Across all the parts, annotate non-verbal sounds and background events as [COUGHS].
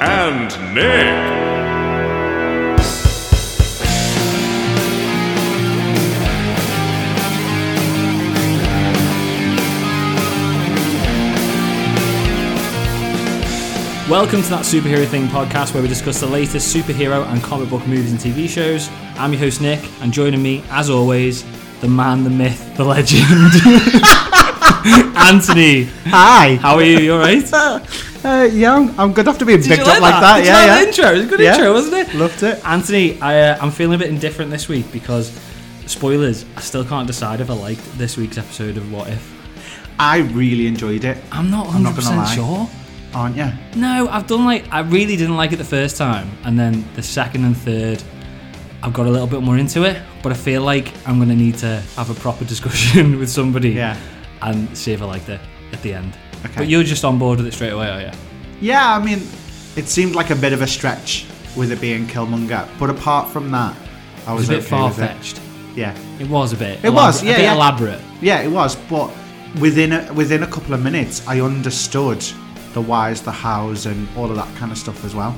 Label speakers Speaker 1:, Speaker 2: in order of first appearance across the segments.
Speaker 1: and Nick.
Speaker 2: Welcome to That Superhero Thing podcast, where we discuss the latest superhero and comic book movies and TV shows. I'm your host, Nick, and joining me, as always, the man, the myth, the legend, [LAUGHS] Anthony.
Speaker 3: Hi.
Speaker 2: How are you? You alright? Did
Speaker 3: Uh, yeah, I'm, I'm good after being
Speaker 2: you
Speaker 3: bigged up like that.
Speaker 2: Did
Speaker 3: yeah,
Speaker 2: you like
Speaker 3: yeah.
Speaker 2: the intro? It was a good
Speaker 3: Yeah.
Speaker 2: intro, wasn't it?
Speaker 3: Loved it.
Speaker 2: Anthony, I, uh, I'm feeling a bit indifferent this week because, spoilers, I still can't decide if I liked this week's episode of What If.
Speaker 3: I really enjoyed it,
Speaker 2: I'm not 100%
Speaker 3: not gonna lie.
Speaker 2: sure.
Speaker 3: aren't you?
Speaker 2: No, I've done like I really didn't like it the first time, and then the second and third, I've got a little bit more into it. But I feel like I'm gonna need to have a proper [LAUGHS] discussion with somebody,
Speaker 3: Yeah.
Speaker 2: and see if I liked it at the end.
Speaker 3: Okay.
Speaker 2: But you're just on board with it straight away, are you?
Speaker 3: Yeah, I mean, it seemed like a bit of a stretch with it being Killmonger, but apart from that, I
Speaker 2: It was
Speaker 3: was
Speaker 2: a bit
Speaker 3: okay
Speaker 2: far
Speaker 3: with it.
Speaker 2: fetched.
Speaker 3: Yeah,
Speaker 2: It was a bit.
Speaker 3: It was,
Speaker 2: elabor-
Speaker 3: yeah,
Speaker 2: a bit
Speaker 3: yeah.
Speaker 2: elaborate.
Speaker 3: yeah, it was, but within a, within a couple of minutes, I understood the whys, the hows, and all of that kind of stuff as well.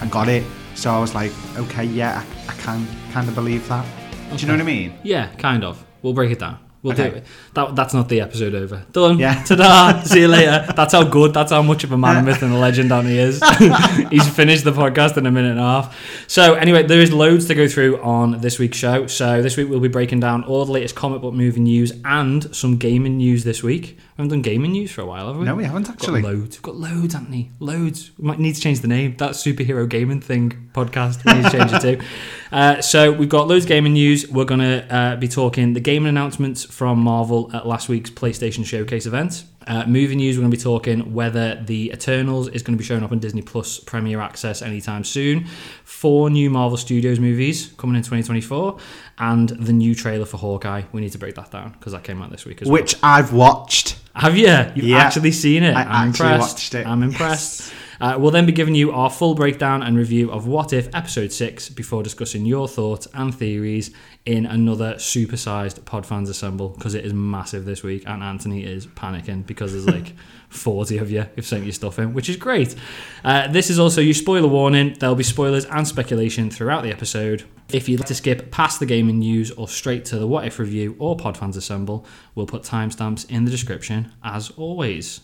Speaker 3: I got it, so I was like, okay, yeah, I, I can kind of believe that. Do you know what I mean?
Speaker 2: Yeah, kind of. We'll break it down. We'll do
Speaker 3: Okay.
Speaker 2: it. That, that's not the episode over. Done. [LAUGHS]
Speaker 3: Yeah.
Speaker 2: Ta-da. See you later. That's how good, that's how much of a man, a myth, and a legend on he
Speaker 3: [LAUGHS]
Speaker 2: is. [LAUGHS] He's finished the podcast in a minute and a half. So anyway, there is loads to go through on this week's show. So this week we'll be breaking down all the latest comic book movie news and some gaming news this week. We haven't done gaming news for a while, have we?
Speaker 3: No, we haven't actually.
Speaker 2: Got loads. We've got loads, Anthony. Loads. We might need to change the name. That superhero gaming thing podcast. We need to change
Speaker 3: [LAUGHS]
Speaker 2: it to. Uh, so we've got loads of gaming news. We're gonna uh, be talking the gaming announcements from Marvel at last week's PlayStation Showcase event. Uh, movie news. We're gonna be talking whether the Eternals is gonna be showing up on Disney Plus Premier Access anytime soon. Four new Marvel Studios movies coming in 2024, and the new trailer for Hawkeye. We need to break that down because that came out this week as well.
Speaker 3: Which I've watched.
Speaker 2: Have you? You've
Speaker 3: Yeah.
Speaker 2: actually seen it.
Speaker 3: I
Speaker 2: I'm
Speaker 3: actually
Speaker 2: impressed.
Speaker 3: watched it.
Speaker 2: I'm
Speaker 3: Yes.
Speaker 2: impressed. Uh, we'll then be giving you our full breakdown and review of What If Episode 6 before discussing your thoughts and theories in another supersized Podfans Assemble because it is massive this week and Anthony is panicking because there's like 40 of you who've sent your stuff in, which is great. Uh, this is also your spoiler warning. There'll be spoilers and speculation throughout the episode. If you'd like to skip past the gaming news or straight to the What If review or Podfans Assemble, we'll put timestamps in the description as always.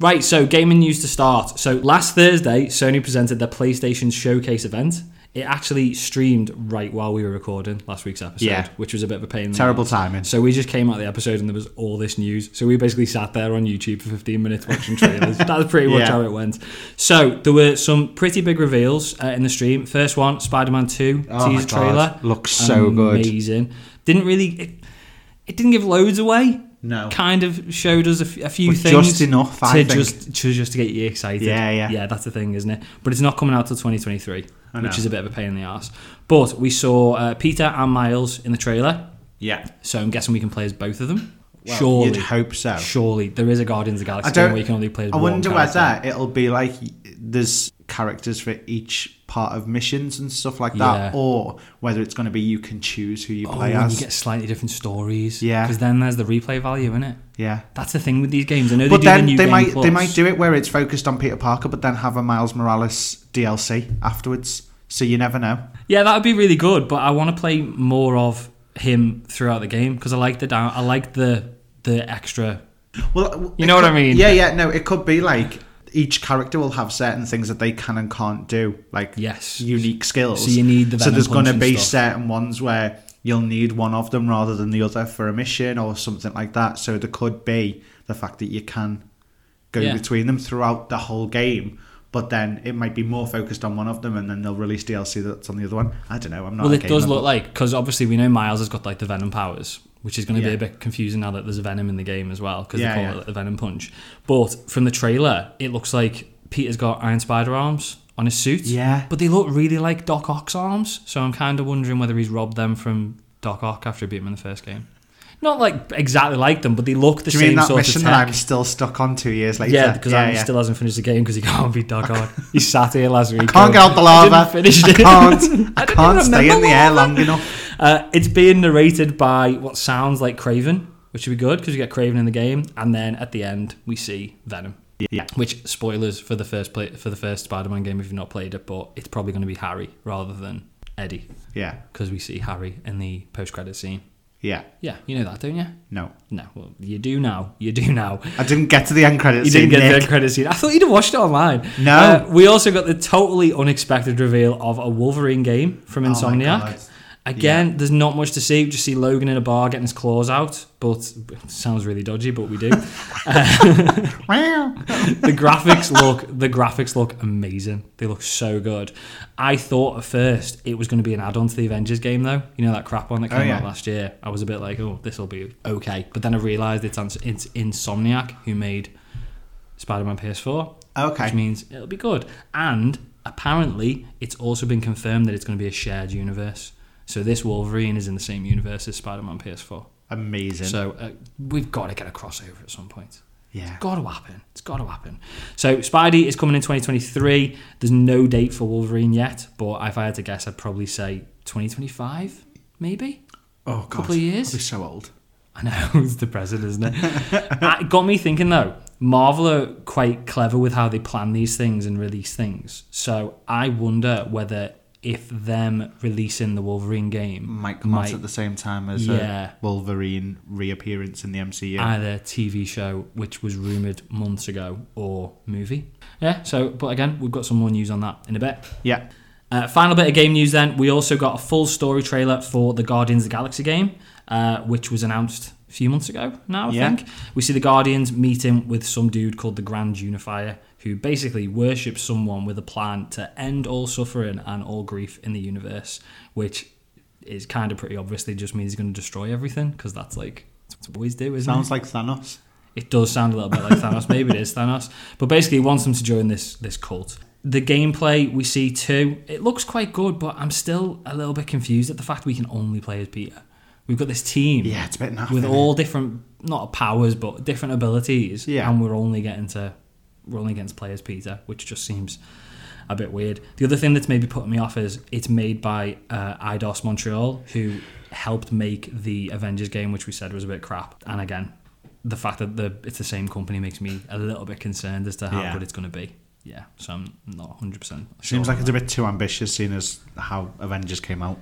Speaker 2: Right, so gaming news to start. So last Thursday, Sony presented their PlayStation Showcase event. It actually streamed right while we were recording last week's episode,
Speaker 3: Yeah.
Speaker 2: which was a bit of a pain. in the
Speaker 3: Terrible
Speaker 2: ass.
Speaker 3: timing.
Speaker 2: So we just came out of the episode and there was all this news. So we basically sat there on YouTube for 15 minutes watching
Speaker 3: [LAUGHS]
Speaker 2: trailers. that was pretty much
Speaker 3: Yeah.
Speaker 2: how it went. So there were some pretty big reveals uh, in the stream. First one, Spider-Man 2
Speaker 3: Oh my
Speaker 2: teaser
Speaker 3: God.
Speaker 2: trailer.
Speaker 3: Looks so good.
Speaker 2: Amazing. Didn't really... It, it didn't give loads away.
Speaker 3: No.
Speaker 2: Kind of showed us a, f- a few
Speaker 3: But
Speaker 2: things.
Speaker 3: just enough,
Speaker 2: To
Speaker 3: I think.
Speaker 2: just to just to get you excited.
Speaker 3: Yeah, yeah.
Speaker 2: Yeah, that's the thing, isn't it? But it's not coming out till 2023,
Speaker 3: I
Speaker 2: which
Speaker 3: know.
Speaker 2: is a bit of a pain in the ass. But we saw uh, Peter and Miles in the trailer,
Speaker 3: Yeah.
Speaker 2: so I'm guessing we can play as both of them.
Speaker 3: Well,
Speaker 2: surely,
Speaker 3: you'd hope so.
Speaker 2: Surely there is a Guardians of the Galaxy
Speaker 3: I don't-
Speaker 2: game where you can only play as
Speaker 3: I
Speaker 2: one
Speaker 3: wonder
Speaker 2: character.
Speaker 3: whether it'll be like there's characters for each part of missions and stuff like that,
Speaker 2: Yeah.
Speaker 3: or whether it's going to be you can choose who you
Speaker 2: Oh,
Speaker 3: play
Speaker 2: and
Speaker 3: as.
Speaker 2: you get slightly different stories.
Speaker 3: Yeah.
Speaker 2: because then there's the replay value in it.
Speaker 3: yeah.
Speaker 2: That's the thing with these games. I know
Speaker 3: But
Speaker 2: they do the
Speaker 3: then
Speaker 2: new
Speaker 3: they
Speaker 2: game
Speaker 3: might
Speaker 2: plus.
Speaker 3: they might do it where it's focused on Peter Parker, but then have a Miles Morales DLC afterwards. So you never know.
Speaker 2: Yeah, that would be really good. But I want to play more of him throughout the game because I like the down. I like the the extra.
Speaker 3: Well,
Speaker 2: You
Speaker 3: it
Speaker 2: know what
Speaker 3: could-
Speaker 2: I mean?
Speaker 3: Yeah, yeah. No, it could be like each character will have certain things that they can and can't do, like
Speaker 2: Yes.
Speaker 3: unique skills.
Speaker 2: So you need the
Speaker 3: so there's
Speaker 2: Venom punch
Speaker 3: going to
Speaker 2: and
Speaker 3: be
Speaker 2: stuff.
Speaker 3: certain ones where you'll need one of them rather than the other for a mission or something like that. So there could be the fact that you can go
Speaker 2: Yeah.
Speaker 3: between them throughout the whole game. But then it might be more focused on one of them, and then they'll release DLC that's on the other one. I don't know. I'm not.
Speaker 2: Well,
Speaker 3: a
Speaker 2: it does
Speaker 3: gamer,
Speaker 2: look
Speaker 3: but-
Speaker 2: like because obviously we know Miles has got like the Venom powers, which is going to
Speaker 3: Yeah.
Speaker 2: be a bit confusing now that there's a Venom in the game as well because
Speaker 3: Yeah,
Speaker 2: they call
Speaker 3: yeah.
Speaker 2: it the Venom Punch. But from the trailer, it looks like Peter's got Iron Spider arms on his suit.
Speaker 3: Yeah.
Speaker 2: but they look really like Doc Ock's arms, so I'm kind of wondering whether he's robbed them from Doc Ock after he beat him in the first game. Not like exactly like them, but they look the
Speaker 3: Do you
Speaker 2: same
Speaker 3: mean that
Speaker 2: sort
Speaker 3: mission
Speaker 2: of
Speaker 3: that
Speaker 2: tech.
Speaker 3: I'm still stuck on two years later?
Speaker 2: Yeah, because Andy
Speaker 3: yeah.
Speaker 2: still hasn't finished the game because he can't beat Dark Odd. [LAUGHS] he sat here last week.
Speaker 3: Can't
Speaker 2: going,
Speaker 3: get out the
Speaker 2: "I
Speaker 3: lava.
Speaker 2: Didn't finish
Speaker 3: I
Speaker 2: it. [LAUGHS]
Speaker 3: can't. I
Speaker 2: didn't
Speaker 3: can't stay in
Speaker 2: remember
Speaker 3: the air
Speaker 2: lava.
Speaker 3: long enough.
Speaker 2: Uh, it's being narrated by what sounds like Craven, which would be good because you get Craven in the game, and then at the end we see Venom.
Speaker 3: Yeah.
Speaker 2: Which spoilers for the first play, for the first Spider-Man game if you've not played it, but it's probably going to be Harry rather than Eddie
Speaker 3: Yeah.
Speaker 2: because we see Harry in the post-credit scene.
Speaker 3: Yeah.
Speaker 2: Yeah, you know that, don't you?
Speaker 3: No.
Speaker 2: No, well, you do now. You do now.
Speaker 3: I didn't get to the end credits.
Speaker 2: You didn't
Speaker 3: scene,
Speaker 2: get the
Speaker 3: Nick.
Speaker 2: end credit scene. I thought you'd have watched it online. Uh,
Speaker 3: No.
Speaker 2: we also got the totally unexpected reveal of a Wolverine game from
Speaker 3: Oh my
Speaker 2: Insomniac.
Speaker 3: God.
Speaker 2: Again, there's not much to see. We just see Logan in a bar getting his claws out, but sounds really dodgy, but we do.
Speaker 3: Wow.
Speaker 2: [LAUGHS] the graphics look the graphics look amazing. They look so good. I thought at first it was going to be an add-on to the Avengers game, though. You know that crap one that
Speaker 3: Oh,
Speaker 2: came out
Speaker 3: yeah.
Speaker 2: last year. I was a bit like, oh, this will be okay. But then I realised it's, Ins- it's Insomniac who made Spider-Man PS4, which
Speaker 3: Okay.
Speaker 2: means it'll be good. And apparently, it's also been confirmed that it's going to be a shared universe. So this Wolverine is in the same universe as Spider-Man PS4.
Speaker 3: Amazing.
Speaker 2: So uh, we've got to get a crossover at some point.
Speaker 3: yeah.
Speaker 2: Got to happen. It's got to happen. So Spidey is coming in 2023. There's no date for Wolverine yet, but if I had to guess, I'd probably say 2025, maybe.
Speaker 3: Oh god.
Speaker 2: couple of years.
Speaker 3: I'll be so old.
Speaker 2: I know [LAUGHS] it's depressing, isn't
Speaker 3: [LAUGHS]
Speaker 2: it? Uh, it got me thinking though. Marvel are quite clever with how they plan these things and release things. So I wonder whether if them releasing the Wolverine game
Speaker 3: Might come out at the same time as uh,
Speaker 2: Yeah.
Speaker 3: Wolverine reappearance in the MCU.
Speaker 2: either TV show, which was rumored months ago, or movie. Yeah. So, but again, we've got some more news on that in a bit.
Speaker 3: yeah.
Speaker 2: Uh, final bit of game news then. We also got a full story trailer for the Guardians of the Galaxy game, uh, which was announced a few months ago now, I
Speaker 3: Yeah.
Speaker 2: think. We see the Guardians meeting with some dude called the Grand Unifier, who basically worships someone with a plan to end all suffering and all grief in the universe, which is kind of pretty obviously just means he's going to destroy everything, because that's like. that's what Boys do, isn't it?
Speaker 3: Sounds like Thanos.
Speaker 2: It does sound a little bit like Thanos. Maybe it is Thanos. But basically, he wants them to join this this cult. The gameplay we see too, it looks quite good, but I'm still a little bit confused at the fact we can only play as Peter. We've got this team
Speaker 3: Yeah, it's a bit naff.
Speaker 2: with
Speaker 3: innit?
Speaker 2: all different not powers but different abilities,
Speaker 3: Yeah.
Speaker 2: and we're only getting to we're only getting to play as Peter, which just seems a bit weird. The other thing that's maybe putting me off is it's made by uh, IDOS Montreal, who helped make the Avengers game, which we said was a bit crap. And again, the fact that the it's the same company makes me a little bit concerned as to how
Speaker 3: Yeah.
Speaker 2: good it's going to be. Yeah, so I'm not 100. percent
Speaker 3: Seems like it's a bit too ambitious, seeing as how Avengers came out.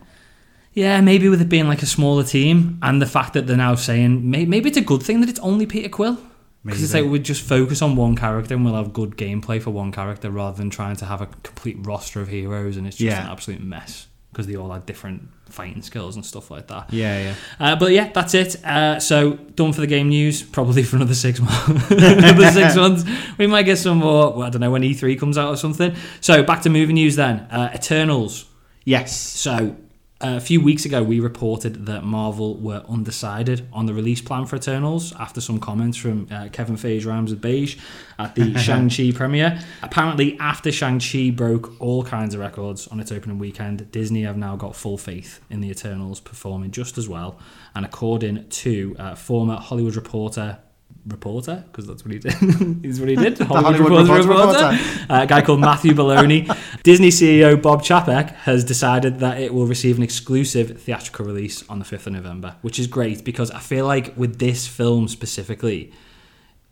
Speaker 2: Yeah, maybe with it being like a smaller team and the fact that they're now saying may- maybe it's a good thing that it's only Peter Quill. Because it's
Speaker 3: Maybe.
Speaker 2: like we just focus on one character and we'll have good gameplay for one character rather than trying to have a complete roster of heroes and it's just
Speaker 3: Yeah.
Speaker 2: an absolute mess because they all had different fighting skills and stuff like that.
Speaker 3: Yeah, yeah.
Speaker 2: Uh, but yeah, that's it. Uh, so done for the game news. Probably for another six [LAUGHS]
Speaker 3: [LAUGHS]
Speaker 2: months. another six months. We might get some more. Well, I don't know when E3 comes out or something. So back to movie news then. Uh, Eternals.
Speaker 3: Yes.
Speaker 2: So, a few weeks ago, we reported that Marvel were undecided on the release plan for Eternals after some comments from uh, Kevin Feige, Rams of Beige at the Shang-Chi premiere. Apparently, after Shang-Chi broke all kinds of records on its opening weekend, Disney have now got full faith in the Eternals performing just as well. And according to uh, former Hollywood reporter reporter because that's what he did. [LAUGHS] He's what he did. Hollywood,
Speaker 3: Hollywood
Speaker 2: reporter,
Speaker 3: Reporter,
Speaker 2: reporter. Uh, a guy called Matthew
Speaker 3: [LAUGHS]
Speaker 2: Baloney. Disney CEO Bob Chapek has decided that it will receive an exclusive theatrical release on the fifth of November, which is great because I feel like with this film specifically,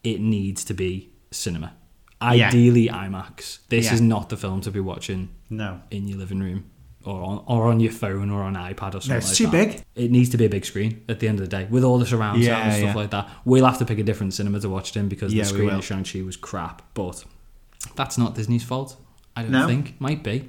Speaker 2: it needs to be cinema.
Speaker 3: Yeah.
Speaker 2: Ideally, IMAX. This
Speaker 3: Yeah.
Speaker 2: is not the film to be watching
Speaker 3: No.
Speaker 2: in your living room or on, or on your phone or on iPad or something
Speaker 3: No, it's
Speaker 2: like
Speaker 3: too
Speaker 2: that.
Speaker 3: big.
Speaker 2: It needs to be a big screen at the end of the day with all the surround
Speaker 3: Yeah,
Speaker 2: sound and stuff
Speaker 3: yeah.
Speaker 2: like that. We'll have to pick a different cinema to watch it in because
Speaker 3: Yeah,
Speaker 2: the
Speaker 3: we
Speaker 2: screen
Speaker 3: will.
Speaker 2: in Shang-Chi was crap. But that's not Disney's fault. I don't
Speaker 3: No.
Speaker 2: think. Might be.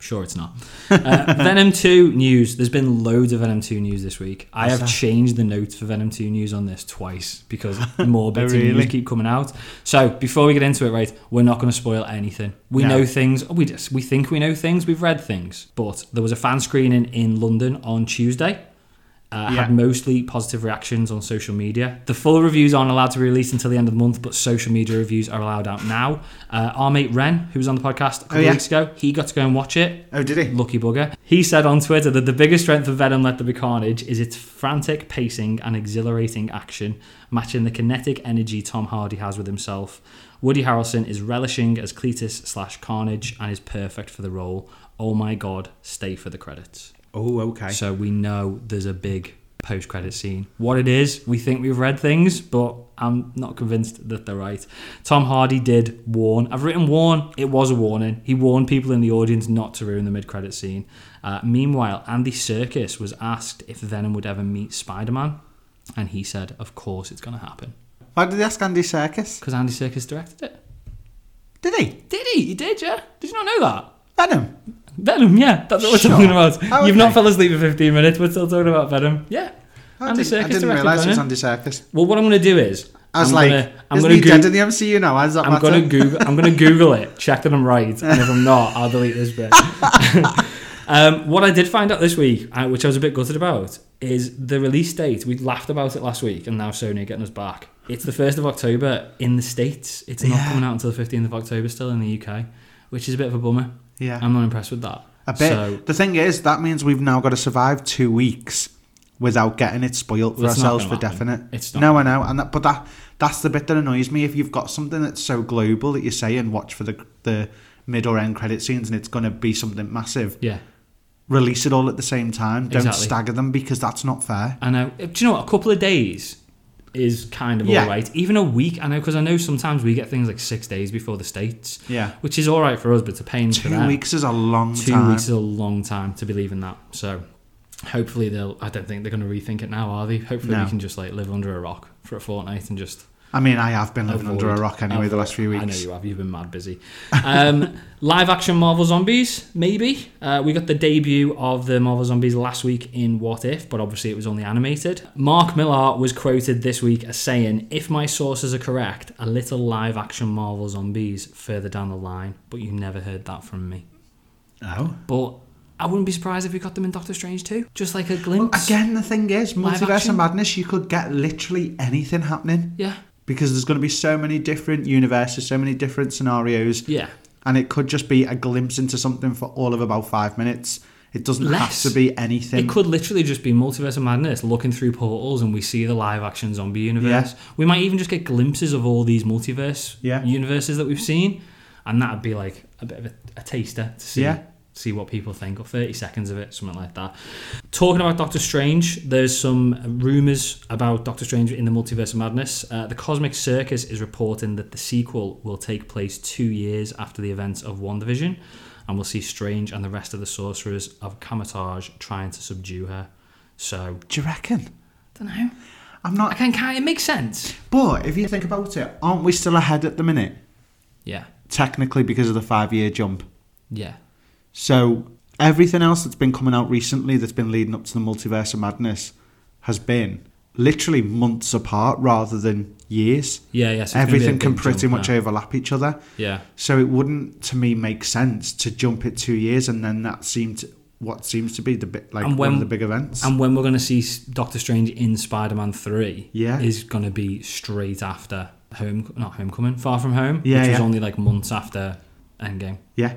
Speaker 2: Sure, it's not. Uh, [LAUGHS] Venom 2 news. There's been loads of Venom 2 news this week. I have changed the notes for Venom 2 news on this twice
Speaker 3: [LAUGHS]
Speaker 2: because more bits of
Speaker 3: really?
Speaker 2: news keep coming out. So before we get into it, right, we're not going to spoil anything. We
Speaker 3: No.
Speaker 2: know things. We just we think we know things. We've read things. But there was a fan screening in London on Tuesday. Uh,
Speaker 3: Yeah.
Speaker 2: Had mostly positive reactions on social media. The full reviews aren't allowed to be released until the end of the month, but social media reviews are allowed out now. Uh, our mate Ren, who was on the podcast a couple
Speaker 3: Oh, yeah.
Speaker 2: weeks ago, he got to go and watch it.
Speaker 3: Oh, did he?
Speaker 2: Lucky bugger. He said on Twitter that the biggest strength of Venom Let There Be Carnage is its frantic pacing and exhilarating action, matching the kinetic energy Tom Hardy has with himself. Woody Harrelson is relishing as Cletus slash Carnage and is perfect for the role. Oh my god, stay for the credits.
Speaker 3: Oh, okay.
Speaker 2: So we know there's a big post credit scene. What it is, we think we've read things, but I'm not convinced that they're right. Tom Hardy did warn. I've written warn. It was a warning. He warned people in the audience not to ruin the mid credit scene. Uh, meanwhile, Andy Serkis was asked if Venom would ever meet Spider Man, and he said, "Of course, it's going to happen."
Speaker 3: Why did they ask Andy Serkis?
Speaker 2: Because Andy Serkis directed it.
Speaker 3: Did he?
Speaker 2: Did he? He did, yeah. Did you not know that?
Speaker 3: Venom.
Speaker 2: Venom, yeah. That's what we're
Speaker 3: Sure.
Speaker 2: talking about.
Speaker 3: Oh,
Speaker 2: You've not
Speaker 3: okay.
Speaker 2: fell asleep for 15 minutes. We're still talking about Venom. Yeah.
Speaker 3: I
Speaker 2: Andy
Speaker 3: didn't-
Speaker 2: Serkis
Speaker 3: I didn't
Speaker 2: directed
Speaker 3: realise it was
Speaker 2: Venom.
Speaker 3: Andy Serkis.
Speaker 2: Well, what I'm going to do is
Speaker 3: I was
Speaker 2: am
Speaker 3: like,
Speaker 2: gonna, I'm
Speaker 3: isn't
Speaker 2: going
Speaker 3: he
Speaker 2: to
Speaker 3: dead in the MCU now? Why does that
Speaker 2: I'm
Speaker 3: matter?
Speaker 2: gonna Google. I'm gonna Google it. Check that I'm right, and if I'm not, I'll delete this
Speaker 3: [LAUGHS]
Speaker 2: bit. um, what I did find out this week, uh, which I was a bit gutted about, is the release date. We laughed about it last week, and now Sony are getting us back. It's the first of October in the states. It's not
Speaker 3: Yeah.
Speaker 2: coming out until the fifteenth of October, still in the UK, which is a bit of a bummer.
Speaker 3: Yeah.
Speaker 2: I'm not impressed with that.
Speaker 3: A bit.
Speaker 2: So
Speaker 3: the thing is, that means we've now got to survive two weeks without getting it spoilt for
Speaker 2: That's not
Speaker 3: ourselves for
Speaker 2: gonna happen.
Speaker 3: definite.
Speaker 2: It's not
Speaker 3: No, I know, and that, but that that's the bit that annoys me. If you've got something that's so global that you say and watch for the the mid or end credit scenes, and it's going to be something massive,
Speaker 2: yeah,
Speaker 3: release it all at the same time. Don't
Speaker 2: Exactly.
Speaker 3: stagger them because that's not fair.
Speaker 2: I know. Do you know what? A couple of days is kind of
Speaker 3: Yeah.
Speaker 2: all right. Even a week, I know, because I know sometimes we get things like six days before the states.
Speaker 3: Yeah.
Speaker 2: Which is all right for us, but it's a pain for
Speaker 3: Two
Speaker 2: them.
Speaker 3: weeks is a long
Speaker 2: Two
Speaker 3: time.
Speaker 2: weeks is a long time to believe in that. So hopefully they'll. I don't think they're going to rethink it now, are they? Hopefully
Speaker 3: No.
Speaker 2: we can just like live under a rock for a fortnight and just
Speaker 3: I mean, I have been living under a
Speaker 2: avoid-
Speaker 3: rock anyway the
Speaker 2: avoid-
Speaker 3: last few weeks.
Speaker 2: I know you have. You've been mad busy. Um, [LAUGHS] live action Marvel Zombies, maybe. Uh, we got the debut of the Marvel Zombies last week in What If, but obviously it was only animated. Mark Millar was quoted this week as saying, If my sources are correct, a little live action Marvel Zombies further down the line, but you never heard that from me.
Speaker 3: Oh.
Speaker 2: But I wouldn't be surprised if we got them in Doctor Strange too, just like a glimpse.
Speaker 3: Again, the thing is,
Speaker 2: Live
Speaker 3: multiverse
Speaker 2: action.
Speaker 3: of madness, you could get literally anything happening.
Speaker 2: Yeah.
Speaker 3: because there's going to be so many different universes, so many different scenarios,
Speaker 2: Yeah.
Speaker 3: and it could just be a glimpse into something for all of about five minutes. It doesn't
Speaker 2: Less.
Speaker 3: have to be anything.
Speaker 2: It could literally just be multiverse of madness, looking through portals, and we see the live action zombie universe. We might even just get glimpses of all these multiverse
Speaker 3: Yeah.
Speaker 2: universes that we've seen, and that'd be like a bit of a, a taster to see
Speaker 3: Yeah.
Speaker 2: see what people think, or thirty seconds of it, something like that. Talking about Doctor Strange, there's some rumors about Doctor Strange in the multiverse of madness. Uh, the Cosmic Circus is reporting that the sequel will take place two years after the events of One Division, and we'll see Strange and the rest of the sorcerers of Kamatage trying to subdue her. So,
Speaker 3: Do you reckon?
Speaker 2: don't know.
Speaker 3: I'm
Speaker 2: I
Speaker 3: not.
Speaker 2: can kind. It makes sense.
Speaker 3: But if you think about it, aren't we still ahead at the minute?
Speaker 2: Yeah.
Speaker 3: Technically, because of the five-year jump.
Speaker 2: Yeah.
Speaker 3: So everything else that's been coming out recently, that's been leading up to the multiverse of madness, has been literally months apart rather than years.
Speaker 2: Yeah. Yeah. so it's gonna be a
Speaker 3: Everything can
Speaker 2: big
Speaker 3: pretty
Speaker 2: jump
Speaker 3: much
Speaker 2: now.
Speaker 3: overlap each other.
Speaker 2: Yeah.
Speaker 3: So it wouldn't, to me, make sense to jump it two years and then that seemed what seems to be the bit like
Speaker 2: And
Speaker 3: one
Speaker 2: when-
Speaker 3: of the big events.
Speaker 2: And when we're going to see S- Doctor Strange in Spider Man 3
Speaker 3: Yeah.
Speaker 2: is going to be straight after Home, not Homecoming, Far From Home,
Speaker 3: Yeah,
Speaker 2: which was
Speaker 3: yeah.
Speaker 2: only like months after Endgame.
Speaker 3: yeah,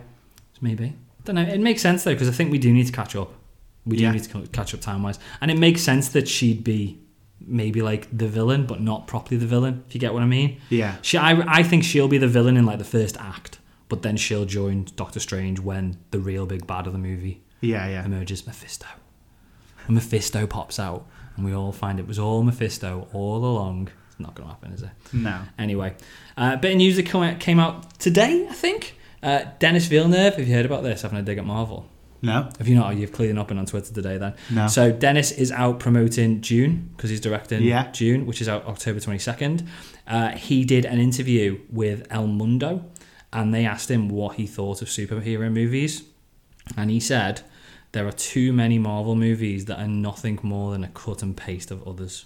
Speaker 2: So maybe. Don't know. It makes sense though, because I think we do need to catch up. We do
Speaker 3: Yeah.
Speaker 2: need to c- catch up time wise. And it makes sense that she'd be maybe like the villain, but not properly the villain, if you get what I mean.
Speaker 3: yeah,
Speaker 2: She, I, I think she'll be the villain in like the first act, but then she'll join Doctor Strange when the real big bad of the movie
Speaker 3: yeah, yeah.
Speaker 2: emerges Mephisto. And Mephisto pops out, and we all find it was all Mephisto all along. It's not going to happen, is it?
Speaker 3: No.
Speaker 2: Anyway, uh, a bit of news that come out, came out today, I think. Uh, Dennis Villeneuve, have you heard about this? Having a dig at Marvel.
Speaker 3: No.
Speaker 2: If you not, you've clearly not been on Twitter today then.
Speaker 3: No.
Speaker 2: So Dennis is out promoting June because he's directing
Speaker 3: Yeah.
Speaker 2: June, which is out October 22nd. Uh, he did an interview with El Mundo and they asked him what he thought of superhero movies. And he said, There are too many Marvel movies that are nothing more than a cut and paste of others.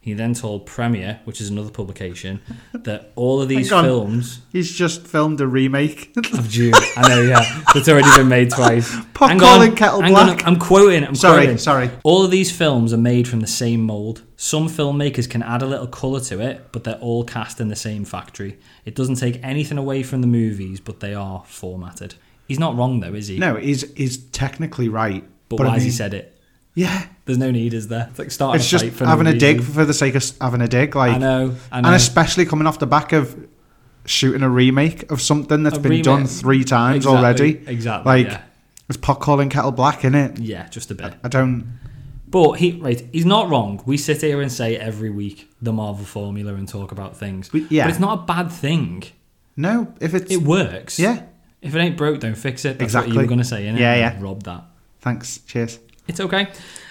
Speaker 2: He then told Premiere, which is another publication, that all of these
Speaker 3: Hang on.
Speaker 2: films
Speaker 3: He's just filmed a remake. [LAUGHS]
Speaker 2: of June. I know, yeah. That's already been made twice.
Speaker 3: Popcorn
Speaker 2: Hang on,
Speaker 3: and kettle
Speaker 2: hang
Speaker 3: black.
Speaker 2: On, I'm quoting. I'm
Speaker 3: sorry,
Speaker 2: quoting.
Speaker 3: sorry.
Speaker 2: All of these films are made from the same mold. Some filmmakers can add a little colour to it, but they're all cast in the same factory. It doesn't take anything away from the movies, but they are formatted. He's not wrong though, is he?
Speaker 3: No, he's he's technically right.
Speaker 2: But, why
Speaker 3: I
Speaker 2: has he
Speaker 3: mean-
Speaker 2: said it?
Speaker 3: Yeah,
Speaker 2: There's no need, is there? It's like starting
Speaker 3: it's
Speaker 2: a
Speaker 3: just
Speaker 2: fight for no
Speaker 3: having a dig
Speaker 2: reason.
Speaker 3: for the sake of s- having a dig, like,
Speaker 2: I know. I know.
Speaker 3: and especially coming off the back of shooting a remake of something that's
Speaker 2: A
Speaker 3: been
Speaker 2: remake.
Speaker 3: done three times
Speaker 2: Exactly,
Speaker 3: already.
Speaker 2: Exactly.
Speaker 3: Like,
Speaker 2: yeah.
Speaker 3: it's pot calling kettle black in it.
Speaker 2: yeah, just a bit.
Speaker 3: I don't.
Speaker 2: But he right, he's not wrong. We sit here and say every week the Marvel formula and talk about things.
Speaker 3: We- yeah.
Speaker 2: But it's not a bad thing.
Speaker 3: No, if it's
Speaker 2: It works.
Speaker 3: yeah.
Speaker 2: If it ain't broke, don't fix it. That's what you
Speaker 3: Exactly.
Speaker 2: were gonna say, innit?
Speaker 3: Yeah, yeah.
Speaker 2: Rob that.
Speaker 3: Thanks. Cheers.
Speaker 2: It's okay.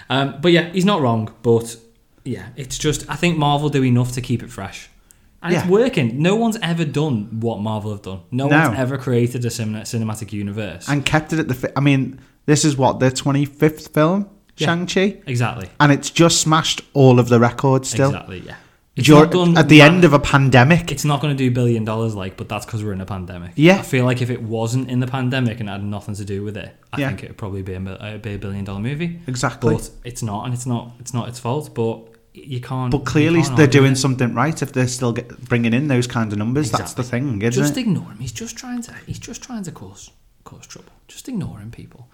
Speaker 2: Um, but yeah, he's not wrong. But yeah, it's just I think Marvel do enough to keep it fresh. And it's
Speaker 3: Yeah.
Speaker 2: working. No one's ever done what Marvel have done. No,
Speaker 3: No.
Speaker 2: one's ever created a cinem- cinematic universe.
Speaker 3: And kept it at the. Fi- I mean, this is what the twenty fifth film,
Speaker 2: Yeah.
Speaker 3: Shang Chi,
Speaker 2: exactly.
Speaker 3: and it's just smashed all of the records. Still,
Speaker 2: Exactly. Yeah. It's
Speaker 3: Dur-
Speaker 2: not done
Speaker 3: at the
Speaker 2: ma-
Speaker 3: end of a pandemic.
Speaker 2: It's not going to do billion dollars like, but that's because we're in a pandemic.
Speaker 3: Yeah.
Speaker 2: I feel like if it wasn't in the pandemic and had nothing to do with it, I
Speaker 3: Yeah.
Speaker 2: think it would probably be a, mil- uh, be a billion dollar movie.
Speaker 3: Exactly.
Speaker 2: But it's not, and it's not, it's not its fault. But you can't.
Speaker 3: But clearly,
Speaker 2: you can't
Speaker 3: they're
Speaker 2: argue
Speaker 3: doing
Speaker 2: it.
Speaker 3: something right if they're still get, bringing in those kind of numbers. That's the thing, isn't
Speaker 2: Just
Speaker 3: it?
Speaker 2: ignore him. He's just trying to. He's just trying to cause cause trouble. Just ignore him, people.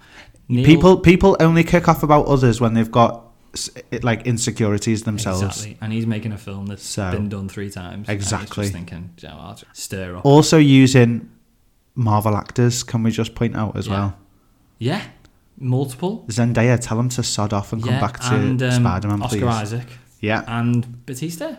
Speaker 2: Neil-
Speaker 3: people people only kick off about others when they've got s- it- like insecurities themselves.
Speaker 2: Exactly, and he's making a film that's
Speaker 3: So-
Speaker 2: been done three times. and he's
Speaker 3: Exactly. Oh.
Speaker 2: just thinking, "Do you know what, I'll just stir up.
Speaker 3: Also, using Marvel actors, can we just point out as
Speaker 2: Yeah.
Speaker 3: well?
Speaker 2: Yeah, multiple.
Speaker 3: Zendaya, tell him to sod off and
Speaker 2: yeah,
Speaker 3: come back to
Speaker 2: and, um,
Speaker 3: Spider-Man,
Speaker 2: Oscar
Speaker 3: please.
Speaker 2: Isaac Uh,
Speaker 3: Yeah,
Speaker 2: and Batista.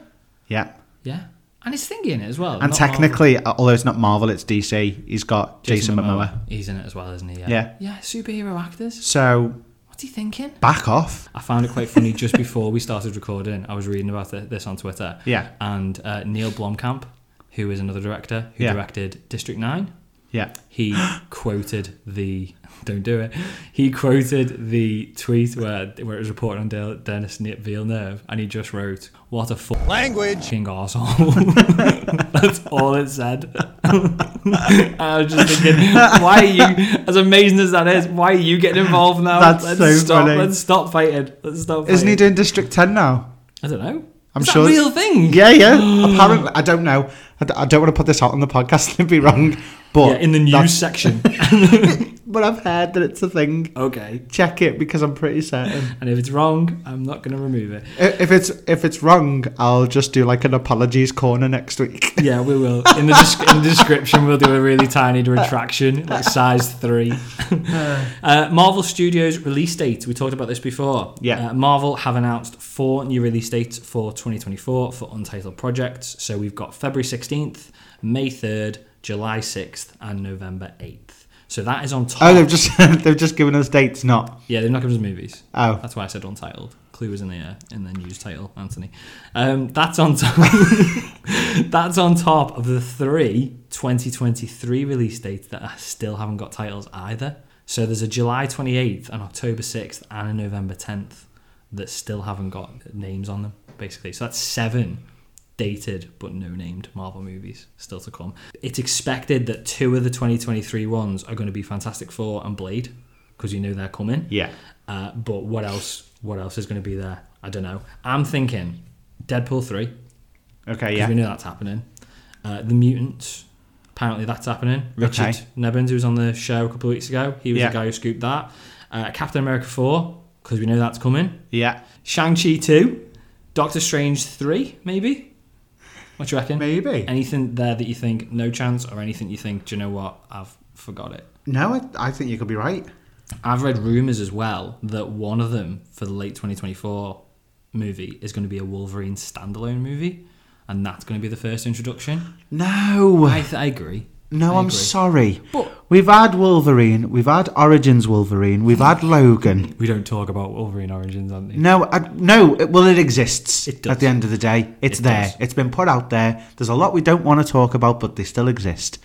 Speaker 3: yeah.
Speaker 2: Yeah, and he's thinking it as well.
Speaker 3: And
Speaker 2: not
Speaker 3: technically, uh, although it's not Marvel, it's DC. He's got
Speaker 2: Marvel.
Speaker 3: Jason, Momoa.
Speaker 2: He's in it as well, isn't he? Yeah.
Speaker 3: Yeah.
Speaker 2: Yeah, superhero actors.
Speaker 3: So
Speaker 2: What's he thinking?
Speaker 3: back off.
Speaker 2: I found it quite funny just before we started recording. I was reading about th- this on Twitter.
Speaker 3: Yeah.
Speaker 2: And uh, Neil Blomkamp, who is another director who
Speaker 3: Yeah.
Speaker 2: directed District 9,
Speaker 3: Yeah,
Speaker 2: he quoted the. Don't do it. He quoted the tweet where, where it was reported on Dale, Dennis Villeneuve, and he just wrote, What a fucking
Speaker 1: Language.
Speaker 2: arsehole. [LAUGHS] That's all it said. [LAUGHS] And I was just thinking, why are you, as amazing as that is, why are you getting involved now?
Speaker 3: That's
Speaker 2: let's
Speaker 3: so
Speaker 2: stop,
Speaker 3: funny.
Speaker 2: Let's stop fighting. Let's stop fighting.
Speaker 3: isn't he doing District Ten now?
Speaker 2: I don't know.
Speaker 3: I'm
Speaker 2: Is that
Speaker 3: sure-
Speaker 2: a real thing? [GASPS]
Speaker 3: Yeah, yeah. Apparently, I don't know. I, d- I don't want to put this out on the podcast [LAUGHS] and be wrong, but
Speaker 2: Yeah, in the news
Speaker 3: that's-
Speaker 2: section. [LAUGHS]
Speaker 3: But I've heard that it's a thing.
Speaker 2: okay.
Speaker 3: Check it because I'm pretty certain.
Speaker 2: And if it's wrong, I'm not going to remove it.
Speaker 3: I- If it's if it's wrong, I'll just do like an apologies corner next week. [LAUGHS]
Speaker 2: Yeah, we will. In the, desc- in the description, we'll do a really tiny retraction, like size
Speaker 3: [LAUGHS]
Speaker 2: three. uh, Marvel Studios release date. We talked about this before.
Speaker 3: Yeah.
Speaker 2: Uh, Marvel have announced four new release dates for 2024 for untitled projects. So we've got February 16th, May 3rd, July 6th, and November 8th. So that is on top.
Speaker 3: Oh, they've just [LAUGHS] they've just given us dates, not
Speaker 2: Yeah, they've not given us movies.
Speaker 3: Oh.
Speaker 2: that's why I said untitled. Clue was in the uh, in the news title, Anthony. Um, that's on top. [LAUGHS] that's on top of the three 2023 release dates that I still haven't got titles either. So there's a July 28th, an October 6th, and a November 10th that still haven't got names on them. Basically, so that's seven dated but no named Marvel movies still to come. It's expected that two of the 2023 ones are going to be Fantastic Four and Blade because you know they're coming.
Speaker 3: Yeah.
Speaker 2: Uh, but what else? What else is going to be there? I don't know. I'm thinking Deadpool three because
Speaker 3: Okay,
Speaker 2: we
Speaker 3: yeah.
Speaker 2: know that's happening. Uh, the mutants. Apparently that's happening. Richard
Speaker 3: Okay.
Speaker 2: Nebbins, who was on the show a couple of weeks ago, he was
Speaker 3: Yeah.
Speaker 2: the guy who scooped that. Uh, Captain America four because we know that's coming.
Speaker 3: Yeah.
Speaker 2: Shang Chi two, Doctor Strange three maybe. What do you reckon?
Speaker 3: Maybe.
Speaker 2: anything there that you think no chance, or anything you think, do you know what? I've forgot it.
Speaker 3: No, I, I think you could be right.
Speaker 2: I've read rumors as well that one of them for the late 2024 movie is going to be a Wolverine standalone movie, and that's going to be the first introduction.
Speaker 3: No.
Speaker 2: I, th- I agree.
Speaker 3: no,
Speaker 2: I
Speaker 3: I'm
Speaker 2: agree.
Speaker 3: sorry.
Speaker 2: But-
Speaker 3: we've had Wolverine, we've had Origins Wolverine, we've had Logan.
Speaker 2: We don't talk about Wolverine origins, aren't we?
Speaker 3: No, I, no. It, well, it exists.
Speaker 2: It does.
Speaker 3: At the end of the day, it's
Speaker 2: It
Speaker 3: there.
Speaker 2: does.
Speaker 3: It's been put out there. There's a lot we don't want to talk about, but they still exist.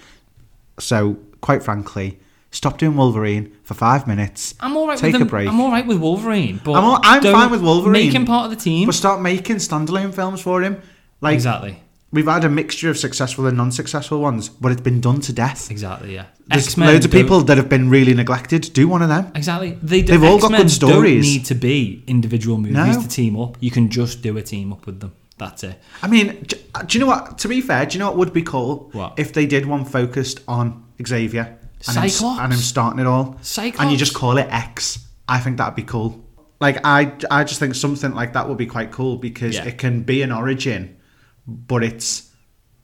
Speaker 3: So, quite frankly, stop doing Wolverine for five minutes.
Speaker 2: I'm all right.
Speaker 3: Take
Speaker 2: with
Speaker 3: a
Speaker 2: them-
Speaker 3: break.
Speaker 2: I'm all right with Wolverine, but
Speaker 3: I'm all- I'm
Speaker 2: don't
Speaker 3: fine with Wolverine.
Speaker 2: Make him part of the team.
Speaker 3: But start making standalone films for him. Like
Speaker 2: exactly.
Speaker 3: we've had a mixture of successful and non-successful ones, but it's been done to death.
Speaker 2: Exactly. Yeah.
Speaker 3: There's
Speaker 2: X-Men
Speaker 3: loads of
Speaker 2: don't-
Speaker 3: people that have been really neglected. Do one of them.
Speaker 2: Exactly. They do,
Speaker 3: They've all got
Speaker 2: X-Men
Speaker 3: good stories.
Speaker 2: Don't need to be individual movies
Speaker 3: No.
Speaker 2: to team up. You can just do a team up with them. That's it.
Speaker 3: I mean, do, do you know what? To be fair, do you know what would be cool
Speaker 2: What?
Speaker 3: if they did one focused on Xavier and him,
Speaker 2: Cyclops?
Speaker 3: and him starting it all, and you
Speaker 2: Cyclops?
Speaker 3: just call it X? I think that'd be cool. Like I, I just think something like that would be quite cool because
Speaker 2: Yeah.
Speaker 3: it can be an origin, but it's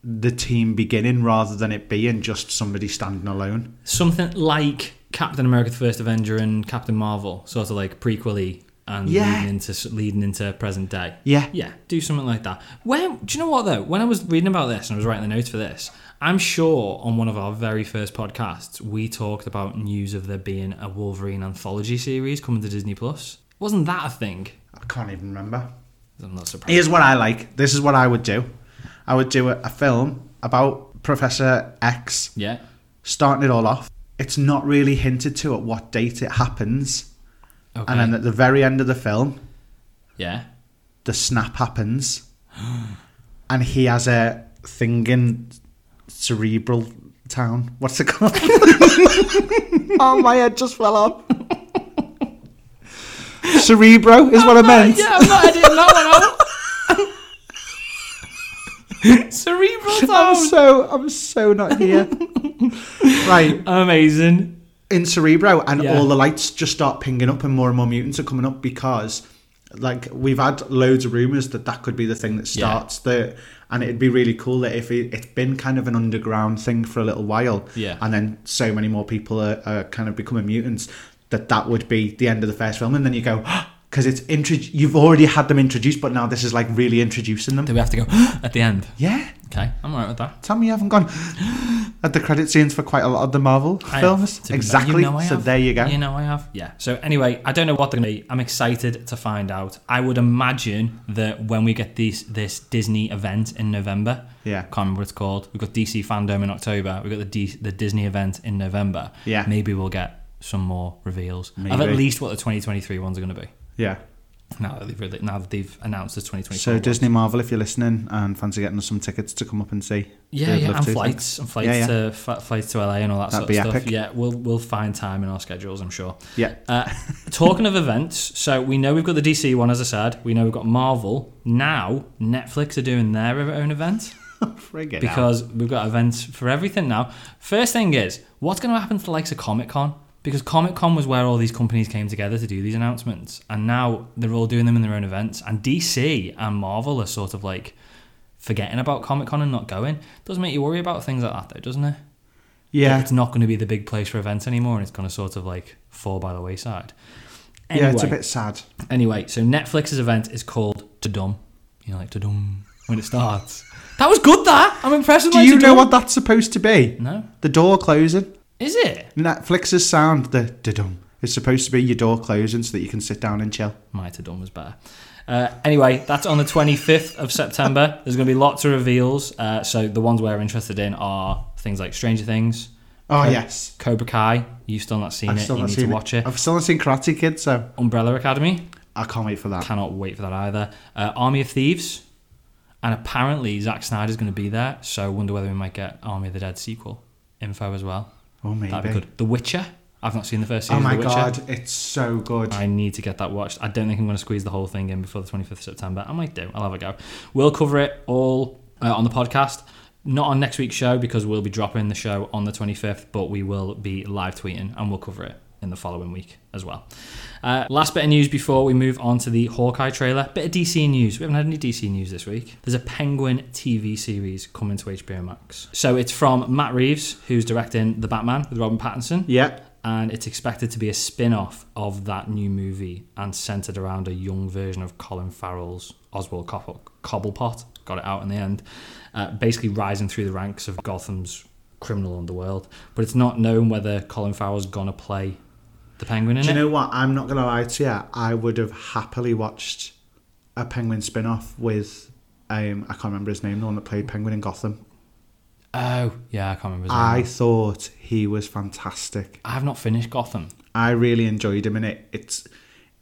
Speaker 3: the team beginning rather than it being just somebody standing alone.
Speaker 2: something like Captain America: The First Avenger and Captain Marvel, sort of like prequely and
Speaker 3: Yeah.
Speaker 2: leading into leading into present day.
Speaker 3: Yeah.
Speaker 2: yeah, do something like that. When do you know what though? When I was reading about this and I was writing the notes for this, I'm sure on one of our very first podcasts we talked about news of there being a Wolverine anthology series coming to Disney Plus. Wasn't that a thing?
Speaker 3: I can't even remember.
Speaker 2: I'm not surprised.
Speaker 3: Here's what I like. This is what I would do. I would do a, a film about Professor X
Speaker 2: Yeah,
Speaker 3: starting it all off. It's not really hinted to at what date it happens,
Speaker 2: okay,
Speaker 3: and then at the very end of the film,
Speaker 2: yeah.
Speaker 3: the snap [GASPS] happens, and he has a thing in cerebral town. What's it called? [LAUGHS] oh, my head just fell off. [LAUGHS] Cerebro is what I meant.
Speaker 2: Yeah, I'm not editing
Speaker 3: [LAUGHS]
Speaker 2: that one out. [LAUGHS] Cerebral
Speaker 3: I'm
Speaker 2: Town.
Speaker 3: so I'm so not [LAUGHS] here. right
Speaker 2: Amazing.
Speaker 3: in Cerebro, and
Speaker 2: Yeah.
Speaker 3: all the lights just start pinging up, and more and more mutants are coming up because, like, we've had loads of rumors that that could be the thing that
Speaker 2: Yeah.
Speaker 3: starts the, and it'd be really cool that if it, it's been kind of an underground thing for a little while,
Speaker 2: Yeah.
Speaker 3: and then so many more people are, are kind of becoming mutants that that would be the end of the first film, and then you go. [GASPS] Because it's intro- you've already had them introduced, but now this is like really introducing them.
Speaker 2: Do we have to go [GASPS] at the end?
Speaker 3: Yeah,
Speaker 2: Okay, I'm alright with that.
Speaker 3: Tell me you haven't gone [GASPS] at the credit scenes for quite a lot of the Marvel
Speaker 2: I
Speaker 3: films.
Speaker 2: have to be-
Speaker 3: exactly.
Speaker 2: you know I
Speaker 3: so
Speaker 2: have.
Speaker 3: there you go.
Speaker 2: You know I have. Yeah. So anyway, I don't know what they're gonna be. I'm excited to find out. I would imagine that when we get this this Disney event in November.
Speaker 3: Yeah.
Speaker 2: Can't remember what it's called. We've got DC fandom in October. We've got the D- the Disney event in November.
Speaker 3: Yeah.
Speaker 2: Maybe we'll get some more reveals of
Speaker 3: Maybe.
Speaker 2: at least what the 2023 ones are going to be.
Speaker 3: Yeah.
Speaker 2: Now that they've really, now that they've announced the 2024.
Speaker 3: So Disney Marvel, if you're listening and fancy getting us some tickets to come up and see,
Speaker 2: yeah,
Speaker 3: we'd
Speaker 2: yeah,
Speaker 3: love
Speaker 2: and
Speaker 3: to,
Speaker 2: flights, and flights
Speaker 3: Yeah, yeah.
Speaker 2: to fa- flights to LA and all that
Speaker 3: That'd
Speaker 2: sort
Speaker 3: be
Speaker 2: of stuff.
Speaker 3: epic.
Speaker 2: Yeah, we'll we'll find time in our schedules, I'm sure.
Speaker 3: Yeah.
Speaker 2: Uh, talking of events, so we know we've got the DC one, as I said. We know we've got Marvel. Now Netflix are doing their own event
Speaker 3: Frig it out.
Speaker 2: because we've got events for everything now. First thing is, what's going to happen to the likes of Comic Con? Because Comic Con was where all these companies came together to do these announcements, and now they're all doing them in their own events. And DC and Marvel are sort of like forgetting about Comic Con and not going. Does make you worry about things like that, though, doesn't it?
Speaker 3: yeah,
Speaker 2: It's not going to be the big place for events anymore, and it's going to sort of like fall by the wayside.
Speaker 3: yeah, it's a
Speaker 2: Anyway.
Speaker 3: bit sad.
Speaker 2: Anyway, so Netflix's event is called Dum. You know, like Dum when it starts. that was good. That I'm impressed. With
Speaker 3: Do
Speaker 2: my
Speaker 3: you know
Speaker 2: "Tudum."
Speaker 3: what that's supposed to be?
Speaker 2: No,
Speaker 3: The door closing.
Speaker 2: is it?
Speaker 3: Netflix's sound, the dum, is supposed to be your door closing so that you can sit down and chill.
Speaker 2: My Dum was better. Uh, anyway, that's on the 25th of September. There's going to be lots of reveals. Uh, so the ones we're interested in are things like Stranger Things,
Speaker 3: Oh
Speaker 2: Okay.
Speaker 3: yes,
Speaker 2: Cobra Kai. You've still not seen
Speaker 3: I've
Speaker 2: it.
Speaker 3: still
Speaker 2: you
Speaker 3: not
Speaker 2: need
Speaker 3: seen
Speaker 2: to watch it.
Speaker 3: I've still not seen Karate Kid, so
Speaker 2: Umbrella Academy.
Speaker 3: I can't wait for that.
Speaker 2: Cannot wait for that either. Uh, Army of Thieves. And apparently Zack Snyder's going to be there. So wonder whether we might get Army of the Dead sequel info as well.
Speaker 3: Oh maybe.
Speaker 2: That'd be good. The Witcher. I've not seen the first
Speaker 3: Oh
Speaker 2: season.
Speaker 3: my
Speaker 2: of The Witcher.
Speaker 3: god, it's so good.
Speaker 2: I need to get that watched. I don't think I'm going to squeeze the whole thing in before the 25th of September. I might do. I'll have a go. We'll cover it all uh, on the podcast. Not on next week's show because we'll be dropping the show on the 25th, but we will be live tweeting and we'll cover it in the following week as well. Uh, last bit of news before we move on to the Hawkeye trailer. Bit of DC news. We haven't had any DC news this week. There's a Penguin TV series coming to HBO Max. So it's from Matt Reeves, who's directing The Batman with Robin Pattinson
Speaker 3: Yeah.
Speaker 2: and it's expected to be a spin-off of that new movie and centered around a young version of Colin Farrell's Oswald Cobble- Cobblepot. Got it out in the end. Uh, basically rising through the ranks of Gotham's criminal underworld, but it's not known whether Colin Farrell's gonna play the Penguin in
Speaker 3: Do you
Speaker 2: it.
Speaker 3: know what? I'm not gonna lie to you. I would have happily watched a Penguin spin-off with um, I can't remember his name, the one that played Penguin in Gotham.
Speaker 2: oh, yeah, I can't remember. His
Speaker 3: I
Speaker 2: name.
Speaker 3: thought he was fantastic.
Speaker 2: I have not finished Gotham.
Speaker 3: I really enjoyed him in it. It's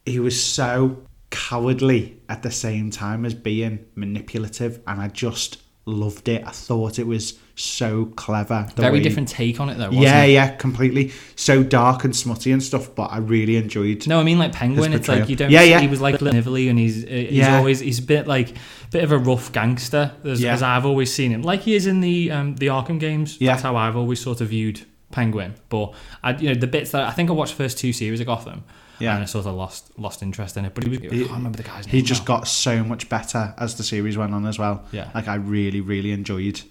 Speaker 3: he was so cowardly at the same time as being manipulative, and I just loved it. I thought it was so clever. the
Speaker 2: Very
Speaker 3: way-
Speaker 2: different take on it though. Wasn't
Speaker 3: Yeah,
Speaker 2: it?
Speaker 3: yeah, completely. So dark and smutty and stuff, but I really enjoyed.
Speaker 2: No, I mean like Penguin.
Speaker 3: His
Speaker 2: It's like
Speaker 3: portrayal.
Speaker 2: you don't.
Speaker 3: Yeah, yeah.
Speaker 2: He was like nivelly, and he's uh, he's
Speaker 3: Yeah.
Speaker 2: always he's a bit like bit of a rough gangster, as,
Speaker 3: Yeah.
Speaker 2: as I've always seen him. Like he is in the um, the Arkham games.
Speaker 3: Yeah.
Speaker 2: That's how I've always sort of viewed Penguin. But I, you know, the bits that I think I watched the first two series of Gotham.
Speaker 3: Yeah.
Speaker 2: And I sort of lost lost interest in it. But he was. I can't remember the guy's name.
Speaker 3: He just
Speaker 2: now.
Speaker 3: got so much better as the series went on as well.
Speaker 2: Yeah.
Speaker 3: Like I really, really enjoyed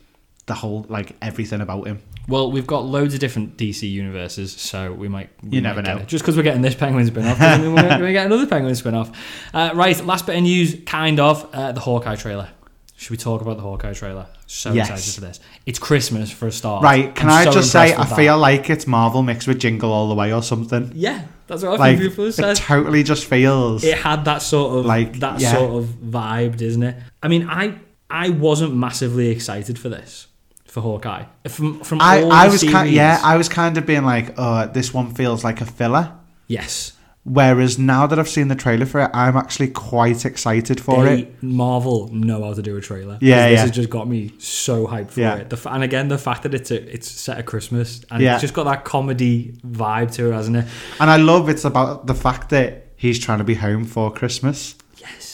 Speaker 3: the whole like everything about him.
Speaker 2: Well, we've got loads of different DC universes, so we might. We
Speaker 3: You
Speaker 2: might
Speaker 3: never
Speaker 2: get
Speaker 3: know.
Speaker 2: it. Just because we're getting this Penguin spin off, doesn't
Speaker 3: [LAUGHS]
Speaker 2: mean we're going to get another Penguin spin off. Uh, right, last bit of news, kind of, uh, the Hawkeye trailer. Should we talk about the Hawkeye trailer? So
Speaker 3: Yes.
Speaker 2: excited for this. It's Christmas for a start.
Speaker 3: Right? Can
Speaker 2: Oh, I'm so
Speaker 3: i just say
Speaker 2: impressed
Speaker 3: I
Speaker 2: with that.
Speaker 3: feel like it's Marvel mixed with Jingle All the Way
Speaker 2: [LAUGHS]
Speaker 3: or something.
Speaker 2: Yeah, that's what I
Speaker 3: Like
Speaker 2: think people
Speaker 3: it
Speaker 2: said.
Speaker 3: totally just feels.
Speaker 2: it had that sort of like
Speaker 3: Like,
Speaker 2: that
Speaker 3: yeah.
Speaker 2: sort of vibe, didn't it? I mean, I I wasn't massively excited for this for Hawkeye. From from
Speaker 3: I,
Speaker 2: all
Speaker 3: I
Speaker 2: the
Speaker 3: was
Speaker 2: series,
Speaker 3: kind yeah I was kind of being like oh this one feels like a filler.
Speaker 2: yes.
Speaker 3: Whereas now that I've seen the trailer for it, I'm actually quite excited for
Speaker 2: They,
Speaker 3: it.
Speaker 2: Marvel know how to do a trailer. 'Cause
Speaker 3: Yeah,
Speaker 2: this
Speaker 3: yeah.
Speaker 2: has just got me so hyped for
Speaker 3: Yeah.
Speaker 2: it. The, f- and again, the fact that it's a, it's set at Christmas and
Speaker 3: Yeah.
Speaker 2: it's just got that comedy vibe to it, hasn't it?
Speaker 3: And I love it's about the fact that he's trying to be home for Christmas.
Speaker 2: Yes,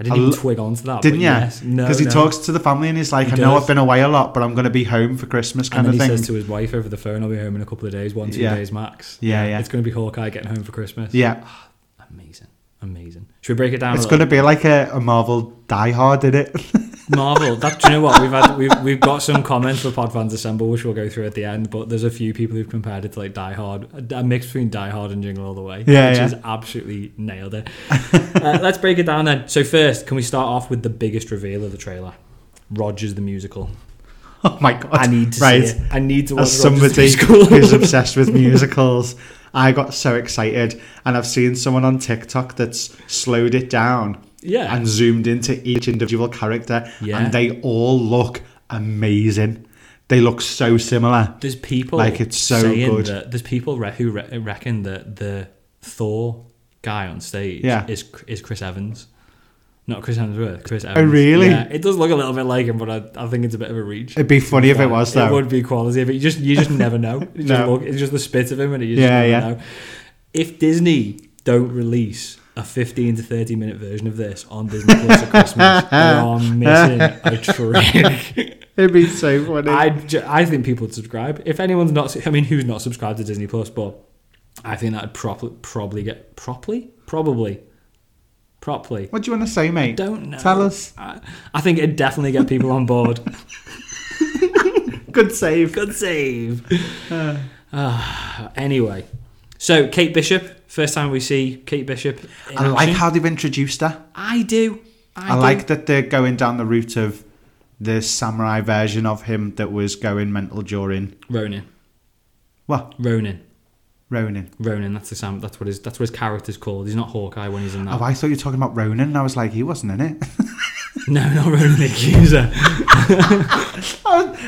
Speaker 2: I didn't
Speaker 3: I
Speaker 2: even
Speaker 3: lo-
Speaker 2: twig onto that.
Speaker 3: Didn't
Speaker 2: but
Speaker 3: you?
Speaker 2: Yes, no,
Speaker 3: Because he
Speaker 2: no.
Speaker 3: talks to the family and he's like,
Speaker 2: He
Speaker 3: I know
Speaker 2: does.
Speaker 3: I've been away a lot, but I'm going to be home for Christmas kind
Speaker 2: and then
Speaker 3: of
Speaker 2: he
Speaker 3: thing.
Speaker 2: says to his wife over the phone, "I'll be home in a couple of days, one two
Speaker 3: Yeah.
Speaker 2: days max."
Speaker 3: Yeah, yeah.
Speaker 2: It's going to be Hawkeye getting home for Christmas.
Speaker 3: yeah.
Speaker 2: Amazing. Amazing. Should we break it down?
Speaker 3: It's
Speaker 2: a
Speaker 3: going to
Speaker 2: little?
Speaker 3: be like a, a Marvel Die Hard, did it? [LAUGHS]
Speaker 2: Marvel. That, do you know what? We've had we've, we've got some comments for Podfans Assemble, which we'll go through at the end. But there's a few people who've compared it to like Die Hard, a mix between Die Hard and Jingle All the Way.
Speaker 3: Yeah,
Speaker 2: which
Speaker 3: yeah.
Speaker 2: is absolutely nailed it. uh, let's break it down then. So first, can we start off with the biggest reveal of the trailer? Rogers the musical.
Speaker 3: oh my God.
Speaker 2: I need to
Speaker 3: right.
Speaker 2: see it. I need to watch
Speaker 3: As
Speaker 2: Rogers the
Speaker 3: somebody
Speaker 2: musical.
Speaker 3: [LAUGHS] who's obsessed with musicals, I got so excited. And I've seen someone on TikTok that's slowed it down
Speaker 2: yeah.
Speaker 3: and zoomed into each individual character.
Speaker 2: Yeah.
Speaker 3: And they all look amazing. They look so similar.
Speaker 2: There's people
Speaker 3: Like, it's so
Speaker 2: saying
Speaker 3: good.
Speaker 2: That, there's people re- who re- reckon that the Thor guy on stage
Speaker 3: Yeah.
Speaker 2: is is Chris Evans, not Chris Hemsworth. Chris Evans.
Speaker 3: Oh, really?
Speaker 2: Yeah, it does look a little bit like him, but I, I think it's a bit of a reach.
Speaker 3: It'd be funny if it was,
Speaker 2: It
Speaker 3: though.
Speaker 2: would be quality, but you just you
Speaker 3: [LAUGHS]
Speaker 2: just never know. It just
Speaker 3: No.
Speaker 2: look, it's just the spit of him, and you just
Speaker 3: Yeah,
Speaker 2: never
Speaker 3: yeah.
Speaker 2: know. If Disney don't release a 15 to 30 minute version of this on Disney Plus at
Speaker 3: [LAUGHS]
Speaker 2: Christmas, they are missing a trick.
Speaker 3: It'd be so funny.
Speaker 2: I, ju- I think people would subscribe. If anyone's not, I mean, who's not subscribed to Disney Plus? But I think that'd properly, probably get properly, probably, properly.
Speaker 3: what do you want to say, mate?
Speaker 2: Don't know.
Speaker 3: Tell us.
Speaker 2: I, I think it'd definitely get people on
Speaker 3: [LAUGHS]
Speaker 2: board.
Speaker 3: Good save.
Speaker 2: Good save.
Speaker 3: Uh.
Speaker 2: Ah, anyway, so Kate Bishop. First time we see Kate Bishop. in
Speaker 3: I like
Speaker 2: action.
Speaker 3: how they've introduced her.
Speaker 2: I do. I,
Speaker 3: I,
Speaker 2: do.
Speaker 3: like that they're going down the route of the samurai version of him that was going mental during
Speaker 2: Ronin.
Speaker 3: well,
Speaker 2: Ronin.
Speaker 3: Ronin.
Speaker 2: Ronin. That's the Sam. That's what his. That's what his character's called. He's not Hawkeye when he's in that.
Speaker 3: Oh, I thought you were talking about Ronin, and I was like, he wasn't in it.
Speaker 2: No, not Ronin the Accuser.
Speaker 3: [LAUGHS]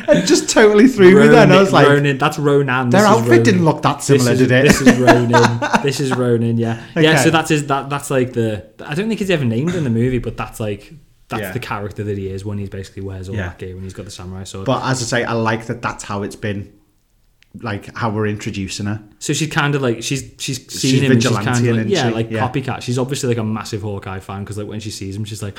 Speaker 3: it
Speaker 2: [LAUGHS]
Speaker 3: just totally threw me. Then I was like,
Speaker 2: Ronin, that's Ronan.
Speaker 3: their
Speaker 2: this is
Speaker 3: outfit
Speaker 2: Ronin.
Speaker 3: didn't look that similar,
Speaker 2: this is,
Speaker 3: did it?
Speaker 2: This is Ronin.
Speaker 3: [LAUGHS]
Speaker 2: this is Ronin. Yeah, yeah.
Speaker 3: Okay.
Speaker 2: So that's his. That that's like the. I don't think he's ever named in the movie, but that's like that's
Speaker 3: Yeah.
Speaker 2: the character that he is when he basically wears all
Speaker 3: Yeah.
Speaker 2: that gear when he's got the samurai sword.
Speaker 3: But as I say, I like that. That's how it's been. Like how we're introducing her.
Speaker 2: so she's kind of like she's she's seen
Speaker 3: She's
Speaker 2: him. and She's
Speaker 3: vigilante,
Speaker 2: kind of like,
Speaker 3: isn't
Speaker 2: yeah,
Speaker 3: she?
Speaker 2: like
Speaker 3: Yeah.
Speaker 2: copycat. She's obviously like a massive Hawkeye fan because like when she sees him, she's like. [GASPS]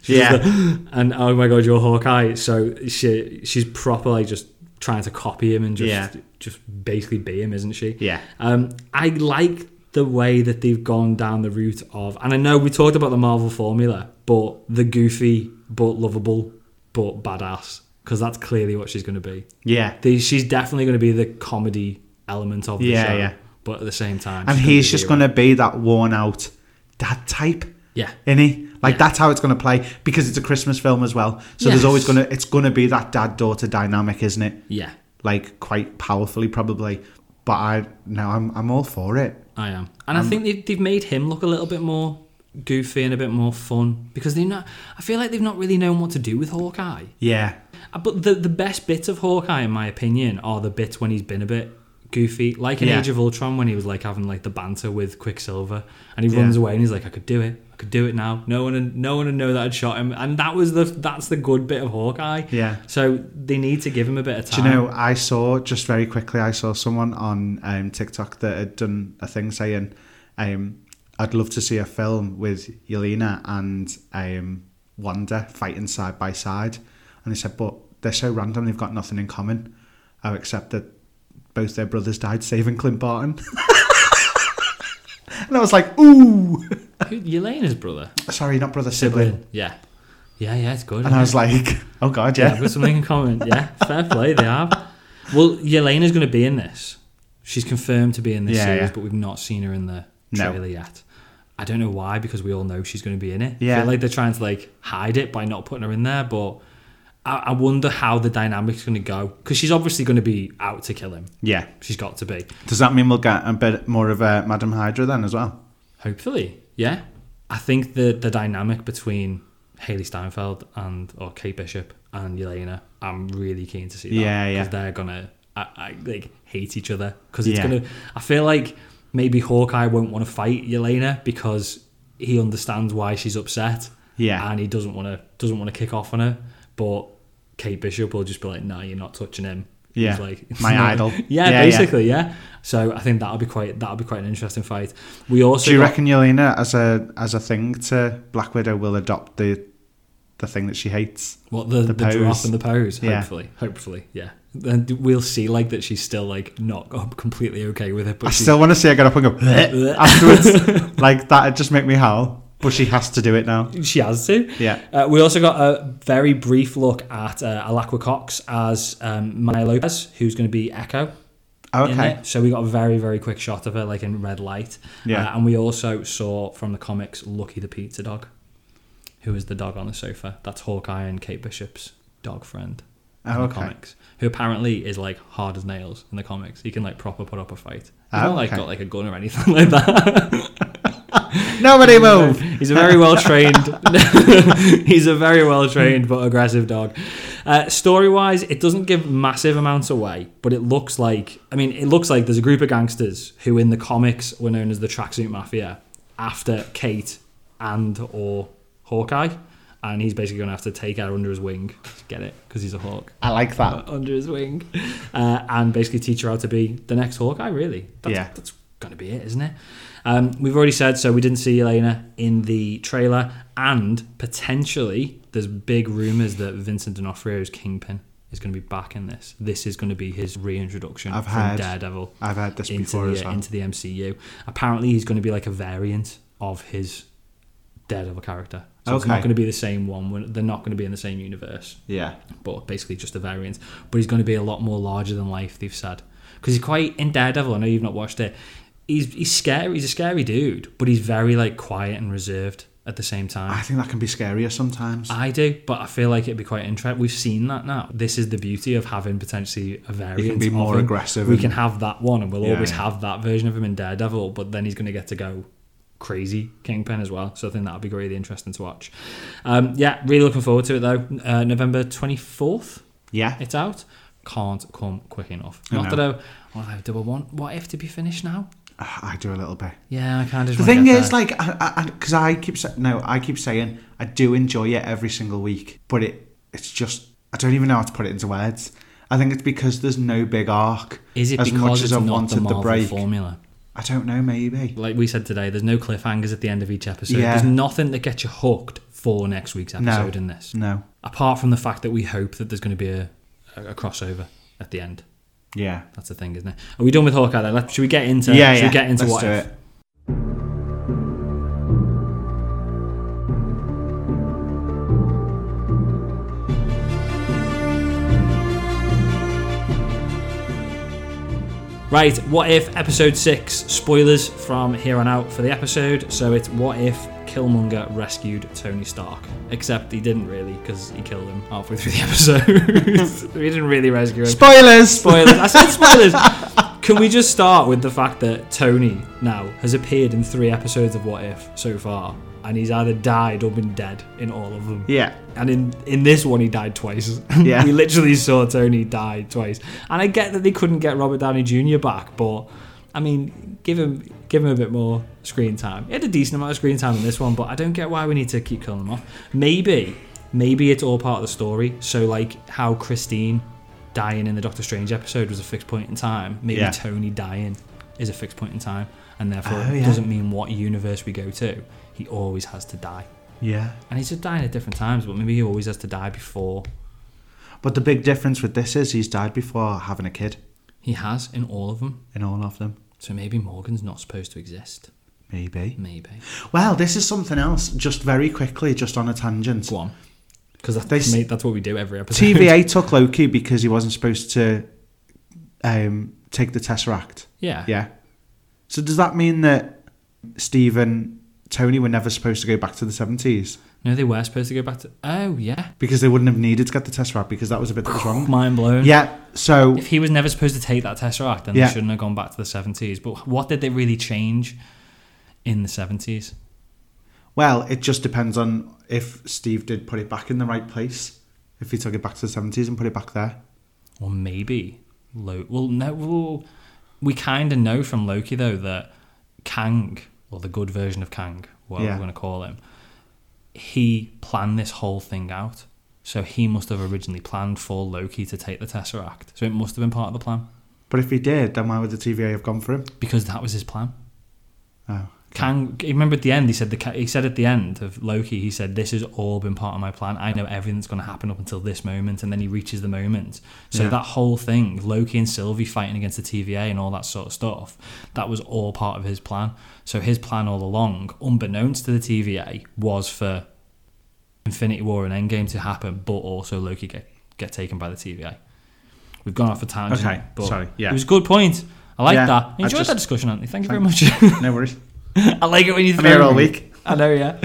Speaker 2: She's
Speaker 3: Yeah.
Speaker 2: just like, [GASPS] and oh my god, you're Hawkeye. So she she's proper like just trying to copy him and just
Speaker 3: Yeah.
Speaker 2: just basically be him, isn't she?
Speaker 3: Yeah.
Speaker 2: Um, I like the way that they've gone down the route of, and I know we talked about the Marvel formula, but the goofy but lovable but badass because that's clearly what she's going to be.
Speaker 3: Yeah.
Speaker 2: The, she's definitely going to be the comedy element of the
Speaker 3: Yeah,
Speaker 2: show,
Speaker 3: yeah.
Speaker 2: but at the same time, she's
Speaker 3: and
Speaker 2: gonna
Speaker 3: he's
Speaker 2: be
Speaker 3: just
Speaker 2: the
Speaker 3: going
Speaker 2: hero.
Speaker 3: to be that worn out dad type,
Speaker 2: yeah.
Speaker 3: isn't he? Like
Speaker 2: Yeah.
Speaker 3: that's how it's going to play because it's a Christmas film as well.
Speaker 2: Yes.
Speaker 3: So there's always going to it's going to be that dad daughter dynamic, isn't it?
Speaker 2: Yeah,
Speaker 3: Like quite powerfully probably. But I no, I'm I'm all for it.
Speaker 2: I am, and I think they've, they've made him look a little bit more goofy and a bit more fun because they're not. I feel like they've not really known what to do with Hawkeye.
Speaker 3: Yeah.
Speaker 2: Uh, But the the best bits of Hawkeye, in my opinion, are the bits when he's been a bit goofy, like in
Speaker 3: Yeah.
Speaker 2: Age of Ultron when he was like having like the banter with Quicksilver, and he
Speaker 3: Yeah.
Speaker 2: runs away and he's like, "I could do it, I could do it now." No one, would- no one would know that I'd shot him, and that was the that's the good bit of Hawkeye.
Speaker 3: Yeah.
Speaker 2: So they need to give him a bit of
Speaker 3: Do
Speaker 2: time.
Speaker 3: you know, I saw just very quickly, I saw someone on um, TikTok that had done a thing saying, um, I'd love to see a film with Yelena and um, Wanda fighting side by side. And they said, but they're so random, they've got nothing in common, oh, except that both their brothers died saving Clint Barton. [LAUGHS] and I was like, ooh,
Speaker 2: Who- Yelena's brother,
Speaker 3: sorry, not brother, sibling.
Speaker 2: yeah, Yeah, yeah, it's good.
Speaker 3: And I
Speaker 2: yeah.
Speaker 3: was like, oh god,
Speaker 2: yeah,
Speaker 3: yeah.
Speaker 2: I've got something in common. Yeah, fair play. They have. Well, Yelena's going to be in this. She's confirmed to be in this
Speaker 3: Yeah,
Speaker 2: series,
Speaker 3: yeah.
Speaker 2: but we've not seen her in the
Speaker 3: No.
Speaker 2: trailer yet. I don't know why, because we all know she's going to be in it. I
Speaker 3: Yeah.
Speaker 2: feel like they're trying to like hide it by not putting her in there, but I, I wonder how the dynamic's going to go because she's obviously going to be out to kill him.
Speaker 3: Yeah.
Speaker 2: She's got to be.
Speaker 3: Does that mean we'll get a bit more of a Madam Hydra then as well?
Speaker 2: Hopefully, yeah. I think the the dynamic between Haley Steinfeld and or Kate Bishop and Yelena, I'm really keen to see that.
Speaker 3: Yeah, yeah.
Speaker 2: 'cause they're gonna I, I, like hate each other because it's
Speaker 3: Yeah.
Speaker 2: gonna. I feel like maybe Hawkeye won't want to fight Yelena because he understands why she's upset.
Speaker 3: Yeah.
Speaker 2: and he doesn't want to doesn't want to kick off on her, but. Kate Bishop will just be like, "No, you're not touching him." He's
Speaker 3: Yeah.
Speaker 2: like it's [LAUGHS]
Speaker 3: My
Speaker 2: not-
Speaker 3: idol.
Speaker 2: Yeah,
Speaker 3: Yeah, yeah.
Speaker 2: basically, yeah. So I think that'll be quite that'll be quite an interesting fight. We also
Speaker 3: Do you
Speaker 2: got-
Speaker 3: reckon Yelena as a as a thing to Black Widow will adopt the the thing that she hates?
Speaker 2: What the, the,
Speaker 3: The
Speaker 2: drop
Speaker 3: pose.
Speaker 2: and the pose?
Speaker 3: Yeah.
Speaker 2: Hopefully, hopefully, yeah. Then we'll see like that she's still like not up completely okay with it, but
Speaker 3: I
Speaker 2: she's,
Speaker 3: still want to see her get up and go "Bleh," [LAUGHS] afterwards. like that'd just make me howl. But she has to do it now.
Speaker 2: [LAUGHS] she has to.
Speaker 3: Yeah.
Speaker 2: Uh, we also got a very brief look at uh, Alakwa Cox as um, Maya Lopez, who's going to be Echo. in
Speaker 3: Okay.
Speaker 2: it. So we got a very very quick shot of her like in red light.
Speaker 3: Yeah.
Speaker 2: Uh, and we also saw from the comics Lucky the Pizza Dog, who is the dog on the sofa. That's Hawkeye and Kate Bishop's dog friend. in
Speaker 3: Oh,
Speaker 2: the
Speaker 3: okay.
Speaker 2: comics, who apparently is like hard as nails in the comics. He can like proper put up a fight. He's
Speaker 3: Ah,
Speaker 2: not like
Speaker 3: okay.
Speaker 2: got like a gun or anything [LAUGHS] like that.
Speaker 3: Nobody move.
Speaker 2: He's a very well trained. [LAUGHS] he's a very well trained but aggressive dog. Uh, Story wise, it doesn't give massive amounts away, but it looks like I mean, it looks like there's a group of gangsters who in the comics were known as the Tracksuit Mafia after Kate and or Hawkeye. And he's basically going to have to take her under his wing. Get it? Because he's a hawk
Speaker 3: I like
Speaker 2: [LAUGHS]
Speaker 3: that.
Speaker 2: under his wing, uh, and basically teach her how to be the next Hawkeye. Really, that's,
Speaker 3: Yeah.
Speaker 2: that's gonna be it, isn't it? Um, we've already said so. We didn't see Elena in the trailer, and potentially there's big rumors that Vincent D'Onofrio's Kingpin is going to be back in this. This is going to be his reintroduction
Speaker 3: I've
Speaker 2: from
Speaker 3: heard-
Speaker 2: Daredevil
Speaker 3: I've heard this
Speaker 2: into
Speaker 3: before
Speaker 2: the,
Speaker 3: as well.
Speaker 2: into the MCU. Apparently, he's going to be like a variant of his Daredevil character. So it's
Speaker 3: Okay.
Speaker 2: not going to be the same one. We're- They're not going to be in the same universe
Speaker 3: yeah.
Speaker 2: but basically just a variant. But he's going to be a lot more larger than life. They've said because he's quite in Daredevil. I know you've not watched it. He's he's scary. He's a scary dude, but he's very like quiet and reserved at the same time.
Speaker 3: I think that can be scarier sometimes.
Speaker 2: I do, but I feel like it'd be quite interesting. We've seen that now. This is the beauty of having potentially a variant.
Speaker 3: be
Speaker 2: of
Speaker 3: more
Speaker 2: him.
Speaker 3: aggressive
Speaker 2: We
Speaker 3: and-
Speaker 2: can have that one, and we'll
Speaker 3: Yeah,
Speaker 2: always
Speaker 3: yeah.
Speaker 2: have that version of him in Daredevil. But then he's going to get to go crazy Kingpin as well. So I think that'll be really interesting to watch. Um, yeah, really looking forward to it though. Uh, November twenty fourth,
Speaker 3: yeah.
Speaker 2: it's out. Can't come quick enough.
Speaker 3: I
Speaker 2: Not
Speaker 3: know.
Speaker 2: that I, well, I do I want what if to be finished now?
Speaker 3: Ah, I do a little bit.
Speaker 2: Yeah, I kind of.
Speaker 3: The thing is, like, because I, because I keep sa- no, I keep saying I do enjoy it every single week, but it it's just I don't even know how to put it into words. I think it's because there's no big arc.
Speaker 2: is it
Speaker 3: as
Speaker 2: because
Speaker 3: much
Speaker 2: it's
Speaker 3: as I
Speaker 2: not
Speaker 3: wanted
Speaker 2: the Marvel
Speaker 3: break?
Speaker 2: formula?
Speaker 3: I don't know. Maybe
Speaker 2: Like we said today, there's no cliffhangers at the end of each episode.
Speaker 3: Yeah.
Speaker 2: There's nothing that gets you hooked for next week's episode in this,
Speaker 3: no.
Speaker 2: apart from the fact that we hope that there's going to be a, a, a crossover at the end.
Speaker 3: Yeah.
Speaker 2: That's the thing, isn't it? Are we done with Hawkeye? Then? Let- Should we get into?
Speaker 3: yeah.
Speaker 2: should
Speaker 3: yeah.
Speaker 2: We get into
Speaker 3: Let's
Speaker 2: what
Speaker 3: do
Speaker 2: if?
Speaker 3: it.
Speaker 2: Right, what if episode six? Spoilers from here on out for the episode. So it's what if Killmonger rescued Tony Stark? Except he didn't really, because he killed him halfway through the [LAUGHS] episode. [LAUGHS] he didn't really rescue him.
Speaker 3: Spoilers.
Speaker 2: Spoilers. I said spoilers. Can we just start with the fact that Tony now has appeared in three episodes of What If so far, and he's either died or been dead in all of them.
Speaker 3: yeah.
Speaker 2: And in, in this one, he died twice. [LAUGHS]
Speaker 3: Yeah.
Speaker 2: we literally saw Tony die twice. And I get that they couldn't get Robert Downey Jr. back, but I mean, give him give him a bit more screen time. He had a decent amount of screen time in this one, but I don't get why we need to keep killing him off. Maybe, maybe it's all part of the story. So like how Christine dying in the Doctor Strange episode was a fixed point in time. Maybe
Speaker 3: Yeah.
Speaker 2: Tony dying is a fixed point in time, and therefore
Speaker 3: Oh,
Speaker 2: it
Speaker 3: yeah.
Speaker 2: doesn't mean what universe we go to. He always has to die.
Speaker 3: Yeah.
Speaker 2: And he's just dying at different times, but maybe he always has to die before
Speaker 3: But the big difference with this is he's died before having a kid
Speaker 2: he has in all of them.
Speaker 3: in all of them.
Speaker 2: So maybe Morgan's not supposed to exist.
Speaker 3: Maybe.
Speaker 2: Maybe.
Speaker 3: Well, this is something else. Just very quickly, just on a tangent.
Speaker 2: Go on. because that's,
Speaker 3: They s-
Speaker 2: mate, that's what we do every episode.
Speaker 3: TVA took Loki because he wasn't supposed to um, take the Tesseract.
Speaker 2: [LAUGHS] yeah.
Speaker 3: Yeah. So does that mean that Steve and Tony were never supposed to go back to the 70s?
Speaker 2: No, they were supposed to go back to. Oh yeah,
Speaker 3: Because they wouldn't have needed to get the Tesseract because that was a bit
Speaker 2: Oh,
Speaker 3: that was wrong.
Speaker 2: mind blown.
Speaker 3: Yeah, so
Speaker 2: If he was never supposed to take that tesseract, then
Speaker 3: Yeah.
Speaker 2: they shouldn't have gone back to the seventies. But what did they really change in the seventies?
Speaker 3: Well, it just depends on if Steve did put it back in the right place. If he took it back to the seventies and put it back there,
Speaker 2: Or maybe Lo- Well, no. Well, we kind of know from Loki though that Kang, or the good version of Kang, whatever
Speaker 3: Yeah.
Speaker 2: we're going to call him, he planned this whole thing out. So he must have originally planned for Loki to take the tesseract. So it must have been part of the plan
Speaker 3: but if he did, then why would the TVA have gone for him?
Speaker 2: because that was his plan.
Speaker 3: Oh,
Speaker 2: Kang, remember at the end, he said the ca- he said at the end of Loki, he said, "This has all been part of my plan. I know everything that's going to happen up until this moment." And then he reaches the moment. So
Speaker 3: Yeah.
Speaker 2: that whole thing, Loki and Sylvie fighting against the TVA and all that sort of stuff, that was all part of his plan. So his plan all along, unbeknownst to the TVA, was for Infinity War and Endgame to happen, but also Loki get get taken by the TVA. We've gone off a tangent.
Speaker 3: Okay,
Speaker 2: but
Speaker 3: sorry, yeah.
Speaker 2: it was a good point. I like
Speaker 3: Yeah,
Speaker 2: that. I
Speaker 3: I
Speaker 2: enjoyed
Speaker 3: just-
Speaker 2: that discussion, Anthony. Thank you very
Speaker 3: Thank-
Speaker 2: much. [LAUGHS]
Speaker 3: no worries.
Speaker 2: I like it when you.
Speaker 3: I'm
Speaker 2: throw
Speaker 3: here all
Speaker 2: me.
Speaker 3: week.
Speaker 2: I know, yeah.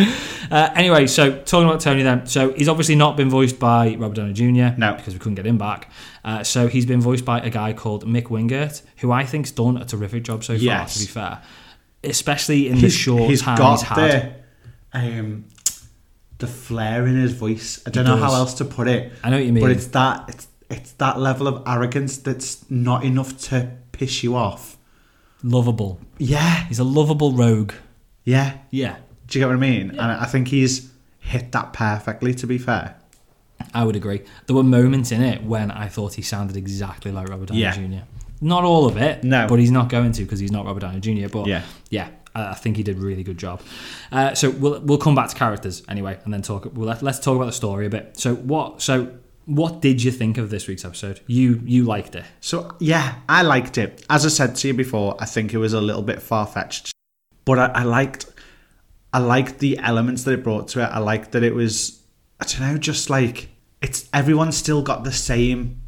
Speaker 2: Uh, anyway, so talking about Tony, then, so he's obviously not been voiced by Robert Downey Jr.
Speaker 3: No.
Speaker 2: because we couldn't get him back. Uh, so he's been voiced by a guy called Mick Wingert, who I think's done a terrific job so
Speaker 3: Yes.
Speaker 2: far. To be fair, especially in the short
Speaker 3: he's
Speaker 2: time
Speaker 3: got
Speaker 2: he's had.
Speaker 3: the um, the flair in his voice. I don't
Speaker 2: He
Speaker 3: know how
Speaker 2: does.
Speaker 3: else to put it,
Speaker 2: I know what you mean.
Speaker 3: but it's that it's it's that level of arrogance that's not enough to piss you off.
Speaker 2: lovable.
Speaker 3: Yeah,
Speaker 2: He's a lovable rogue.
Speaker 3: yeah.
Speaker 2: Yeah,
Speaker 3: Do you get what I mean? And I think he's hit that perfectly. To be fair,
Speaker 2: I would agree. There were moments in it when I thought he sounded exactly like Robert Downey
Speaker 3: Yeah.
Speaker 2: Jr. Not all of it,
Speaker 3: No.
Speaker 2: but he's not going to because he's not Robert Downey Jr. But
Speaker 3: Yeah.
Speaker 2: yeah, I I think he did a really good job. Uh, so we'll we'll come back to characters anyway, and then talk. We'll let, let's talk about the story a bit. So what? So what did you think of this week's episode? You you liked it?
Speaker 3: So yeah, I liked it. As I said to you before, I think it was a little bit far fetched, but I, I liked, I liked the elements that it brought to it. I liked that it was, I don't know, just like it's everyone's still got the same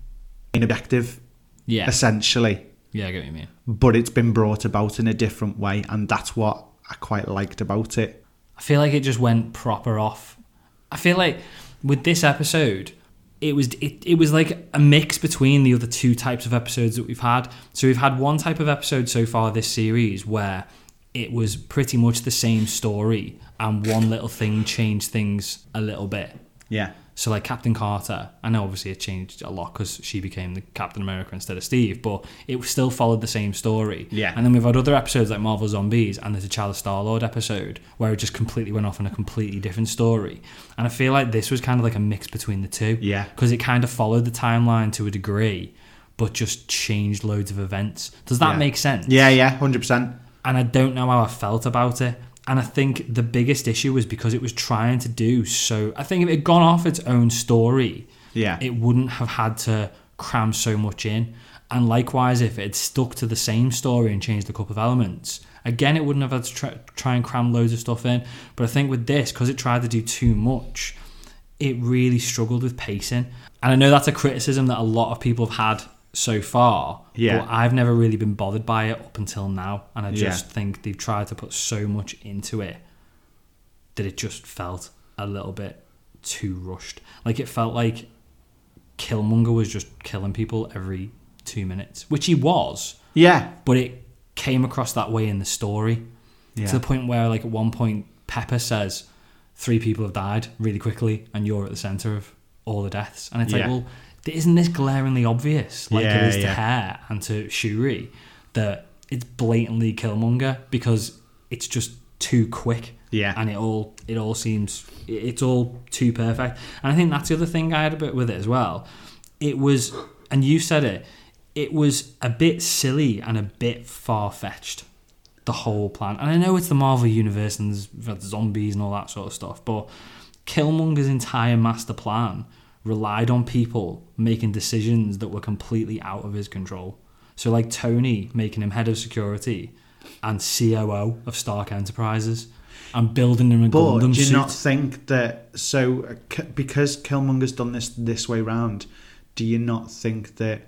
Speaker 3: main objective
Speaker 2: Yeah,
Speaker 3: essentially,
Speaker 2: yeah, I get what you mean.
Speaker 3: but it's been brought about in a different way, and that's what I quite liked about it.
Speaker 2: I feel like it just went proper off. I feel like with this episode, it was it, it was like a mix between the other two types of episodes that we've had. So we've had one type of episode so far this series where it was pretty much the same story and one little thing changed things a little bit.
Speaker 3: Yeah,
Speaker 2: So like Captain Carter, I know obviously it changed a lot because she became the Captain America instead of Steve, but it still followed the same story.
Speaker 3: Yeah.
Speaker 2: And then we've had other episodes like Marvel Zombies and there's a T'Challa Star Lord episode where it just completely went off on a completely different story. And I feel like this was kind of like a mix between the two.
Speaker 3: Yeah.
Speaker 2: Because it kind of followed the timeline to a degree, but just changed loads of events. Does that
Speaker 3: Yeah.
Speaker 2: make sense?
Speaker 3: yeah, yeah, hundred percent.
Speaker 2: and I don't know how I felt about it. And I think the biggest issue was because it was trying to do so. I think if it had gone off its own story,
Speaker 3: Yeah.
Speaker 2: it wouldn't have had to cram so much in. And likewise, if it had stuck to the same story and changed a couple of elements, again, it wouldn't have had to try, try and cram loads of stuff in. But I think with this, because it tried to do too much, it really struggled with pacing. And I know that's a criticism that a lot of people have had so far.
Speaker 3: Yeah.
Speaker 2: But I've never really been bothered by it up until now, and I just
Speaker 3: Yeah.
Speaker 2: think they've tried to put so much into it that it just felt a little bit too rushed. Like it felt like Killmonger was just killing people every two minutes, which he was,
Speaker 3: Yeah,
Speaker 2: but it came across that way in the story
Speaker 3: yeah,
Speaker 2: to the point where, like at one point, Pepper says three people have died really quickly, and you're at the center of all the deaths. And it's like,
Speaker 3: Yeah.
Speaker 2: well, th- isn't this glaringly obvious? Like
Speaker 3: Yeah,
Speaker 2: it is to
Speaker 3: yeah.
Speaker 2: Hare and to Shuri that it's blatantly Killmonger because it's just too quick.
Speaker 3: Yeah.
Speaker 2: and it all it all seems it- it's all too perfect. And I think that's the other thing I had a bit with it as well. It was, and you said it. It was a bit silly and a bit far fetched the whole plan. And I know it's the Marvel universe and there's we've had zombies and all that sort of stuff, but Killmonger's entire master plan relied on people making decisions that were completely out of his control. So like Tony making him head of security and COO of Stark Enterprises. I'm building him a
Speaker 3: But
Speaker 2: Gundam
Speaker 3: do you
Speaker 2: suit.
Speaker 3: not think that so uh, K- because Killmonger's done this this way round? Do you not think that?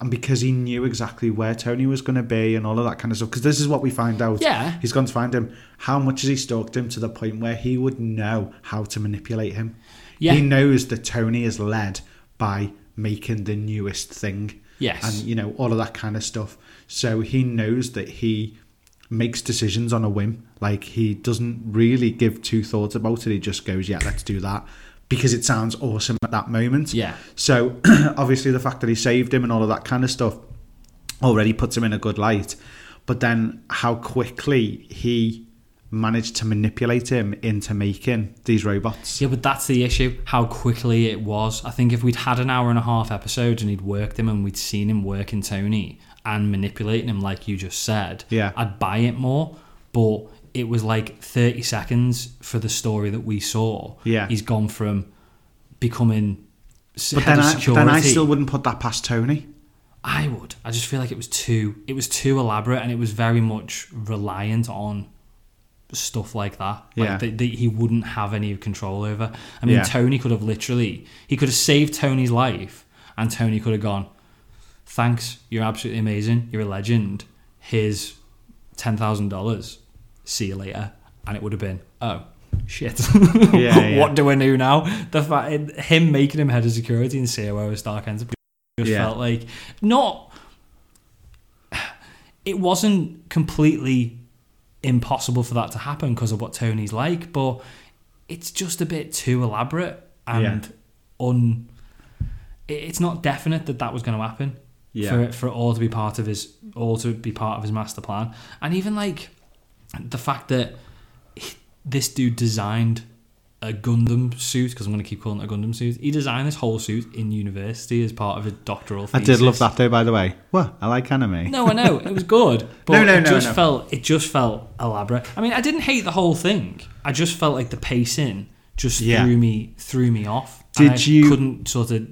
Speaker 3: And because he knew exactly where Tony was going to be and all of that kind of stuff, because this is what we find out.
Speaker 2: Yeah.
Speaker 3: he's gone to find him. How much has he stalked him to the point where he would know how to manipulate him?
Speaker 2: Yeah.
Speaker 3: he knows that Tony is led by making the newest thing.
Speaker 2: Yes.
Speaker 3: and you know all of that kind of stuff. So he knows that he makes decisions on a whim. Like he doesn't really give two thoughts about it. He just goes, "Yeah, let's do that," because it sounds awesome at that moment.
Speaker 2: Yeah.
Speaker 3: So [CLEARS THROAT] obviously the fact that he saved him and all of that kind of stuff already puts him in a good light. But then how quickly he managed to manipulate him into making these robots.
Speaker 2: Yeah, but that's the issue. How quickly it was. I think if we'd had an hour and a half episode and he'd worked him and we'd seen him working Tony and manipulating him, like you just said,
Speaker 3: Yeah.
Speaker 2: I'd buy it more. But it was like 30 seconds for the story that we saw.
Speaker 3: Yeah.
Speaker 2: He's gone from becoming s-
Speaker 3: But
Speaker 2: head
Speaker 3: then
Speaker 2: of
Speaker 3: I, but
Speaker 2: security.
Speaker 3: then I still wouldn't put that past Tony.
Speaker 2: I would. I just feel like it was too. It was too elaborate, and it was very much reliant on stuff like that. Like
Speaker 3: Yeah.
Speaker 2: that, that he wouldn't have any control over. I mean,
Speaker 3: Yeah.
Speaker 2: Tony could have literally. He could have saved Tony's life, and Tony could have gone. Thanks, you're absolutely amazing. You're a legend. Here's ten thousand dollars. See you later. And it would have been oh shit. [LAUGHS]
Speaker 3: Yeah, yeah.
Speaker 2: what do I do now? The fact him making him head of security in COO as Dark Enterprise just
Speaker 3: Yeah.
Speaker 2: felt like not it wasn't completely impossible for that to happen because of what Tony's like, but it's just a bit too elaborate and un. it- It's not definite that that was going to happen
Speaker 3: Yeah.
Speaker 2: for it for it all to be part of his all to be part of his master plan, and even like the fact that he- this dude designed a Gundam suit because I'm going to keep calling it a Gundam suit. He designed this whole suit in university as part of a doctoral.
Speaker 3: I
Speaker 2: Thesis.
Speaker 3: did love that though, by the way. What? I like anime.
Speaker 2: No, I know it was
Speaker 3: [LAUGHS]
Speaker 2: good, but
Speaker 3: No, no,
Speaker 2: it
Speaker 3: no,
Speaker 2: just
Speaker 3: no.
Speaker 2: felt it just felt elaborate. I mean, I didn't hate the whole thing. I just felt like the pacing just
Speaker 3: Yeah.
Speaker 2: threw me threw me off. and
Speaker 3: Did
Speaker 2: I
Speaker 3: you-
Speaker 2: couldn't sort of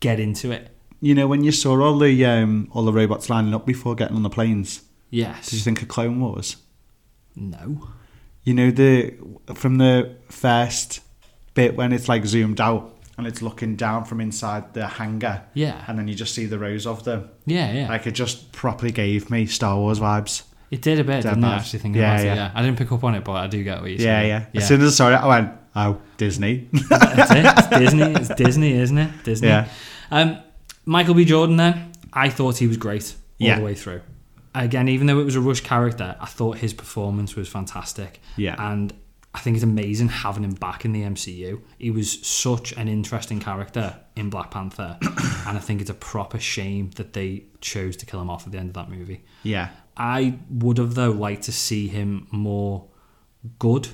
Speaker 2: get into it?
Speaker 3: You know, when you saw all the um, all the robots lining up before getting on the planes,
Speaker 2: Yes.
Speaker 3: did you think of Clone Wars?
Speaker 2: no.
Speaker 3: You know the from the first bit when it's like zoomed out and it's looking down from inside the hangar,
Speaker 2: Yeah.
Speaker 3: and then you just see the rows of them.
Speaker 2: Yeah, yeah.
Speaker 3: Like it just properly gave me Star Wars vibes.
Speaker 2: it did a bit,
Speaker 3: Dead
Speaker 2: didn't I?
Speaker 3: Mouse.
Speaker 2: Actually, think
Speaker 3: Yeah,
Speaker 2: about it.
Speaker 3: yeah.
Speaker 2: Yeah. I didn't pick up on it, but I do get what you
Speaker 3: Yeah,
Speaker 2: saying.
Speaker 3: yeah. As soon as I saw it, I went, "Oh, Disney." [LAUGHS]
Speaker 2: That's it. It's Disney. It's Disney, isn't it? Disney.
Speaker 3: Yeah.
Speaker 2: Um, Michael B. Jordan. Then I thought he was great all
Speaker 3: Yeah.
Speaker 2: the way through. Again, even though it was a rush character, I thought his performance was fantastic.
Speaker 3: Yeah.
Speaker 2: And I think it's amazing having him back in the MCU. He was such an interesting character in Black
Speaker 3: [COUGHS]
Speaker 2: Panther, and I think it's a proper shame that they chose to kill him off at the end of that movie.
Speaker 3: yeah,
Speaker 2: I would have though liked to see him more good,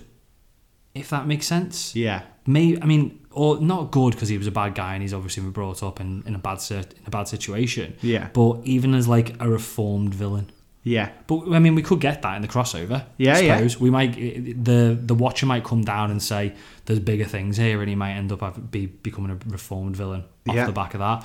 Speaker 2: if that makes sense.
Speaker 3: yeah.
Speaker 2: May I mean, or not good because he was a bad guy and he's obviously been brought up in, in a bad cir- in a bad situation.
Speaker 3: Yeah.
Speaker 2: But even as like a reformed villain,
Speaker 3: Yeah,
Speaker 2: but I mean, we could get that in the crossover.
Speaker 3: Yeah,
Speaker 2: I
Speaker 3: yeah.
Speaker 2: suppose. We might the the Watcher might come down and say there's bigger things here, and he might end up have, be becoming a reformed villain off
Speaker 3: Yeah.
Speaker 2: the back of that.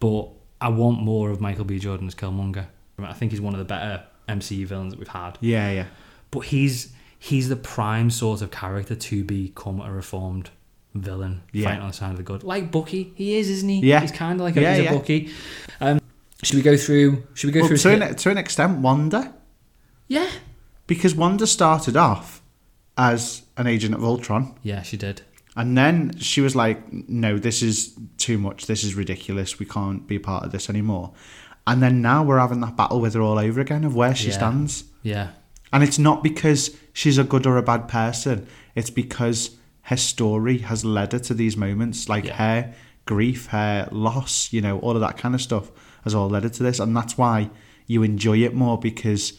Speaker 2: But I want more of Michael B. Jordan as Killmonger. I think he's one of the better MCU villains that we've had.
Speaker 3: yeah, yeah.
Speaker 2: But he's he's the prime sort of character to become a reformed villain
Speaker 3: Yeah.
Speaker 2: fighting on the side of the good. Like Bucky, he is, isn't he?
Speaker 3: Yeah.
Speaker 2: he's kind of like a,
Speaker 3: Yeah,
Speaker 2: he's
Speaker 3: yeah.
Speaker 2: a Bucky. Um, should we go through? Should we go
Speaker 3: Well,
Speaker 2: through?
Speaker 3: to
Speaker 2: his-
Speaker 3: an, e, to an extent, Wanda.
Speaker 2: yeah,
Speaker 3: Because Wanda started off as an agent of Ultron,
Speaker 2: yeah, she did.
Speaker 3: and then she was like, "No, this is too much. This is ridiculous. We can't be part of this anymore." And then now we're having that battle with her all over again of where she
Speaker 2: Yeah.
Speaker 3: stands,
Speaker 2: Yeah.
Speaker 3: and it's not because she's a good or a bad person. It's because her story has led her to these moments, like
Speaker 2: Yeah.
Speaker 3: her grief, her loss, you know, all of that kind of stuff has all led her to this, and that's why you enjoy it more because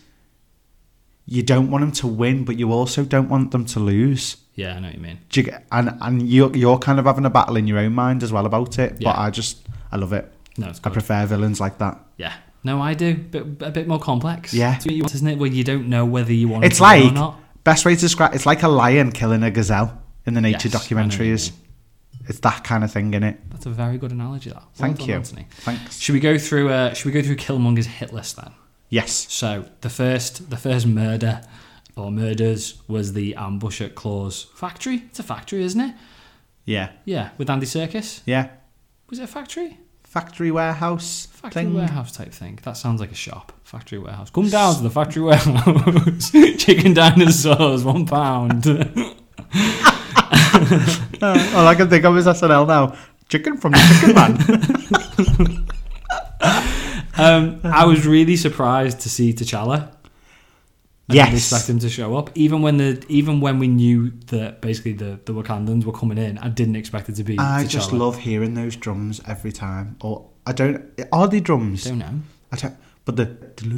Speaker 3: you don't want them to win, but you also don't want them to lose.
Speaker 2: Yeah, I know what you mean.
Speaker 3: Do you get- and and you're you're kind of having a battle in your own mind as well about it.
Speaker 2: Yeah.
Speaker 3: But I just I love it.
Speaker 2: No, it's
Speaker 3: I
Speaker 2: good.
Speaker 3: prefer villains like that.
Speaker 2: yeah. No, I do. But a bit more complex.
Speaker 3: Yeah.
Speaker 2: It's what you want, isn't it? Where you don't know whether you want
Speaker 3: It's
Speaker 2: it to win
Speaker 3: like
Speaker 2: or not.
Speaker 3: best way to describe. It's like a lion killing a gazelle in the nature
Speaker 2: Yes, I know what you
Speaker 3: documentary. Is it's that kind of thing in it.
Speaker 2: That's a very good analogy. That. Well
Speaker 3: Thank
Speaker 2: done,
Speaker 3: you.
Speaker 2: Anthony.
Speaker 3: Thanks.
Speaker 2: Should we go through? Uh, should we go through Killmonger's hit list then?
Speaker 3: Yes.
Speaker 2: So the first, the first murder or murders was the ambush at Claw's factory. It's a factory, isn't it?
Speaker 3: Yeah.
Speaker 2: Yeah, with Andy Circus.
Speaker 3: Yeah.
Speaker 2: Was it a factory?
Speaker 3: Factory warehouse
Speaker 2: Factory
Speaker 3: thing.
Speaker 2: warehouse type thing. That sounds like a shop. Factory warehouse. Come down to the factory [LAUGHS] warehouse. Chicken dinosaurs, one pound.
Speaker 3: Uh, all I can think of is SNL now. Chicken from the Chicken
Speaker 2: [LAUGHS]
Speaker 3: Man.
Speaker 2: Um, I
Speaker 3: [LAUGHS]
Speaker 2: was really surprised to see T'Challa. I didn't
Speaker 3: Yes.
Speaker 2: expect him to show up. Even when the even when we knew that basically the, the Wakandans were coming in, I didn't expect it to be.
Speaker 3: I
Speaker 2: T'Challa.
Speaker 3: just love hearing those drums every time. Or I don't. Are they drums?
Speaker 2: Don't know.
Speaker 3: I don't. But the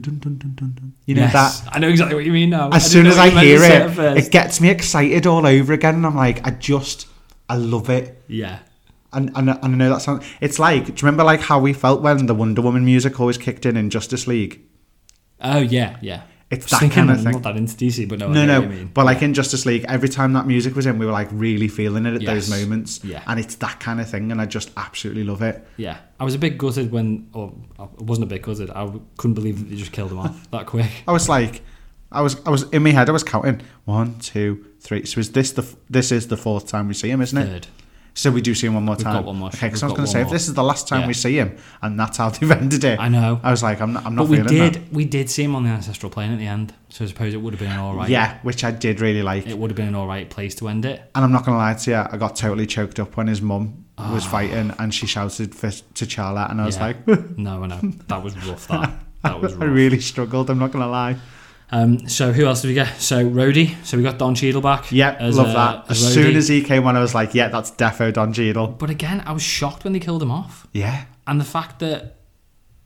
Speaker 3: dun-dun-dun-dun-dun-dun. you know
Speaker 2: Yes,
Speaker 3: that
Speaker 2: I know exactly what you mean now.
Speaker 3: as
Speaker 2: didn't
Speaker 3: soon
Speaker 2: know
Speaker 3: as
Speaker 2: what
Speaker 3: I
Speaker 2: you meant to
Speaker 3: hear
Speaker 2: say at
Speaker 3: it,
Speaker 2: first.
Speaker 3: it gets me excited all over again, and I'm like, I just, I love it.
Speaker 2: yeah,
Speaker 3: And, and, and I know that sound. It's like, do you remember like how we felt when the Wonder Woman music always kicked in in Justice League?
Speaker 2: Oh yeah, yeah. I
Speaker 3: It's
Speaker 2: was
Speaker 3: that
Speaker 2: thinking,
Speaker 3: kind of
Speaker 2: I'm
Speaker 3: thing.
Speaker 2: Not that into DC, but no,
Speaker 3: No,
Speaker 2: I know
Speaker 3: no,
Speaker 2: What you mean.
Speaker 3: but like in Justice League, every time that music was in, we were like really feeling it at
Speaker 2: Yes.
Speaker 3: those moments,
Speaker 2: Yeah.
Speaker 3: and it's that kind of thing, and I just absolutely love it.
Speaker 2: yeah, I was a bit gutted when, or I wasn't a bit gutted. I w- couldn't believe that they just killed him off that
Speaker 3: [LAUGHS]
Speaker 2: quick.
Speaker 3: I was like, I was, I was in my head, I was counting one, two, three. So is this the, f- this is the fourth time we see him, isn't it?
Speaker 2: Third.
Speaker 3: So we do see him one more
Speaker 2: We've
Speaker 3: time.
Speaker 2: got one more.
Speaker 3: Okay, because
Speaker 2: We've
Speaker 3: I
Speaker 2: got
Speaker 3: was going
Speaker 2: one
Speaker 3: to say,
Speaker 2: more.
Speaker 3: if this is the last time
Speaker 2: Yeah.
Speaker 3: we see him, and that's how [LAUGHS] they've ended it,
Speaker 2: I know.
Speaker 3: I was like, I'm not, I'm not
Speaker 2: but we
Speaker 3: feeling
Speaker 2: did,
Speaker 3: that.
Speaker 2: we did see him on the ancestral plane at the end. So I suppose it would have been an all right.
Speaker 3: Yeah, which I did really like.
Speaker 2: it would have been an all right place to end it.
Speaker 3: and I'm not going to lie to you, I got totally choked up when his mum was fighting and she shouted for T'Challa, and I was
Speaker 2: Ah. Yeah.
Speaker 3: like, [LAUGHS]
Speaker 2: no, I know that was rough. That that was rough.
Speaker 3: I really struggled. I'm not going to lie.
Speaker 2: um, so who else did we get? So Rhodey. So we got Don Cheadle back.
Speaker 3: Yeah,
Speaker 2: as,
Speaker 3: love
Speaker 2: uh,
Speaker 3: that. As soon
Speaker 2: Rhodey.
Speaker 3: as he came on, I was like, yeah, that's defo Don Cheadle.
Speaker 2: But again, I was shocked when they killed him off.
Speaker 3: Yeah,
Speaker 2: And the fact that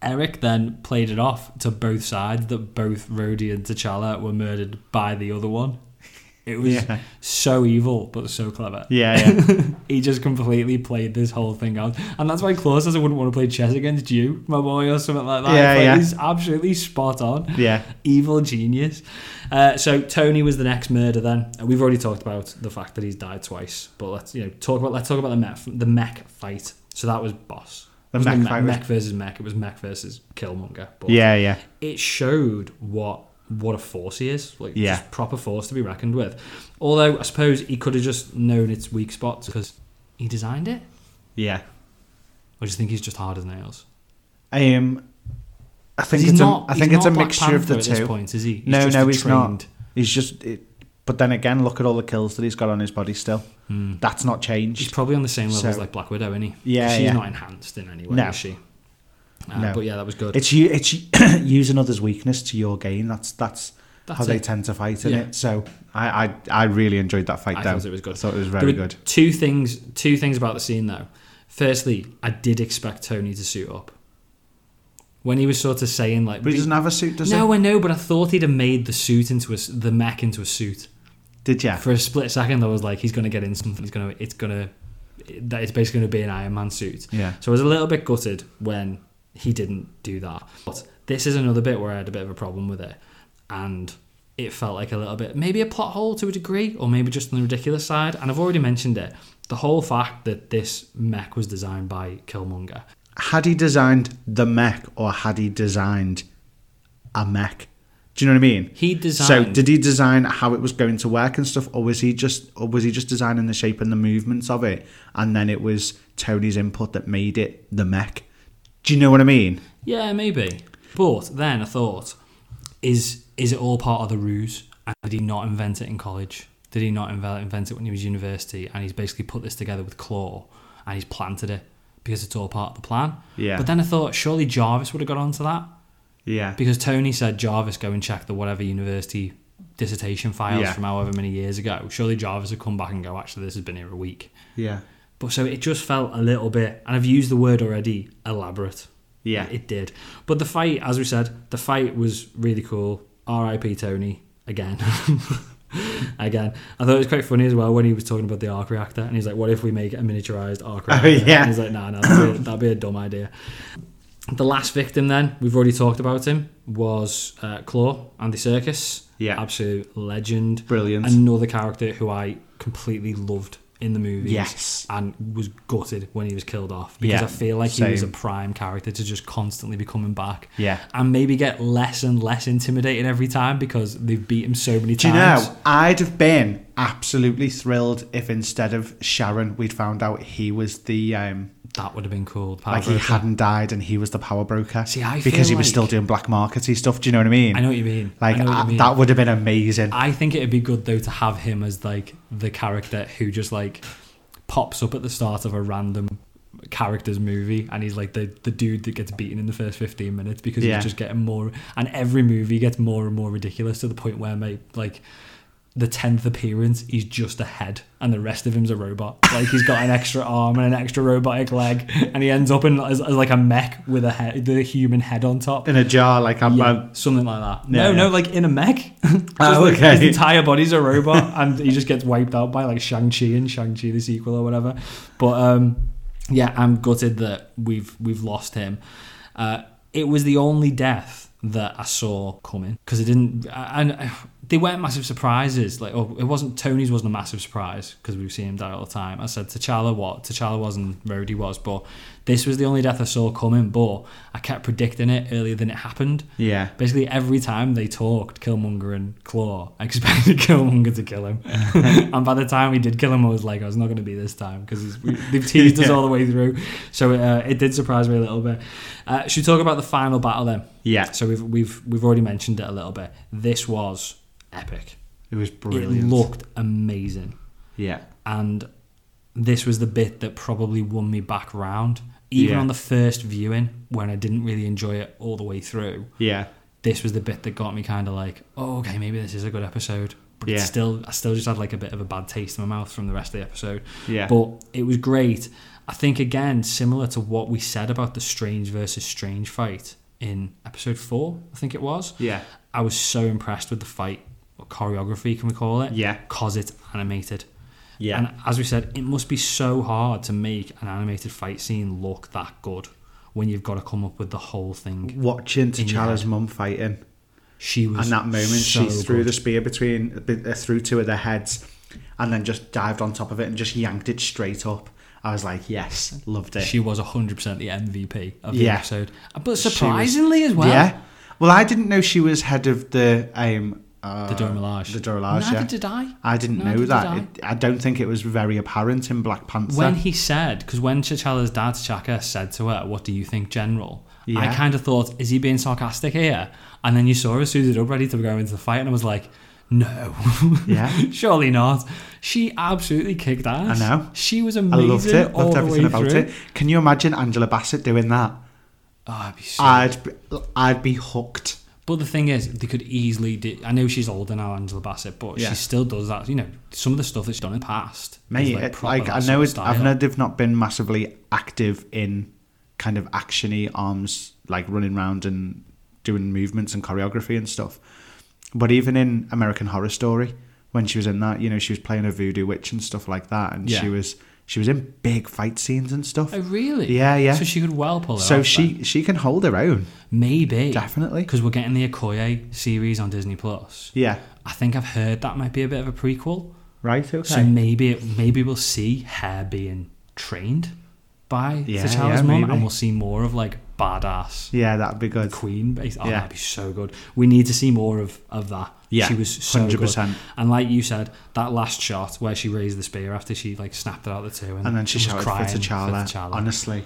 Speaker 2: Eric then played it off to both sides that both Rhodey and T'Challa were murdered by the other one. It was
Speaker 3: [LAUGHS] Yeah.
Speaker 2: so evil, but so clever.
Speaker 3: yeah, yeah.
Speaker 2: He just completely played this whole thing out. And that's why Claw says I wouldn't want to play chess against you, my boy, or something like that.
Speaker 3: Yeah,
Speaker 2: Like,
Speaker 3: yeah.
Speaker 2: He's absolutely spot [LAUGHS] on.
Speaker 3: yeah.
Speaker 2: Evil genius. Uh, so Tony was the next murder. Then Uh, we've already talked about the fact that he's died twice, but let's you know talk about let's talk about the mech the mech fight. So that was boss.
Speaker 3: The
Speaker 2: It wasn't
Speaker 3: mech
Speaker 2: a
Speaker 3: fight was-
Speaker 2: mech versus mech. It was mech versus Killmonger. But
Speaker 3: Yeah, yeah.
Speaker 2: it showed what what a force he is, like
Speaker 3: Yeah.
Speaker 2: just proper force to be reckoned with. Although I suppose he could have just known its weak spots because he designed it.
Speaker 3: Yeah.
Speaker 2: I just think he's just hard as nails.
Speaker 3: Um, I think
Speaker 2: he's
Speaker 3: it's
Speaker 2: not,
Speaker 3: a, I think
Speaker 2: he's
Speaker 3: it's a
Speaker 2: not Black
Speaker 3: mixture
Speaker 2: Panther
Speaker 3: of the
Speaker 2: at this
Speaker 3: two.
Speaker 2: point, is he? He's
Speaker 3: no,
Speaker 2: just
Speaker 3: no,
Speaker 2: a
Speaker 3: he's not.
Speaker 2: trained-
Speaker 3: He's just. It, but then again, look at all the kills that he's got on his body. Still,
Speaker 2: Hmm.
Speaker 3: that's not
Speaker 2: She's
Speaker 3: changed.
Speaker 2: probably on the same level
Speaker 3: So-
Speaker 2: as like Black Widow, isn't he?
Speaker 3: Yeah,
Speaker 2: she's
Speaker 3: yeah.
Speaker 2: not enhanced in any way,
Speaker 3: No.
Speaker 2: is she? Uh,
Speaker 3: No.
Speaker 2: But yeah, that was good.
Speaker 3: It's you. It's [COUGHS] using others' weakness to your gain. That's that's,
Speaker 2: That's
Speaker 3: how they
Speaker 2: it.
Speaker 3: tend to fight in
Speaker 2: Yeah.
Speaker 3: it. So I, I I really enjoyed that fight.
Speaker 2: I
Speaker 3: though.
Speaker 2: thought it was good.
Speaker 3: I thought it was
Speaker 2: There
Speaker 3: very
Speaker 2: were
Speaker 3: good.
Speaker 2: Two things. Two things about the scene though. Firstly, I did expect Tony to suit up when he was sort of saying like,
Speaker 3: But he doesn't have a suit, does
Speaker 2: "No,
Speaker 3: he?
Speaker 2: I know," but I thought he'd have made the suit into a s the mech into a suit.
Speaker 3: Did you?
Speaker 2: For a split second, I was like, "He's going to get in something. He's going to. It's going to. That it's basically going to be an Iron Man suit."
Speaker 3: Yeah.
Speaker 2: So I was a little bit gutted when he didn't do that. But this is another bit where I had a bit of a problem with it. And it felt like a little bit, maybe a plot hole to a degree, or maybe just on the ridiculous side. And I've already mentioned it. The whole fact that this mech was designed by Killmonger.
Speaker 3: Had he designed the mech or had he designed a mech? Do you know what I mean?
Speaker 2: He
Speaker 3: So
Speaker 2: designed.
Speaker 3: did he design how it was going to work and stuff, or was he just, or was he just designing the shape and the movements of it, and then it was Tony's input that made it the mech? Do you know what I mean?
Speaker 2: Yeah, maybe. But then I thought, is is it all part of the ruse? And did he not invent it in college? Did he not inve- invent it when he was university? And he's basically put this together with Claw, and he's planted it because it's all part of the plan.
Speaker 3: Yeah.
Speaker 2: But then I thought, surely Jarvis would have got onto that
Speaker 3: Yeah.
Speaker 2: because Tony said Jarvis go and check the whatever university dissertation files
Speaker 3: Yeah.
Speaker 2: from however many years ago. Surely Jarvis would come back and go, actually, this has been here a week.
Speaker 3: Yeah.
Speaker 2: But so it just felt a little bit, and I've used the word already, elaborate.
Speaker 3: Yeah.
Speaker 2: It did. But the fight, as we said, the fight was really cool. R.I.P. Tony, again. [LAUGHS] again. I thought it was quite funny as well when he was talking about the arc reactor, and he's like, what if we make a miniaturized arc reactor?
Speaker 3: Oh, yeah.
Speaker 2: And he's like, nah, nah, that'd be, a, that'd be a dumb idea. The last victim, then, we've already talked about him, was uh, Claw, Andy Circus.
Speaker 3: Yeah.
Speaker 2: Absolute legend
Speaker 3: Brilliant.
Speaker 2: another character who I completely loved in the movies.
Speaker 3: Yes.
Speaker 2: And was gutted when he was killed off because
Speaker 3: Yeah,
Speaker 2: I feel like he was a
Speaker 3: same.
Speaker 2: prime character to just constantly be coming back.
Speaker 3: Yeah.
Speaker 2: And maybe get less and less intimidated every time because they've beat him so many
Speaker 3: Do you
Speaker 2: times.
Speaker 3: know, I'd have been absolutely thrilled if instead of Sharon, we'd found out he was the, um,
Speaker 2: That would have been cool. Power
Speaker 3: like he
Speaker 2: broker.
Speaker 3: hadn't died and he was the power broker.
Speaker 2: See, I
Speaker 3: Because
Speaker 2: feel
Speaker 3: he
Speaker 2: like-
Speaker 3: was still doing black markety stuff. Do you know what I mean?
Speaker 2: I know what you mean.
Speaker 3: Like,
Speaker 2: I know what you
Speaker 3: I-
Speaker 2: mean.
Speaker 3: that would have been amazing.
Speaker 2: I think it'd be good though to have him as like the character who just like pops up at the start of a random character's movie and he's like the the dude that gets beaten in the first 15 minutes because
Speaker 3: Yeah.
Speaker 2: he's just getting more and every movie gets more and more ridiculous to the point where mate like the 10th appearance he's just a head and the rest of him's a robot like he's got an extra arm and an extra robotic leg and he ends up in as, as like a mech with a head the human head on top
Speaker 3: In a jar, like I'm.
Speaker 2: yeah,
Speaker 3: I'm-
Speaker 2: something like that.
Speaker 3: um, Yeah,
Speaker 2: no, no,
Speaker 3: yeah.
Speaker 2: like in a mech. [LAUGHS] Just
Speaker 3: Oh,
Speaker 2: like
Speaker 3: okay.
Speaker 2: His entire body's a robot, [LAUGHS] and he just gets wiped out by like Shang Chi and Shang Chi the sequel or whatever. But um, yeah, I'm gutted that we've we've lost him. Uh, it was the only death that I saw coming because it didn't, and uh, they weren't massive surprises. Like, oh, it wasn't Tony's wasn't a massive surprise because we've seen him die all the time. I said T'Challa what T'Challa was and Rhodey was, but this was the only death I saw coming. But I kept predicting it earlier than it happened.
Speaker 3: yeah.
Speaker 2: Basically, every time they talked, Killmonger and Claw, I expected [LAUGHS] Killmonger to kill
Speaker 3: [LAUGHS]
Speaker 2: him. and by the time he did kill him, I was like, oh, it's not going to be this time because
Speaker 3: [LAUGHS]
Speaker 2: they've teased us
Speaker 3: Yeah.
Speaker 2: all the way through. So uh, it did surprise me a little bit. Uh, should we talk about the final battle then?
Speaker 3: Yeah.
Speaker 2: So we've, we've, we've already mentioned it a little bit. This was epic.
Speaker 3: It was brilliant.
Speaker 2: It looked amazing
Speaker 3: yeah.
Speaker 2: and this was the bit that probably won me back round. Even
Speaker 3: Yeah.
Speaker 2: on the first viewing, when I didn't really enjoy it all the way through,
Speaker 3: Yeah.
Speaker 2: this was the bit that got me kind of like, oh, okay, maybe this is a good episode. But it's
Speaker 3: Yeah.
Speaker 2: still, I still just had like a bit of a bad taste in my mouth from the rest of the episode.
Speaker 3: Yeah.
Speaker 2: But it was great. I think again, similar to what we said about the Strange versus Strange fight in episode four, I think it was.
Speaker 3: Yeah.
Speaker 2: I was so impressed with the fight or choreography, can we call it?
Speaker 3: Yeah.
Speaker 2: Because it's animated.
Speaker 3: Yeah.
Speaker 2: And as we said, it must be so hard to make an animated fight scene look that good when you've got to come up with the whole thing.
Speaker 3: Watching
Speaker 2: In your
Speaker 3: T'Challa's mum fighting.
Speaker 2: She was
Speaker 3: and that moment
Speaker 2: so
Speaker 3: she threw
Speaker 2: good.
Speaker 3: the spear between be- uh, through two of their heads and then just dived on top of it and just yanked it straight up i was like yes loved it
Speaker 2: She was 100% the MVP of the
Speaker 3: Yeah.
Speaker 2: episode. But
Speaker 3: She was-
Speaker 2: surprisingly as well.
Speaker 3: yeah well i didn't know she was head of the um uh,
Speaker 2: The Dormelage.
Speaker 3: the Dormelage,
Speaker 2: Neither
Speaker 3: yeah.
Speaker 2: did I.
Speaker 3: I didn't
Speaker 2: Neither
Speaker 3: know
Speaker 2: did
Speaker 3: that.
Speaker 2: I.
Speaker 3: It, I don't think it was very apparent in Black Panther.
Speaker 2: When he said, because when T'Challa's dad, T'Chaka, said to her, What do you think, General? I
Speaker 3: Yeah.
Speaker 2: kind of thought, Is he being sarcastic here? And then you saw her suited up ready to go into the fight, and I was like, No.
Speaker 3: [LAUGHS]
Speaker 2: [LAUGHS]
Speaker 3: Yeah.
Speaker 2: Surely not. She absolutely kicked ass.
Speaker 3: I know.
Speaker 2: She was
Speaker 3: I
Speaker 2: amazing.
Speaker 3: loved it.
Speaker 2: all
Speaker 3: Loved
Speaker 2: the
Speaker 3: everything
Speaker 2: way
Speaker 3: about
Speaker 2: through.
Speaker 3: it. Can you imagine Angela Bassett doing that?
Speaker 2: Oh, it'd be so
Speaker 3: I'd be, I'd be hooked.
Speaker 2: But the thing is, they could easily do. I know she's older now, Angela Bassett, but
Speaker 3: Yeah.
Speaker 2: she still does that. You know, some of the stuff that she's done in the past. is,
Speaker 3: Mate,
Speaker 2: like,
Speaker 3: it-
Speaker 2: proper
Speaker 3: like,
Speaker 2: that
Speaker 3: I
Speaker 2: sort
Speaker 3: know
Speaker 2: of
Speaker 3: it, I've
Speaker 2: style.
Speaker 3: know they've not been massively active in kind of actiony arms, like running around and doing movements and choreography and stuff. But even in American Horror Story, when she was in that, you know, she was playing a voodoo witch and stuff like that, and
Speaker 2: Yeah.
Speaker 3: she was she was in big fight scenes and stuff.
Speaker 2: Oh, really?
Speaker 3: Yeah, yeah.
Speaker 2: So she could well pull it
Speaker 3: so
Speaker 2: off
Speaker 3: she
Speaker 2: then.
Speaker 3: she can hold her own,
Speaker 2: maybe
Speaker 3: definitely.
Speaker 2: because we're getting the Okoye series on Disney Plus.
Speaker 3: Yeah.
Speaker 2: I think I've heard that might be a bit of a prequel.
Speaker 3: Right. Okay.
Speaker 2: So maybe it, maybe we'll see her being trained by
Speaker 3: Yeah,
Speaker 2: the
Speaker 3: yeah,
Speaker 2: child's mum,
Speaker 3: maybe.
Speaker 2: and we'll see more of like badass
Speaker 3: yeah, that'd be good.
Speaker 2: Queen based. Oh,
Speaker 3: Yeah.
Speaker 2: that'd be so good. We need to see more of of that.
Speaker 3: Yeah,
Speaker 2: she was so good.
Speaker 3: 100%.
Speaker 2: And like you said, that last shot where she raised the spear after she like snapped it out the two, and,
Speaker 3: And then she
Speaker 2: was
Speaker 3: shouted for
Speaker 2: crying for
Speaker 3: T'Challa.
Speaker 2: T'Challa.
Speaker 3: Honestly,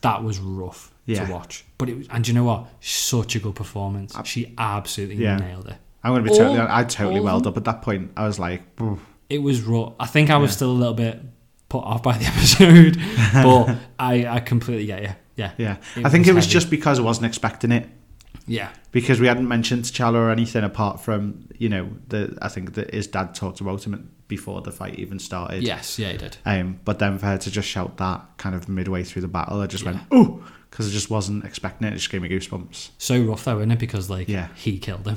Speaker 2: that was rough
Speaker 3: Yeah.
Speaker 2: to watch. But it was, and do you know what? Such a good performance. She absolutely
Speaker 3: Yeah.
Speaker 2: nailed it.
Speaker 3: I'm gonna be
Speaker 2: All-
Speaker 3: totally. hon- I totally
Speaker 2: all of
Speaker 3: welled
Speaker 2: them.
Speaker 3: up at that point. I was like, "Oof."
Speaker 2: It was rough. I think I was still a little bit put off by the [LAUGHS] episode, but I I completely get you. Yeah,
Speaker 3: Yeah,
Speaker 2: It
Speaker 3: I think it was
Speaker 2: heavy.
Speaker 3: just because I wasn't expecting it
Speaker 2: yeah.
Speaker 3: because we hadn't mentioned T'Challa or anything apart from you know the I think that his dad talked about him before the fight even started.
Speaker 2: Yes, yeah, it did.
Speaker 3: Um, but then for her to just shout that kind of midway through the battle, I just went
Speaker 2: Yeah.
Speaker 3: ooh because I just wasn't expecting it. It just gave me goosebumps.
Speaker 2: So rough though, isn't it? Because like
Speaker 3: Yeah.
Speaker 2: he killed him.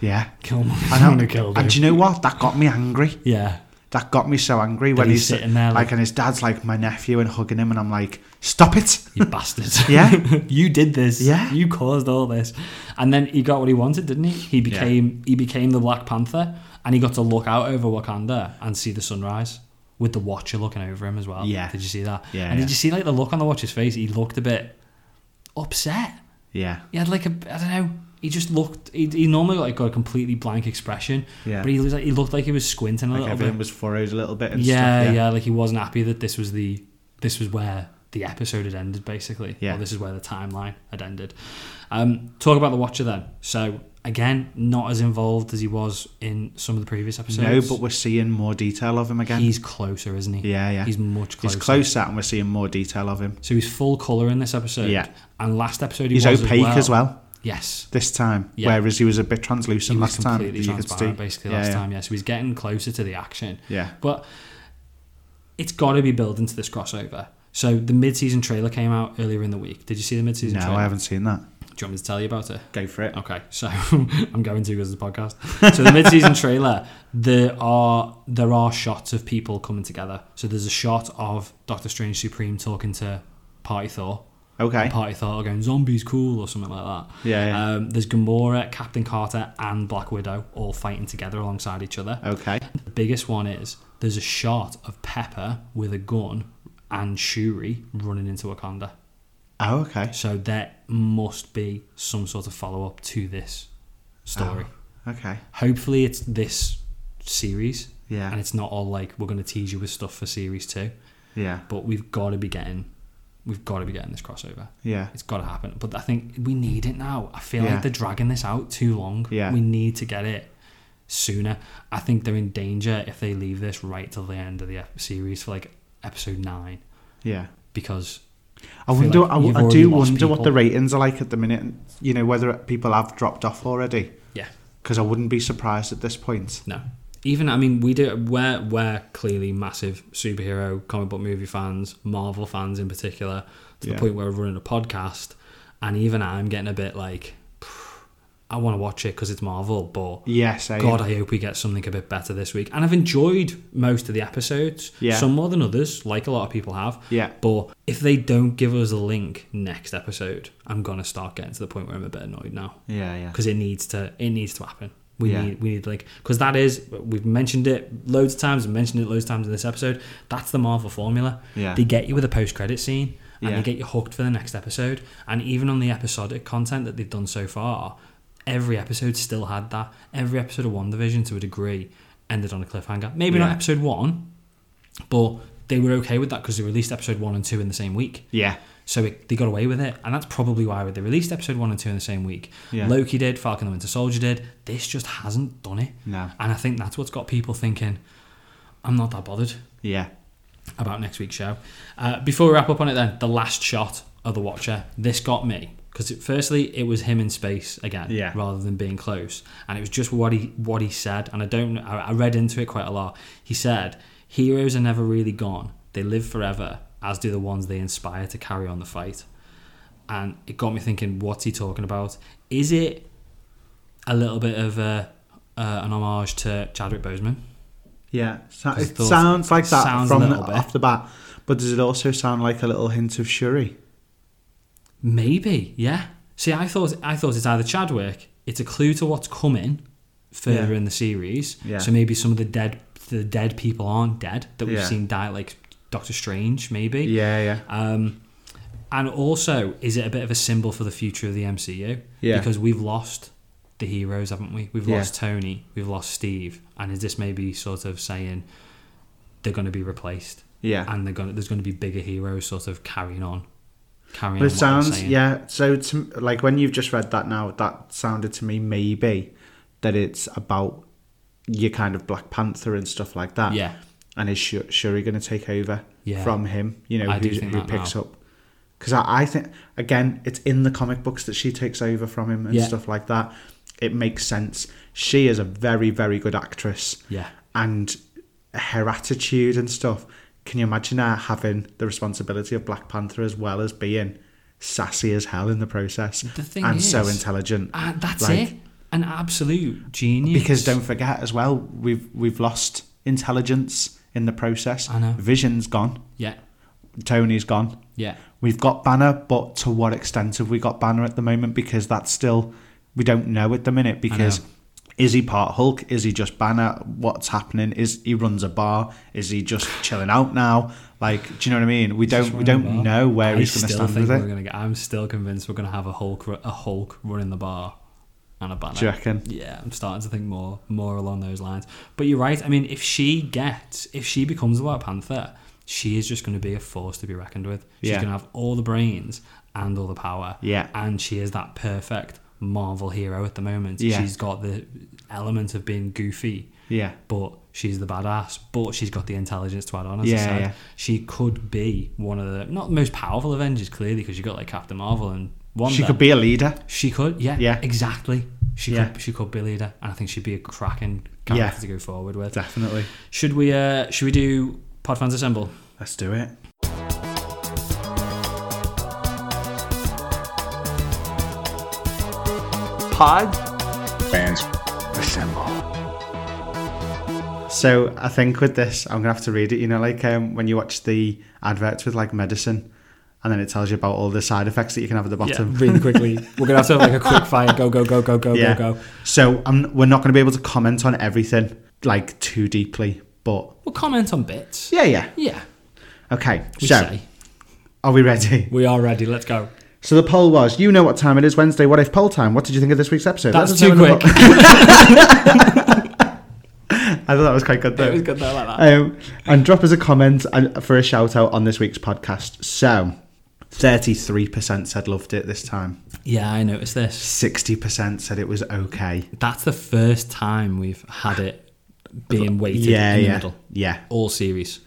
Speaker 3: Yeah,
Speaker 2: Killmonger
Speaker 3: I know.
Speaker 2: killed him.
Speaker 3: And do you know what? That got me angry.
Speaker 2: yeah.
Speaker 3: That got me so angry when
Speaker 2: he's
Speaker 3: he's
Speaker 2: sitting there, like-
Speaker 3: like, and his dad's like my nephew and hugging him, and I'm like, stop it.
Speaker 2: You bastards.
Speaker 3: [LAUGHS] Yeah.
Speaker 2: [LAUGHS] you did this.
Speaker 3: Yeah.
Speaker 2: You caused all this. And then he got what he wanted, didn't he? He became he became the Black Panther and he got to look out over Wakanda and see the sunrise. with the Watcher looking over him as well.
Speaker 3: Yeah.
Speaker 2: Did you see that?
Speaker 3: Yeah,
Speaker 2: And did
Speaker 3: yeah.
Speaker 2: you see like the look on the Watcher's face? He looked a bit upset.
Speaker 3: Yeah.
Speaker 2: He had like a I don't know. He just looked. He, he normally like got a completely blank expression.
Speaker 3: Yeah.
Speaker 2: But he looked like he looked like he was squinting a
Speaker 3: Like
Speaker 2: little
Speaker 3: everything
Speaker 2: bit.
Speaker 3: was furrowed a little bit and
Speaker 2: yeah,
Speaker 3: stuff.
Speaker 2: yeah, Like he wasn't happy that this was the this was where the episode had ended, basically.
Speaker 3: Yeah.
Speaker 2: Or this is where the timeline had ended. Um, talk about the Watcher then. So again, not as involved as he was in some of the previous
Speaker 3: No,
Speaker 2: episodes.
Speaker 3: but we're seeing more detail of him again.
Speaker 2: he's closer, isn't he?
Speaker 3: yeah, yeah.
Speaker 2: He's much
Speaker 3: He's
Speaker 2: closer.
Speaker 3: closer and we're seeing more detail of him.
Speaker 2: So he's full color in this episode.
Speaker 3: Yeah.
Speaker 2: And last episode he
Speaker 3: He's
Speaker 2: was
Speaker 3: opaque as well.
Speaker 2: Yes.
Speaker 3: this time,
Speaker 2: Yeah.
Speaker 3: whereas he was a bit
Speaker 2: He
Speaker 3: translucent
Speaker 2: was
Speaker 3: last time.
Speaker 2: completely
Speaker 3: as you could
Speaker 2: transparent
Speaker 3: see.
Speaker 2: basically
Speaker 3: Yeah,
Speaker 2: last
Speaker 3: yeah.
Speaker 2: time. Yeah. So he's getting closer to the action.
Speaker 3: Yeah,
Speaker 2: But it's got to be building to this crossover. So the mid-season trailer came out earlier in the week. Did you see the mid-season
Speaker 3: no,
Speaker 2: trailer?
Speaker 3: I haven't seen that.
Speaker 2: Do you want me to tell you about it?
Speaker 3: Go for it.
Speaker 2: Okay, so [LAUGHS] I'm going to because it's a podcast. So the
Speaker 3: [LAUGHS]
Speaker 2: mid-season trailer, there are there are shots of people coming together. So there's a shot of Doctor Strange Supreme talking to Party Thor.
Speaker 3: Okay.
Speaker 2: Party Thor are going zombies cool or something like that.
Speaker 3: Yeah, yeah.
Speaker 2: Um, there's Gamora, Captain Carter, and Black Widow all fighting together alongside each other.
Speaker 3: Okay.
Speaker 2: The biggest one is there's a shot of Pepper with a gun and Shuri running into Wakanda.
Speaker 3: Oh, okay.
Speaker 2: So there must be some sort of follow up to this story.
Speaker 3: Oh. Okay.
Speaker 2: Hopefully, it's this series.
Speaker 3: Yeah.
Speaker 2: And it's not all like we're going to tease you with stuff for series two,
Speaker 3: Yeah.
Speaker 2: but we've got to be getting, we've got to be getting this crossover.
Speaker 3: Yeah.
Speaker 2: It's got to happen. But I think we need it now. I feel
Speaker 3: Yeah.
Speaker 2: like they're dragging this out too long.
Speaker 3: Yeah.
Speaker 2: We need to get it sooner. I think they're in danger if they leave this right till the end of the ep- series for like episode nine
Speaker 3: Yeah.
Speaker 2: because
Speaker 3: I
Speaker 2: feel
Speaker 3: wonder.
Speaker 2: like
Speaker 3: I,
Speaker 2: you've
Speaker 3: I
Speaker 2: already
Speaker 3: do
Speaker 2: lost
Speaker 3: wonder what the
Speaker 2: people.
Speaker 3: ratings are like at the minute. You know whether people have dropped off already.
Speaker 2: yeah,
Speaker 3: Because I wouldn't be surprised at this point.
Speaker 2: no. Even I mean, we do. We're we're clearly massive superhero comic book movie fans, Marvel fans in particular, to the
Speaker 3: Yeah.
Speaker 2: point where we're running a podcast, and even I'm getting a bit like, I want to watch it because it's Marvel, but
Speaker 3: Yes. eh? I,
Speaker 2: God, I hope we get something a bit better this week. And I've enjoyed most of the episodes,
Speaker 3: Yeah.
Speaker 2: some more than others, like a lot of people have.
Speaker 3: Yeah.
Speaker 2: But if they don't give us a link next episode, I'm gonna start getting to the point where I'm a bit annoyed now
Speaker 3: Yeah. Yeah.
Speaker 2: because it needs to it needs to happen. We
Speaker 3: Yeah.
Speaker 2: need we need like because that is we've mentioned it loads of times. We mentioned it loads of times in this episode. That's the Marvel formula.
Speaker 3: Yeah.
Speaker 2: They get you with a post credit scene and
Speaker 3: Yeah.
Speaker 2: they get you hooked for the next episode. And even on the episodic content that they've done so far, every episode still had that. Every episode of One Division to a degree ended on a cliffhanger. Maybe not
Speaker 3: Yeah.
Speaker 2: episode one, but they were okay with that because they released episode one and two in the same week.
Speaker 3: Yeah.
Speaker 2: So it, they got away with it, and that's probably why they released episode one and two in the same week.
Speaker 3: Yeah.
Speaker 2: Loki did, Falcon and the Winter Soldier did. This just hasn't done it,
Speaker 3: No.
Speaker 2: and I think that's what's got people thinking, "I'm not that bothered
Speaker 3: Yeah.
Speaker 2: about next week's show." Uh, before we wrap up on it, then the last shot of the Watcher. This got me because firstly it was him in space again,
Speaker 3: Yeah.
Speaker 2: rather than being close, and it was just what he what he said. And I don't, I, I read into it quite a lot. He said, "Heroes are never really gone; they live forever." As do the ones they inspire to carry on the fight and it got me thinking, what's he talking about? Is it a little bit of a, uh, an homage to Chadwick Boseman?
Speaker 3: Yeah, so
Speaker 2: Just
Speaker 3: it
Speaker 2: thought-
Speaker 3: sounds like that
Speaker 2: sounds a
Speaker 3: from the,
Speaker 2: little bit.
Speaker 3: off the bat, but does it also sound like a little hint of Shuri?
Speaker 2: Maybe, yeah. See, I thought I thought it's either Chadwick. It's a clue to what's coming further
Speaker 3: Yeah.
Speaker 2: in the series.
Speaker 3: Yeah.
Speaker 2: So maybe some of the dead the dead people aren't dead that we've
Speaker 3: Yeah.
Speaker 2: seen die, like Doctor Strange, maybe.
Speaker 3: Yeah, yeah.
Speaker 2: Um, and also, is it a bit of a symbol for the future of the MCU?
Speaker 3: Yeah.
Speaker 2: Because we've lost the heroes, haven't we? We've
Speaker 3: Yeah.
Speaker 2: lost Tony, we've lost Steve, and is this maybe sort of saying they're going to be replaced
Speaker 3: Yeah.
Speaker 2: and they're going to, there's going to be bigger heroes sort of carrying on, carrying on.
Speaker 3: But it
Speaker 2: what they're
Speaker 3: sounds
Speaker 2: saying.
Speaker 3: yeah. So to, like when you've just read that now, that sounded to me maybe that it's about your kind of Black Panther and stuff like that.
Speaker 2: Yeah.
Speaker 3: And is Shu- Shuri going to take over
Speaker 2: Yeah.
Speaker 3: from him? You know,
Speaker 2: I do
Speaker 3: who,
Speaker 2: think
Speaker 3: who
Speaker 2: that
Speaker 3: picks
Speaker 2: now.
Speaker 3: up? Because I, I think again, it's in the comic books that she takes over from him and
Speaker 2: Yeah.
Speaker 3: stuff like that. It makes sense. She is a very very good actress.
Speaker 2: Yeah.
Speaker 3: And her attitude and stuff. Can you imagine her having the responsibility of Black Panther as well as being sassy as hell in the process
Speaker 2: The thing
Speaker 3: and so
Speaker 2: is-
Speaker 3: intelligent?
Speaker 2: Uh, that's
Speaker 3: Like-
Speaker 2: it. An absolute genius.
Speaker 3: Because don't forget as well, we've we've lost intelligence in the process.
Speaker 2: I know.
Speaker 3: Vision's gone.
Speaker 2: Yeah.
Speaker 3: Tony's gone.
Speaker 2: Yeah.
Speaker 3: We've got Banner, but to what extent have we got Banner at the moment? Because that's still we don't know at the minute because Is he part Hulk? Is he just Banner? What's happening? Is he runs a bar? Is he
Speaker 2: [SIGHS]
Speaker 3: just chilling out now? Like, do you know what I mean? We don't we don't know where
Speaker 2: I
Speaker 3: he's going to
Speaker 2: still
Speaker 3: stand
Speaker 2: think
Speaker 3: with
Speaker 2: we're
Speaker 3: it.
Speaker 2: gonna get. I'm still convinced we're gonna have a Hulk, ru- a Hulk running the bar, and a banner.
Speaker 3: Do you reckon?
Speaker 2: Yeah, I'm starting to think more, more along those lines. But you're right. I mean, if she gets, if she becomes the White Panther, she is just gonna be a force to be reckoned with. She's
Speaker 3: Yeah.
Speaker 2: gonna have all the brains and all the power.
Speaker 3: Yeah.
Speaker 2: and she is that perfect Marvel hero at the moment.
Speaker 3: Yeah.
Speaker 2: she's got the element of being goofy
Speaker 3: Yeah.
Speaker 2: but she's the badass, but she's got the intelligence to add on. As I
Speaker 3: Yeah,
Speaker 2: said,
Speaker 3: yeah.
Speaker 2: she could be one of the not the most powerful Avengers, clearly, because you got like Captain Marvel and Wanda.
Speaker 3: She could be a leader.
Speaker 2: She could. Yeah.
Speaker 3: Yeah.
Speaker 2: Exactly. She
Speaker 3: Yeah.
Speaker 2: could. She could be a leader, and I think she'd be a cracking character
Speaker 3: Yeah.
Speaker 2: to go forward with.
Speaker 3: Definitely.
Speaker 2: Should we? uh Should we do Podfans Assemble?
Speaker 3: Let's do it.
Speaker 1: Pod fans assemble.
Speaker 3: So I think with this, I'm gonna have to read it. You know, like um, when you watch the adverts with like medicine, and then it tells you about all the side effects that you can have at the bottom.
Speaker 2: really [LAUGHS] quickly. We're gonna have to have like a quick fire. Go go go go go
Speaker 3: Yeah. So um, we're not gonna be able to comment on everything like too deeply, but
Speaker 2: We'll comment on bits.
Speaker 3: yeah, yeah.
Speaker 2: Yeah.
Speaker 3: Okay.
Speaker 2: We
Speaker 3: so
Speaker 2: say
Speaker 3: are we ready?
Speaker 2: we are ready. Let's go.
Speaker 3: So the poll was, you know what time it is, Wednesday. What if poll time? What did you think of this week's episode?
Speaker 2: That's
Speaker 3: Let us know
Speaker 2: too
Speaker 3: in
Speaker 2: quick.
Speaker 3: the po-
Speaker 2: [LAUGHS]
Speaker 3: [LAUGHS] I thought that was quite good though.
Speaker 2: it was good though, like that.
Speaker 3: Um, and drop us a comment and, for a shout out on this week's podcast. So, 33% said loved it this time.
Speaker 2: Yeah, I noticed this.
Speaker 3: 60% said it was okay.
Speaker 2: That's the first time we've had it being weighted
Speaker 3: Yeah,
Speaker 2: in the
Speaker 3: yeah,
Speaker 2: middle.
Speaker 3: yeah.
Speaker 2: All series.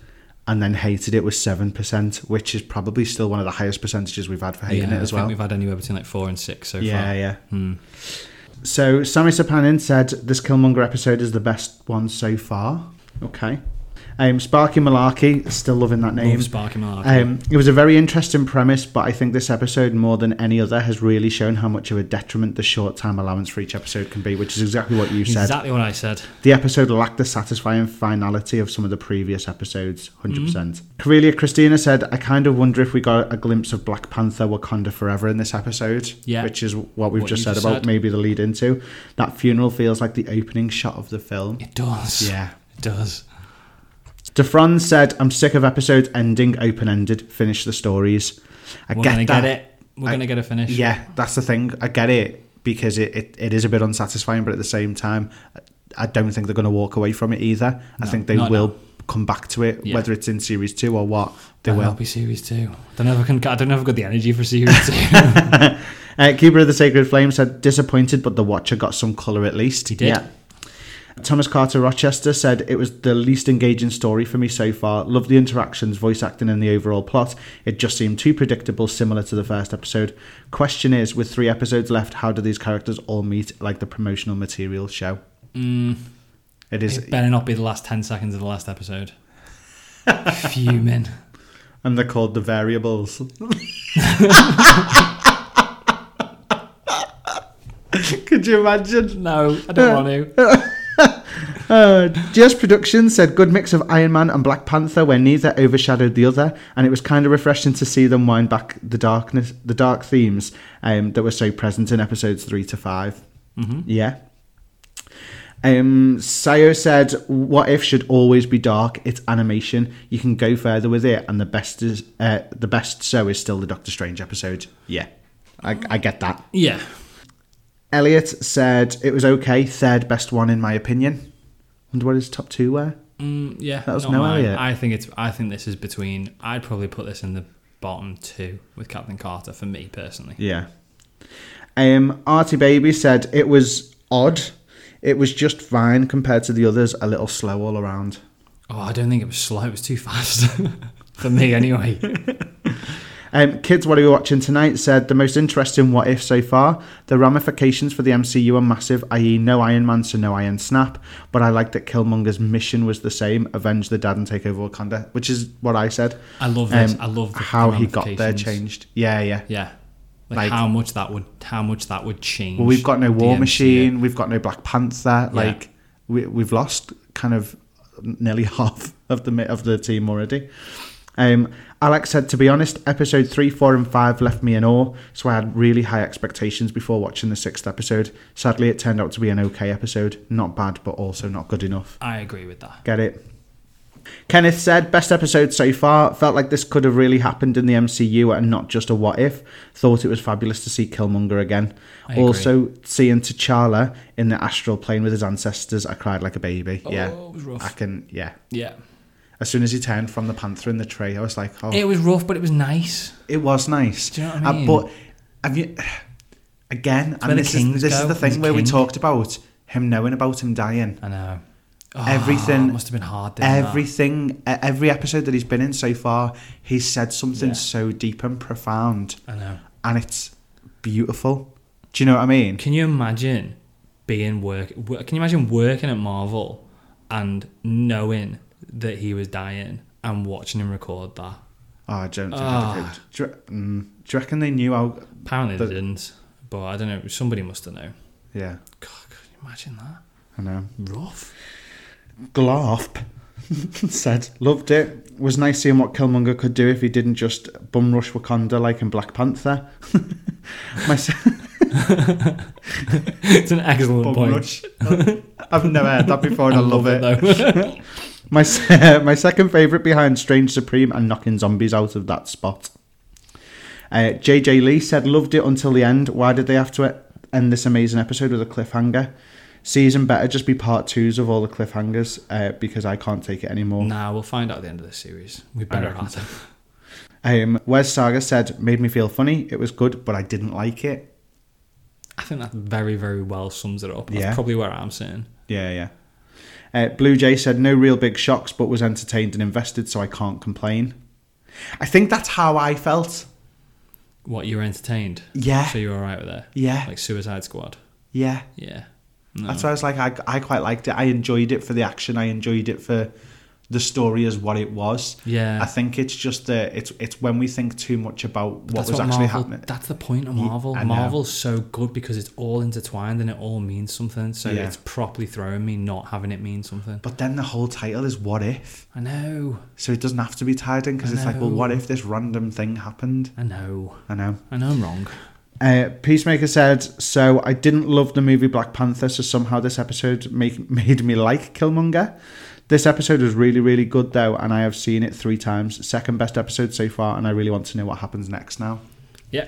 Speaker 3: And then hated it was 7%, which is probably still one of the highest percentages we've had for hating
Speaker 2: yeah,
Speaker 3: it as
Speaker 2: I
Speaker 3: well.
Speaker 2: think we've had anywhere between like four and six so
Speaker 3: Yeah,
Speaker 2: far.
Speaker 3: yeah. So Sammy Sapanin said this Killmonger episode is the best one so far. Okay. Um, Sparky Malarkey, still loving that name.
Speaker 2: Love Sparky Malarkey.
Speaker 3: Um, it was a very interesting premise, but I think this episode, more than any other, has really shown how much of a detriment the short time allowance for each episode can be, which is exactly what you said.
Speaker 2: Exactly what I said.
Speaker 3: The episode lacked the satisfying finality of some of the previous episodes,
Speaker 2: Mm-hmm.
Speaker 3: 100%. Corelia Christina said, I kind of wonder if we got a glimpse of Black Panther Wakanda Forever in this episode,
Speaker 2: Yeah.
Speaker 3: which is what we've
Speaker 2: What
Speaker 3: just
Speaker 2: you
Speaker 3: said
Speaker 2: just
Speaker 3: about
Speaker 2: said.
Speaker 3: maybe the lead into. That funeral feels like the opening shot of the film.
Speaker 2: It does.
Speaker 3: Yeah.
Speaker 2: It does.
Speaker 3: DeFranz said, I'm sick of episodes ending open ended, finish the stories. I
Speaker 2: We're
Speaker 3: get
Speaker 2: gonna
Speaker 3: that.
Speaker 2: get it. We're
Speaker 3: I-
Speaker 2: gonna get a finish.
Speaker 3: Yeah, that's the thing. I get it because it, it, it is a bit unsatisfying, but at the same time, I don't think they're going to walk away from it either. I
Speaker 2: No,
Speaker 3: think they
Speaker 2: not
Speaker 3: will come back to it,
Speaker 2: Yeah. Uh-huh.
Speaker 3: whether it's in series two or what. They
Speaker 2: There will
Speaker 3: will.
Speaker 2: be series two. I don't know if I can. I don't know if I've got the energy for series
Speaker 3: [LAUGHS]
Speaker 2: two.
Speaker 3: Uh, Keeper of the Sacred Flame said, disappointed, but the Watcher got some colour at least.
Speaker 2: He did.
Speaker 3: Yeah. Thomas Carter Rochester said it was the least engaging story for me so far. Love the interactions, voice acting, and the overall plot. It just seemed too predictable, similar to the first episode. Question is, with three episodes left, how do these characters all meet like the promotional material show? It is,
Speaker 2: Mm. it better not be the last ten seconds of the last
Speaker 3: [LAUGHS]
Speaker 2: episode. Fuming.
Speaker 3: and they're called
Speaker 2: [LAUGHS]
Speaker 3: the variables. [LAUGHS] Could you imagine?
Speaker 2: No, I don't want to.
Speaker 3: Uh, GS Productions said good mix of Iron Man and Black Panther, where neither overshadowed the other, and it was kind of refreshing to see them wind back the darkness, the dark themes um, that were so present in episodes three to 5 Yeah. Um, Sayo said, "What if should always be dark? It's animation. You can go further with it, and the best is uh, the best. So is still the Doctor Strange episode. Yeah, I, I get that."
Speaker 2: Yeah.
Speaker 3: Elliot said it was okay, third best one in my opinion. Wonder what his top two were.
Speaker 2: Mm, yeah.
Speaker 3: That was
Speaker 2: not
Speaker 3: no
Speaker 2: mine.
Speaker 3: Elliot.
Speaker 2: I think it's. I think this is between. I'd probably put this in the bottom two with Captain Carter for me personally.
Speaker 3: Yeah. Um, Artie Baby said it was odd. It was just fine compared to the others. A little slow all around.
Speaker 2: Oh, I don't think it was slow. It was too [LAUGHS] fast for me,
Speaker 3: [LAUGHS]
Speaker 2: anyway.
Speaker 3: Um, Kids, what are we watching tonight? Said the most interesting what if so far. The ramifications for the MCU are massive, i.e., no Iron Man, so no Iron Snap. But I like that Killmonger's mission was the same: avenge the dad and take over Wakanda, which is what I said. Um,
Speaker 2: I love this. I love the- the
Speaker 3: how he got there
Speaker 2: ramifications.
Speaker 3: changed. Yeah, yeah.
Speaker 2: yeah, like,
Speaker 3: Like-
Speaker 2: how much that would how much that would change.
Speaker 3: Well, we've got no
Speaker 2: the
Speaker 3: War
Speaker 2: MCU.
Speaker 3: Machine. We've got no Black Panther. Like [LAUGHS] we, we've lost kind of nearly half of the mi- of the team already. Um, Alex said, to be honest, episode 3, 4, and 5 left me in awe, so I had really high expectations before watching the sixth episode. Sadly, it turned out to be an okay episode. Not bad, but also not good enough.
Speaker 2: I agree with that.
Speaker 3: Get it? Kenneth said, best episode so far. Felt like this could have really happened in the MCU and not just a what if. Thought it was fabulous to see Killmonger again.
Speaker 2: agree.
Speaker 3: Also, seeing T'Challa in the astral plane with his ancestors, I cried like a baby. yeah.
Speaker 2: Oh, it was rough.
Speaker 3: I can, yeah.
Speaker 2: Yeah.
Speaker 3: As soon as he turned from the panther in the tree, I was like, oh,
Speaker 2: It was rough, but it was nice.
Speaker 3: it was nice.
Speaker 2: Do you know what I
Speaker 3: Uh,
Speaker 2: mean?
Speaker 3: but have you again?
Speaker 2: where
Speaker 3: And
Speaker 2: the
Speaker 3: this
Speaker 2: kings
Speaker 3: is this
Speaker 2: go,
Speaker 3: is the
Speaker 2: he's
Speaker 3: thing where we
Speaker 2: king.
Speaker 3: talked about him knowing about him dying.
Speaker 2: I know. Oh,
Speaker 3: Everything-
Speaker 2: it must have been hard. doing that.
Speaker 3: Everything, e- every episode that he's been in so far, he's said something
Speaker 2: Yeah.
Speaker 3: so deep and profound,
Speaker 2: I know.
Speaker 3: and it's beautiful. Do you know what I mean?
Speaker 2: Can you imagine being work? wo- Can you imagine working at Marvel and knowing that he was dying and watching him record that?
Speaker 3: Oh, I don't. Think
Speaker 2: Ah.
Speaker 3: I could. Do, you, re- mm, do you reckon they knew how?
Speaker 2: Apparently
Speaker 3: But-
Speaker 2: they didn't, but I don't know. Somebody must have known.
Speaker 3: Yeah,
Speaker 2: God, could you imagine that?
Speaker 3: I know.
Speaker 2: Rough.
Speaker 3: Glarp [LAUGHS] said, loved it. Was nice seeing what Killmonger could do if he didn't just bum rush Wakanda like in Black Panther. [LAUGHS] My
Speaker 2: [LAUGHS] it's an excellent point.
Speaker 3: I've never heard that before, and I, love, it.
Speaker 2: though.
Speaker 3: My se- [LAUGHS] my second favorite behind Strange Supreme and knocking zombies out of that spot. Uh, JJ Lee said loved it until the end. Why did they have to e- end this amazing episode with a cliffhanger? Season better just be part twos of all the cliffhangers uh, because I can't take it [LAUGHS] anymore.
Speaker 2: nah, we'll find out at the end of this series. We better
Speaker 3: reckon
Speaker 2: have them.
Speaker 3: Um, Wes Saga said made me feel funny. It was good, but I didn't like it.
Speaker 2: I think that very, very well sums it up.
Speaker 3: Yeah.
Speaker 2: That's probably where I'm sitting.
Speaker 3: Yeah, yeah. Uh, Blue Jay said no real big shocks, but was entertained and invested, so I can't complain. I think that's how I felt.
Speaker 2: What you were entertained?
Speaker 3: Yeah.
Speaker 2: So you were alright with that?
Speaker 3: Yeah.
Speaker 2: Like Suicide Squad.
Speaker 3: Yeah.
Speaker 2: Yeah. No.
Speaker 3: That's why I was like, I, I quite liked it. I enjoyed it for the action. I enjoyed it for the story as what it was.
Speaker 2: Yeah.
Speaker 3: I think it's just that it's it's when we think too much about
Speaker 2: But
Speaker 3: what
Speaker 2: that's
Speaker 3: was actually
Speaker 2: Marvel,
Speaker 3: happening.
Speaker 2: That's the point of Marvel.
Speaker 3: I know.
Speaker 2: Marvel's so good because it's all intertwined and it all means something. So
Speaker 3: Yeah.
Speaker 2: it's properly throwing me not having it mean something.
Speaker 3: But then the whole title is "What If,"
Speaker 2: I know.
Speaker 3: so it doesn't have to be tied in because
Speaker 2: I
Speaker 3: it's like, well,
Speaker 2: know.
Speaker 3: what if this random thing happened?
Speaker 2: I know.
Speaker 3: I know.
Speaker 2: I know I'm wrong.
Speaker 3: Uh, Peacemaker said, "So I didn't love the movie Black Panther, so somehow this episode make, [LAUGHS] made me like Killmonger. This episode was really, really good though, and I have seen it three times. Second best episode so far, and I really want to know what happens next now."
Speaker 2: Yeah.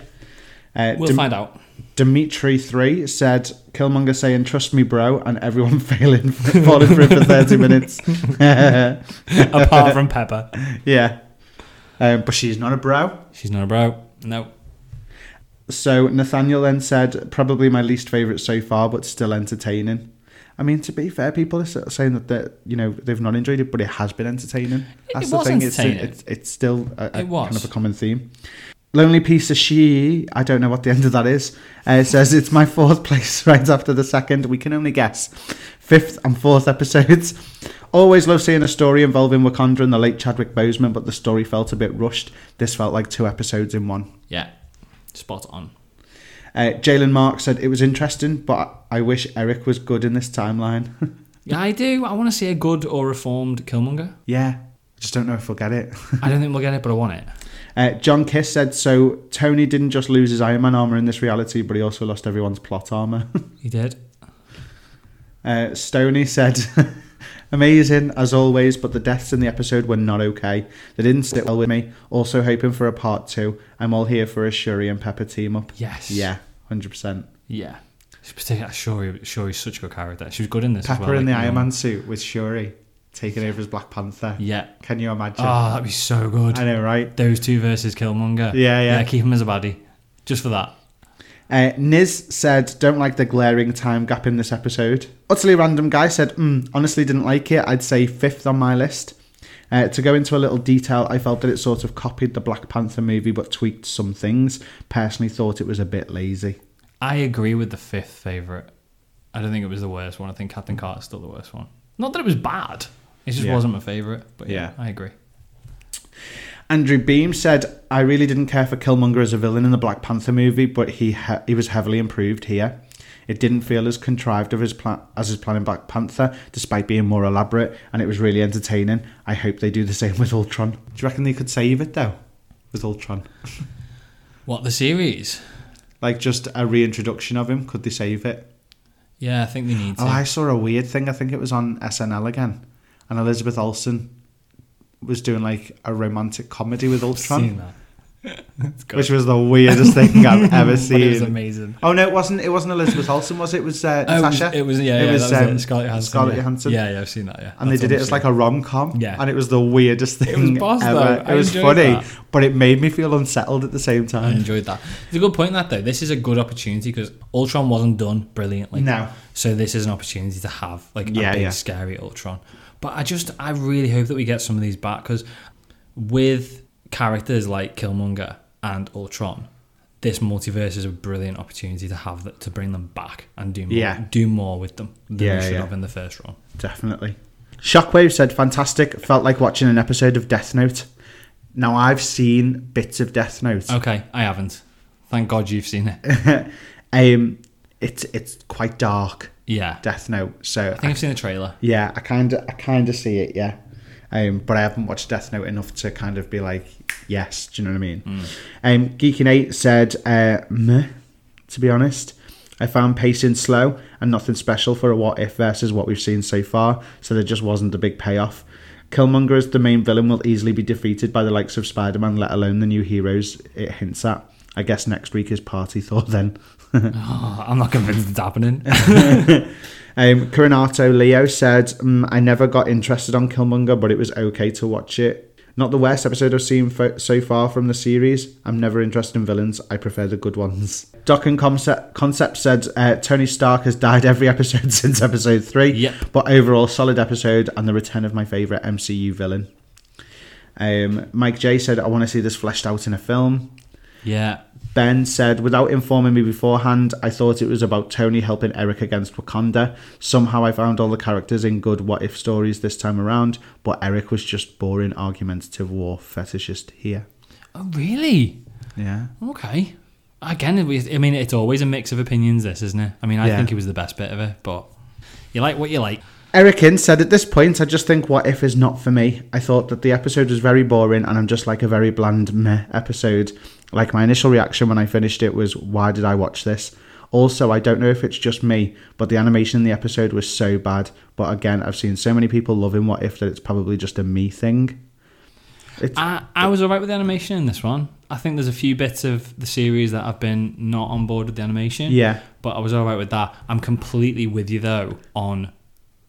Speaker 3: Uh,
Speaker 2: We'll
Speaker 3: Dim-
Speaker 2: find
Speaker 3: [LAUGHS]
Speaker 2: out.
Speaker 3: Dimitri three said Killmonger saying "Trust me, bro," and everyone [LAUGHS] failing falling for it for thirty minutes. [LAUGHS]
Speaker 2: Apart from Pepper.
Speaker 3: yeah, um, but she's not a bro.
Speaker 2: She's not a bro. No.
Speaker 3: So Nathaniel then said, "Probably my least favorite so far, but still entertaining." I mean, to be fair, people are s- saying that they you know they've not enjoyed it, but it has been entertaining. That's the
Speaker 2: was
Speaker 3: thing. It's,
Speaker 2: entertaining.
Speaker 3: it's it's still a, a
Speaker 2: It was.
Speaker 3: kind of a common theme. Lonely piece of she. I don't know what the end of that is. Uh, says it's my fourth place [LAUGHS] right after the second. We can only guess. Fifth and fourth episodes. Always love seeing a story involving Wakanda and the late Chadwick Boseman, but the story felt a bit rushed. This felt like two episodes in one.
Speaker 2: Yeah. Spot on.
Speaker 3: Uh, Jalen Mark said it was interesting, but I wish Eric was good in this timeline. [LAUGHS]
Speaker 2: Yeah, I do. I want to see a good or reformed Killmonger.
Speaker 3: yeah, just don't know if we'll get it. [LAUGHS]
Speaker 2: I don't think we'll get it, but I want it.
Speaker 3: uh, John Kiss said so. Tony didn't just lose his Iron Man armor in this reality, but he also lost everyone's plot armor. [LAUGHS]
Speaker 2: He did.
Speaker 3: uh, Stony said. [LAUGHS] Amazing as always, but the deaths in the episode were not okay. They didn't sit well with me. Also, hoping for a part two. I'm all here for a Shuri and Pepper team up.
Speaker 2: Yes.
Speaker 3: Yeah, 100%.
Speaker 2: Yeah. She's particularly Shuri. Shuri's such a good character. She was good in this. as
Speaker 3: Pepper
Speaker 2: well,
Speaker 3: in the
Speaker 2: like,
Speaker 3: Iron
Speaker 2: um,
Speaker 3: Man suit with Shuri taking over as Black Panther.
Speaker 2: Yeah.
Speaker 3: Can you imagine?
Speaker 2: Oh, that'd be so good.
Speaker 3: I know, right?
Speaker 2: Those two versus Killmonger.
Speaker 3: Yeah, yeah.
Speaker 2: Yeah, keep him as a baddie. Just for that.
Speaker 3: Uh, Niz said, don't like the glaring time gap in this episode. Utterly random guy said, mm, honestly didn't like it. I'd say fifth on my list. Uh, to go into a little detail, I felt that it sort of copied the Black Panther movie but tweaked some things. Personally, thought it was a bit lazy.
Speaker 2: I agree with the fifth favourite. I don't think it was the worst one. I think Captain Carter's still the worst one. Not that it was bad. It just
Speaker 3: Yeah.
Speaker 2: wasn't my favourite. But yeah,
Speaker 3: Yeah.
Speaker 2: I agree.
Speaker 3: Andrew Beam said, I really didn't care for Killmonger as a villain in the Black Panther movie, but he, he was heavily improved here. It didn't feel as contrived of his pla- as his plan in Black Panther, despite being more elaborate, and it was really entertaining. I hope they do the same with Ultron. Do you reckon they could save it though, with Ultron?
Speaker 2: What the series?
Speaker 3: Like just a reintroduction of him? Could they save it?
Speaker 2: Yeah, I think they need to.
Speaker 3: Oh, I saw a weird thing. I think it was on SNL again, and Elizabeth Olsen was doing like a romantic comedy with
Speaker 2: Seen
Speaker 3: Ultron,
Speaker 2: that. It's good.
Speaker 3: which was the weirdest thing I've
Speaker 2: [LAUGHS] But it
Speaker 3: ever
Speaker 2: was
Speaker 3: seen.
Speaker 2: amazing.
Speaker 3: Oh no, it wasn't. It wasn't Elizabeth Olsen, was it? It was uh,
Speaker 2: Oh, it was-
Speaker 3: Natasha.
Speaker 2: It was, yeah, yeah, that was
Speaker 3: um,
Speaker 2: it. Scarlett Johansson.
Speaker 3: Scarlett
Speaker 2: yeah.
Speaker 3: Johansson.
Speaker 2: Yeah, yeah, I've seen that, yeah.
Speaker 3: And they
Speaker 2: That's
Speaker 3: did it as like
Speaker 2: obviously-
Speaker 3: a rom com,
Speaker 2: Yeah.
Speaker 3: and it was the weirdest thing
Speaker 2: boss, though.
Speaker 3: ever.
Speaker 2: I
Speaker 3: It was
Speaker 2: enjoyed
Speaker 3: funny,
Speaker 2: that.
Speaker 3: but it made me feel unsettled at the same
Speaker 2: I
Speaker 3: time.
Speaker 2: enjoyed that. It's a good point that though. This is a good opportunity because Ultron wasn't done brilliantly.
Speaker 3: No.
Speaker 2: So this is an opportunity to have like
Speaker 3: Yeah,
Speaker 2: a big
Speaker 3: yeah.
Speaker 2: scary Ultron. But I just I really hope that we get some of these back because with characters like Killmonger and Ultron, this multiverse is a brilliant opportunity to have that to bring them back and do more,
Speaker 3: Yeah.
Speaker 2: do more with them than
Speaker 3: Yeah,
Speaker 2: we should
Speaker 3: yeah.
Speaker 2: have in the first run.
Speaker 3: Definitely. Shockwave said, "Fantastic! Felt like watching an episode of Death Note." Now I've seen bits of Death Note.
Speaker 2: Okay, I haven't. Thank God you've seen it.
Speaker 3: [LAUGHS] um, it's it's quite dark.
Speaker 2: Yeah,
Speaker 3: Death Note. So
Speaker 2: I think I've seen the
Speaker 3: [LAUGHS]
Speaker 2: trailer.
Speaker 3: yeah, I kind of I kind of see it. Yeah, um, but I haven't watched Death Note enough to kind of be like, yes. Do you know what I mean? Um, Geeking Eight said, uh, meh, to be honest. I found pacing slow and nothing special for a what if versus what we've seen so far, so there just wasn't a big payoff. Killmonger as the main villain will easily be defeated by the likes of Spider Man, let alone the new heroes it hints at. I guess next week is party [LAUGHS] thought then.
Speaker 2: Oh, I'm not convinced it's
Speaker 3: [LAUGHS]
Speaker 2: happening.
Speaker 3: Um, Corinato Leo said, mm, I never got interested on Killmonger, but it was okay to watch it. Not the worst episode I've seen fo- so far from the series. I'm never interested in villains. I prefer the good ones. Doc and Concept, Concept said, uh, Tony Stark has died every [LAUGHS] episode since episode three.
Speaker 2: Yep.
Speaker 3: But overall, solid episode and the return of my favourite MCU villain. Um, Mike J said, I want to see this fleshed out in a film.
Speaker 2: yeah,
Speaker 3: Ben said, without informing me beforehand, I thought it was about Tony helping Eric against Wakanda. Somehow I found all the characters in good what if stories this time around, but Eric was just boring, argumentative war fetishist here.
Speaker 2: Oh, really?
Speaker 3: Yeah.
Speaker 2: Okay. Again, it was- I mean, it's always a mix of opinions, this, isn't it? I mean, I
Speaker 3: Yeah.
Speaker 2: think it was the best bit of it, but you like what you like.
Speaker 3: Erikin said, at this point, I just think What If is not for me. I thought that the episode was very boring and I'm just like a very bland meh episode. Like, my initial reaction when I finished it was, why did I watch this? Also, I don't know if it's just me, but the animation in the episode was so bad. But again, I've seen so many people loving What If that it's probably just a me thing. It's,
Speaker 2: I, I was all right with the animation in this one. I think there's a few bits of the series that I've been not on board with the animation.
Speaker 3: Yeah.
Speaker 2: But I was all right with that. I'm completely with you, though, on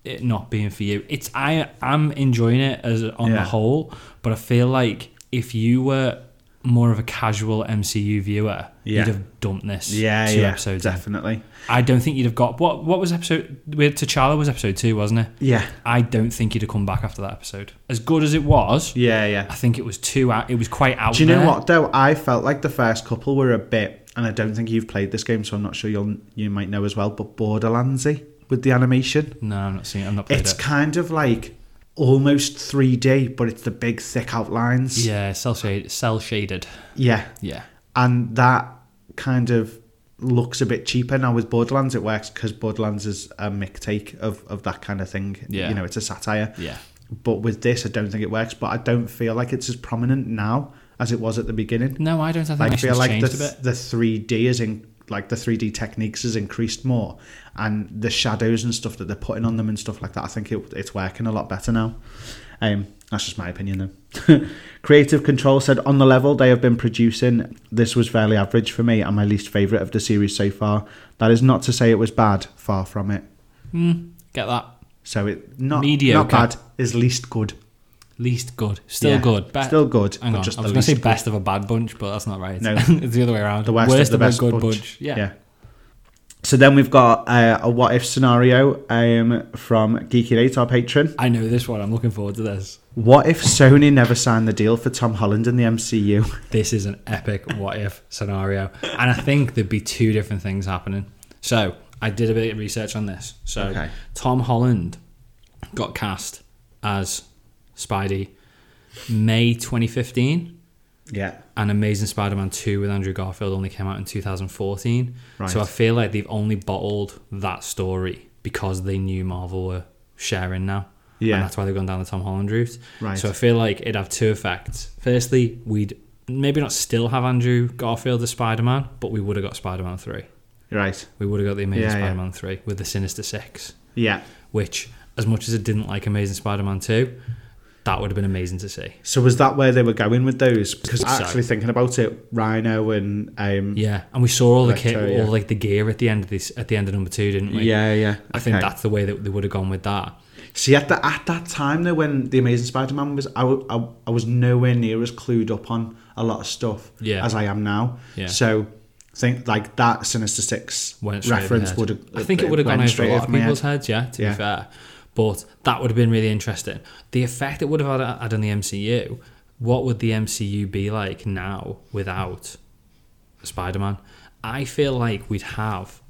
Speaker 2: it not being for you. It's I, I'm enjoying it as on the
Speaker 3: Yeah.
Speaker 2: whole, but I feel like if you were more of a casual MCU viewer,
Speaker 3: Yeah.
Speaker 2: you'd have dumped this
Speaker 3: yeah,
Speaker 2: two
Speaker 3: yeah,
Speaker 2: episodes in.
Speaker 3: definitely.
Speaker 2: I don't think you'd have got what what was episode with T'Challa was episode two, wasn't it?
Speaker 3: Yeah.
Speaker 2: I don't think you'd have come back after that episode. As good as it was,
Speaker 3: Yeah, yeah.
Speaker 2: I think it was too out. It was quite out.
Speaker 3: Do you know
Speaker 2: there.
Speaker 3: what though? I felt like the first couple were a bit, and I don't think you've played this game, so I'm not sure you'll you might know as well. But Borderlandsy with the animation,
Speaker 2: No, I'm not seeing. I'm not played
Speaker 3: it's
Speaker 2: it.
Speaker 3: kind of like almost 3D, but it's the big thick outlines.
Speaker 2: yeah, cell shaded. Cell shaded.
Speaker 3: yeah,
Speaker 2: Yeah.
Speaker 3: and that kind of looks a bit cheaper now with Borderlands. It works because Borderlands is a mick take of of that kind of thing.
Speaker 2: Yeah.
Speaker 3: you know, it's a satire.
Speaker 2: Yeah.
Speaker 3: But with this, I don't think it works. But I don't feel like it's as prominent now as it was at the beginning.
Speaker 2: No, I don't. I think
Speaker 3: Like, I
Speaker 2: it's
Speaker 3: feel like
Speaker 2: changed
Speaker 3: the,
Speaker 2: a bit.
Speaker 3: the 3D is in like the 3D techniques has increased more, and the shadows and stuff that they're putting on them and stuff like that. I think it, it's working a lot better now. Um, that's just my opinion, though. [LAUGHS] Creative Control said on the level they have been producing, this was fairly average for me and my least favorite of the series so far. That is not to say it was bad, far from it.
Speaker 2: Get that.
Speaker 3: So it not
Speaker 2: Mediocre.
Speaker 3: not bad is least good.
Speaker 2: Least good. Still
Speaker 3: Yeah.
Speaker 2: good. Be-
Speaker 3: Still good,
Speaker 2: Hang
Speaker 3: but
Speaker 2: on.
Speaker 3: just
Speaker 2: I
Speaker 3: the
Speaker 2: was going to say
Speaker 3: least good.
Speaker 2: best of a bad bunch, but that's not right.
Speaker 3: No.
Speaker 2: [LAUGHS] it's the other way around.
Speaker 3: The worst,
Speaker 2: Worst
Speaker 3: of the best
Speaker 2: a good
Speaker 3: bunch.
Speaker 2: bunch. Yeah.
Speaker 3: So then we've got uh, a what if scenario um, from Geeky Eight, our patron.
Speaker 2: I know this one. I'm looking forward to this.
Speaker 3: What if Sony never signed the deal for Tom Holland in the MCU?
Speaker 2: this is an epic what if scenario. And I think there'd be two different things happening. So I did a bit of research on this. So
Speaker 3: Okay.
Speaker 2: Tom Holland got cast as Spidey May 2015.
Speaker 3: [LAUGHS] Yeah.
Speaker 2: and Amazing Spider-Man 2 with Andrew Garfield only came out in 2014.
Speaker 3: Right.
Speaker 2: So I feel like they've only bottled that story because they knew Marvel were sharing now.
Speaker 3: Yeah.
Speaker 2: And that's why they've gone down the Tom Holland route.
Speaker 3: Right.
Speaker 2: So I feel like it'd have two effects. Firstly, we'd maybe not still have Andrew Garfield as Spider-Man, but we would have got Spider-Man 3.
Speaker 3: Right.
Speaker 2: We would have got the Amazing
Speaker 3: Yeah, yeah.
Speaker 2: Spider-Man 3 with the Sinister 6,
Speaker 3: Yeah.
Speaker 2: which as much as I didn't like Amazing Spider-Man 2, that would have been amazing to see.
Speaker 3: So was that where they were going with those? Because
Speaker 2: So-
Speaker 3: actually thinking about it, Rhino and um, yeah,
Speaker 2: Yeah, and we saw all the kit,
Speaker 3: Electro, yeah.
Speaker 2: all like the gear at the end of this, at the end of number two, didn't we?
Speaker 3: yeah,
Speaker 2: I think
Speaker 3: okay.
Speaker 2: that's the way that they would have gone with that.
Speaker 3: See, at, the, at that time though, when the Amazing Spider-Man was, I, w- I w- I was nowhere near as clued up on a lot of stuff
Speaker 2: Yeah.
Speaker 3: as I am now.
Speaker 2: Yeah.
Speaker 3: So, think like that Sinister Six
Speaker 2: Went straight
Speaker 3: reference
Speaker 2: overhead.
Speaker 3: would have. uh,
Speaker 2: I think it would have gone
Speaker 3: went
Speaker 2: over
Speaker 3: straight
Speaker 2: a lot of
Speaker 3: my head.
Speaker 2: people's heads. Yeah, to
Speaker 3: Yeah.
Speaker 2: be fair, but that would have been really interesting. The effect it would have had, had on the MCU. What would the MCU be like now without Spider-Man? I feel like we'd have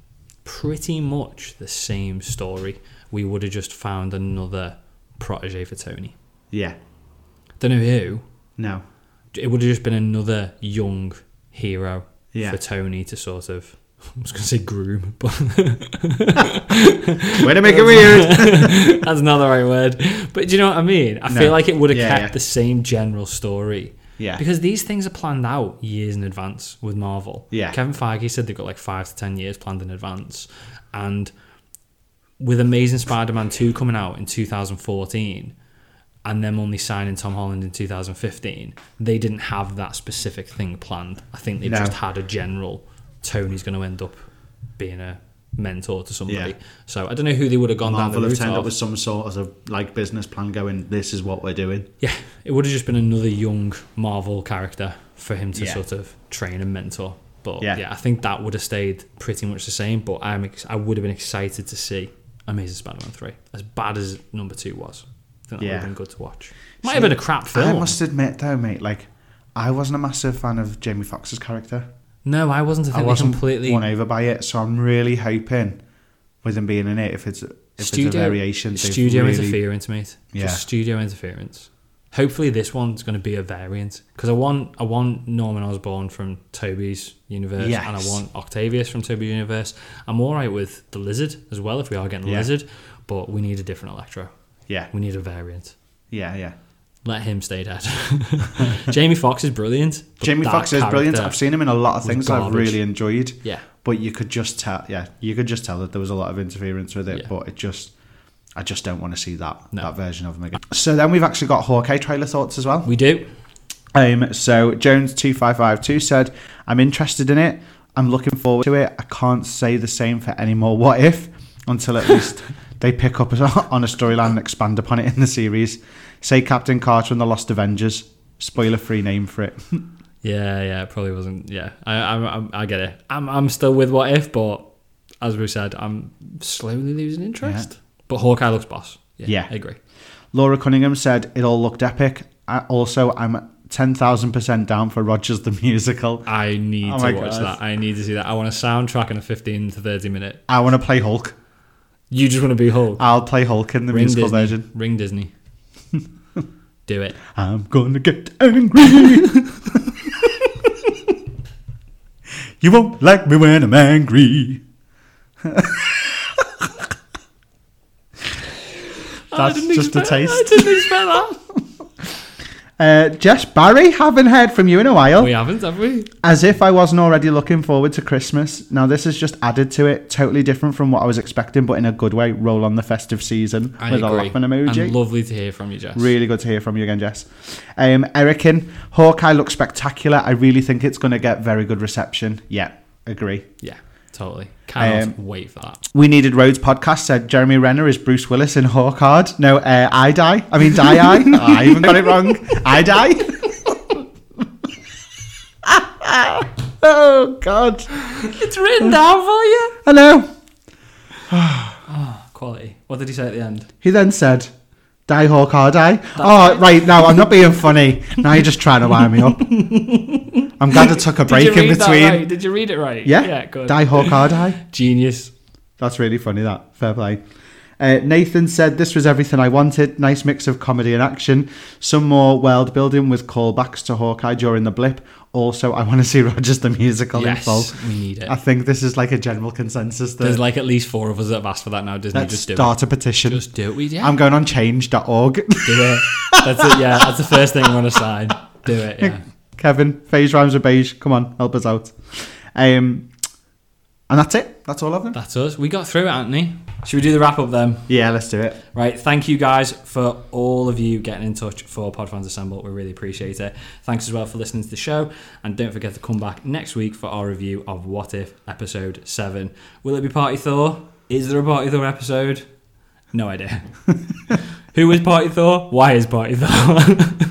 Speaker 2: pretty much the same story. We would have just found another protege for Tony.
Speaker 3: Yeah.
Speaker 2: Don't know who, [LAUGHS]
Speaker 3: No.
Speaker 2: it would have just been another young hero
Speaker 3: Yeah.
Speaker 2: for Tony to sort of. [LAUGHS] I was going to say groom, but
Speaker 3: Way to make it weird.
Speaker 2: [LAUGHS] that's not the right word. But do you know what I mean? I
Speaker 3: No.
Speaker 2: feel like it would have
Speaker 3: Yeah,
Speaker 2: kept
Speaker 3: yeah.
Speaker 2: the same general story.
Speaker 3: Yeah.
Speaker 2: Because these things are planned out years in advance with Marvel.
Speaker 3: Yeah.
Speaker 2: Kevin Feige said they've got like five to ten years planned in advance. And with Amazing Spider Man 2 coming out in 2014 and them only signing Tom Holland in 2015, they didn't have that specific thing planned. I think they
Speaker 3: No.
Speaker 2: just had a general Tony's going to end up being a mentor to somebody.
Speaker 3: Yeah.
Speaker 2: So I don't know who they would have gone
Speaker 3: Marvel
Speaker 2: down
Speaker 3: have
Speaker 2: the
Speaker 3: turned
Speaker 2: route
Speaker 3: up
Speaker 2: of.
Speaker 3: with some sort of like business plan going. This is what we're doing.
Speaker 2: Yeah, it would have just been another young Marvel character for him to
Speaker 3: Yeah.
Speaker 2: sort of train and mentor. But
Speaker 3: Yeah.
Speaker 2: yeah. I think that would have stayed pretty much the same. But I'm ex- I would have been excited to see Amazing Spider-Man three, as bad as number two was. I think that would
Speaker 3: Yeah.
Speaker 2: have been good to watch. Might have been a crap film.
Speaker 3: I must admit though, mate, like I wasn't a massive fan of Jamie Foxx's character.
Speaker 2: No, I wasn't. I
Speaker 3: I
Speaker 2: think they
Speaker 3: wasn't
Speaker 2: completely.
Speaker 3: won over by it, so I'm really hoping with him being in it, if it's if it's a variation, they've
Speaker 2: studio
Speaker 3: really,
Speaker 2: interference, mate.
Speaker 3: Yeah.
Speaker 2: Just studio interference. Hopefully, this one's going to be a variant because I want I want Norman Osborn from Toby's universe, and I
Speaker 3: Yes.
Speaker 2: want Octavius from Toby's universe. I'm all right with the lizard as well if we are getting the
Speaker 3: Yeah.
Speaker 2: lizard, but we need a different Electro.
Speaker 3: Yeah,
Speaker 2: We need a variant.
Speaker 3: yeah, yeah.
Speaker 2: Let him stay dead. [LAUGHS] Jamie Fox is brilliant. but
Speaker 3: Jamie
Speaker 2: that
Speaker 3: Foxx is brilliant.
Speaker 2: character-
Speaker 3: I've seen him in a lot of things that I've
Speaker 2: garbage.
Speaker 3: really enjoyed.
Speaker 2: Yeah.
Speaker 3: but you could just tell. Yeah, you could just tell that there was a lot of interference with it,
Speaker 2: Yeah.
Speaker 3: but it just. I just don't want to see that
Speaker 2: No.
Speaker 3: that version of him again. So then we've actually got Hawkeye trailer thoughts as well.
Speaker 2: We do.
Speaker 3: Um, so Jones two five five two said, "I'm interested in it. I'm looking forward to it. I can't say the same for any more. What if until at least they pick up on a [LAUGHS] storyline and expand upon it in the series? Say Captain Carter and the Lost Avengers. Spoiler free name for it. [LAUGHS]
Speaker 2: Yeah, yeah, it probably wasn't. Yeah, I, I, I, I get it. I'm, I'm still with what if, but as we said, I'm slowly losing interest. But Hawkeye looks boss. Yeah,
Speaker 3: Yeah.
Speaker 2: I agree.
Speaker 3: Laura Cunningham said it all looked epic. I, also, I'm ten thousand percent down for Rogers the musical.
Speaker 2: I need
Speaker 3: Oh
Speaker 2: to
Speaker 3: my
Speaker 2: watch
Speaker 3: God.
Speaker 2: that. I need to see that. I want a soundtrack in a 15 to 30 minute.
Speaker 3: I want to play Hulk.
Speaker 2: You just want to be Hulk.
Speaker 3: I'll play Hulk in the
Speaker 2: Ring
Speaker 3: musical
Speaker 2: Disney.
Speaker 3: version.
Speaker 2: Ring
Speaker 3: [LAUGHS]
Speaker 2: Disney. Do it.
Speaker 3: I'm gonna get angry. you won't like me when I'm angry. That's
Speaker 2: I didn't
Speaker 3: just a
Speaker 2: expect- I
Speaker 3: taste.
Speaker 2: didn't expect
Speaker 3: [LAUGHS]
Speaker 2: that.
Speaker 3: Uh, Jess Barry, haven't heard from you in a while.
Speaker 2: we haven't, have we?
Speaker 3: As if I wasn't already looking forward to Christmas. Now this is just added to it. Totally different from what I was expecting, but in a good way. Roll on the festive season
Speaker 2: I
Speaker 3: with
Speaker 2: agree.
Speaker 3: a laughing emoji.
Speaker 2: And lovely to hear from you, Jess.
Speaker 3: Really good to hear from you again, Jess. Um, Erican, Hawkeye looks spectacular. I really think it's going to get very good reception. Yeah, agree.
Speaker 2: Yeah, totally. Cannot
Speaker 3: Um,
Speaker 2: wait for that.
Speaker 3: We Needed Roads podcast said Jeremy Renner is Bruce Willis in Hawkard. No, uh, I die. I mean, die
Speaker 2: [LAUGHS]
Speaker 3: I. Ah, I even got it wrong. I die. oh, God.
Speaker 2: It's written down for you.
Speaker 3: Hello.
Speaker 2: Quality. What did he say at the end?
Speaker 3: He then said, Die Hawkeye, die. Oh, right, now I'm not being funny. Now you're just trying to wind me up. I'm glad I took a break
Speaker 2: Did you
Speaker 3: in
Speaker 2: read that
Speaker 3: between.
Speaker 2: right? Did you read it right?
Speaker 3: Yeah.
Speaker 2: Yeah, good.
Speaker 3: Die Hawk Hard Eye.
Speaker 2: Genius.
Speaker 3: That's really funny, that. Fair play. Uh, Nathan said, This was everything I wanted. Nice mix of comedy and action. Some more world building with callbacks to Hawkeye during the blip. Also, I want to see [LAUGHS] Rogers the Musical in full.
Speaker 2: Yes, we need it.
Speaker 3: I think this is like a general consensus that
Speaker 2: There's like at least four of us that have asked for that now. Disney,
Speaker 3: let's
Speaker 2: just do
Speaker 3: start a petition.
Speaker 2: it. Just do it. We yeah.
Speaker 3: I'm going on change.org.
Speaker 2: do it. That's it. Yeah, that's the first thing I'm gonna sign. Do it.
Speaker 3: [LAUGHS]
Speaker 2: Yeah.
Speaker 3: [LAUGHS] Kevin, phase rhymes with beige. Come on, help us out. Um, and that's it. That's all of them.
Speaker 2: That's us. We got through it, Anthony. Should we do the wrap up then?
Speaker 3: Yeah, let's do it.
Speaker 2: Right, thank you guys for all of you getting in touch for Podfans Assemble. We really appreciate it. Thanks as well for listening to the show. And don't forget to come back next week for our review of What If Episode 7. Will it be Party Thor? Is there a Party Thor episode? No
Speaker 3: [LAUGHS]
Speaker 2: idea. Who is Party Thor? Why is Party Thor?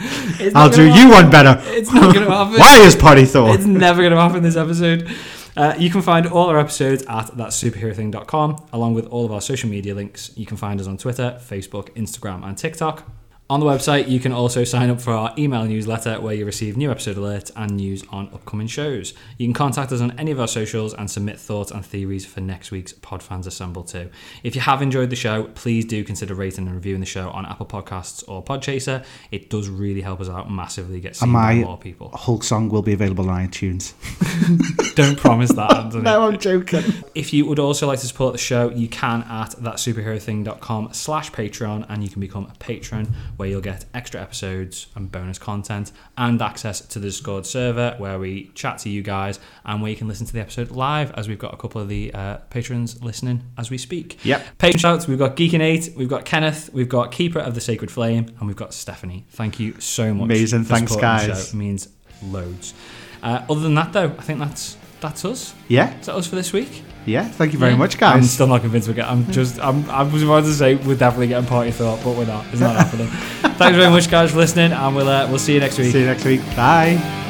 Speaker 2: It's not
Speaker 3: I'll
Speaker 2: gonna
Speaker 3: do
Speaker 2: happen.
Speaker 3: you one better.
Speaker 2: It's not
Speaker 3: [LAUGHS]
Speaker 2: going to happen.
Speaker 3: Why is Party Thor?
Speaker 2: It's never going to happen this episode. Uh, you can find all our episodes at thatsuperherothing.com, along with all of our social media links. You can find us on Twitter, Facebook, Instagram, and TikTok. On the website, you can also sign up for our email newsletter where you receive new episode alerts and news on upcoming shows. You can contact us on any of our socials and submit thoughts and theories for next week's Podfans Assemble too. If you have enjoyed the show, please do consider rating and reviewing the show on Apple Podcasts or Podchaser. It does really help us out massively, get seen
Speaker 3: And
Speaker 2: by
Speaker 3: my-
Speaker 2: more people.
Speaker 3: Hulk song will be available on iTunes.
Speaker 2: Don't promise that, Anthony.
Speaker 3: I'm joking.
Speaker 2: If you would also like to support the show, you can at thatsuperherothing.com slash Patreon and you can become a patron where you'll get extra episodes and bonus content and access to the Discord server where we chat to you guys and where you can listen to the episode live as we've got a couple of the uh, patrons listening as we speak.
Speaker 3: Yep.
Speaker 2: Patron shouts, we've got Geekinate, we've got Kenneth, we've got Keeper of the Sacred Flame and we've got Stephanie. Thank you so much.
Speaker 3: Amazing.
Speaker 2: for
Speaker 3: Thanks,
Speaker 2: supporting the
Speaker 3: guys.
Speaker 2: show. It means loads. Uh, other than that though, I think that's that's us.
Speaker 3: Yeah,
Speaker 2: Is that us for this week?
Speaker 3: yeah. Thank you very
Speaker 2: Yeah.
Speaker 3: much,
Speaker 2: I'm
Speaker 3: guys. Hmm.
Speaker 2: still not convinced we're getting. I'm just. I'm, I was about to say we're definitely getting party thought,
Speaker 3: [LAUGHS]
Speaker 2: but we're not. It's not happening. Thanks very much, guys, for listening, and we'll uh, we'll see you next week.
Speaker 3: See you next week. Bye.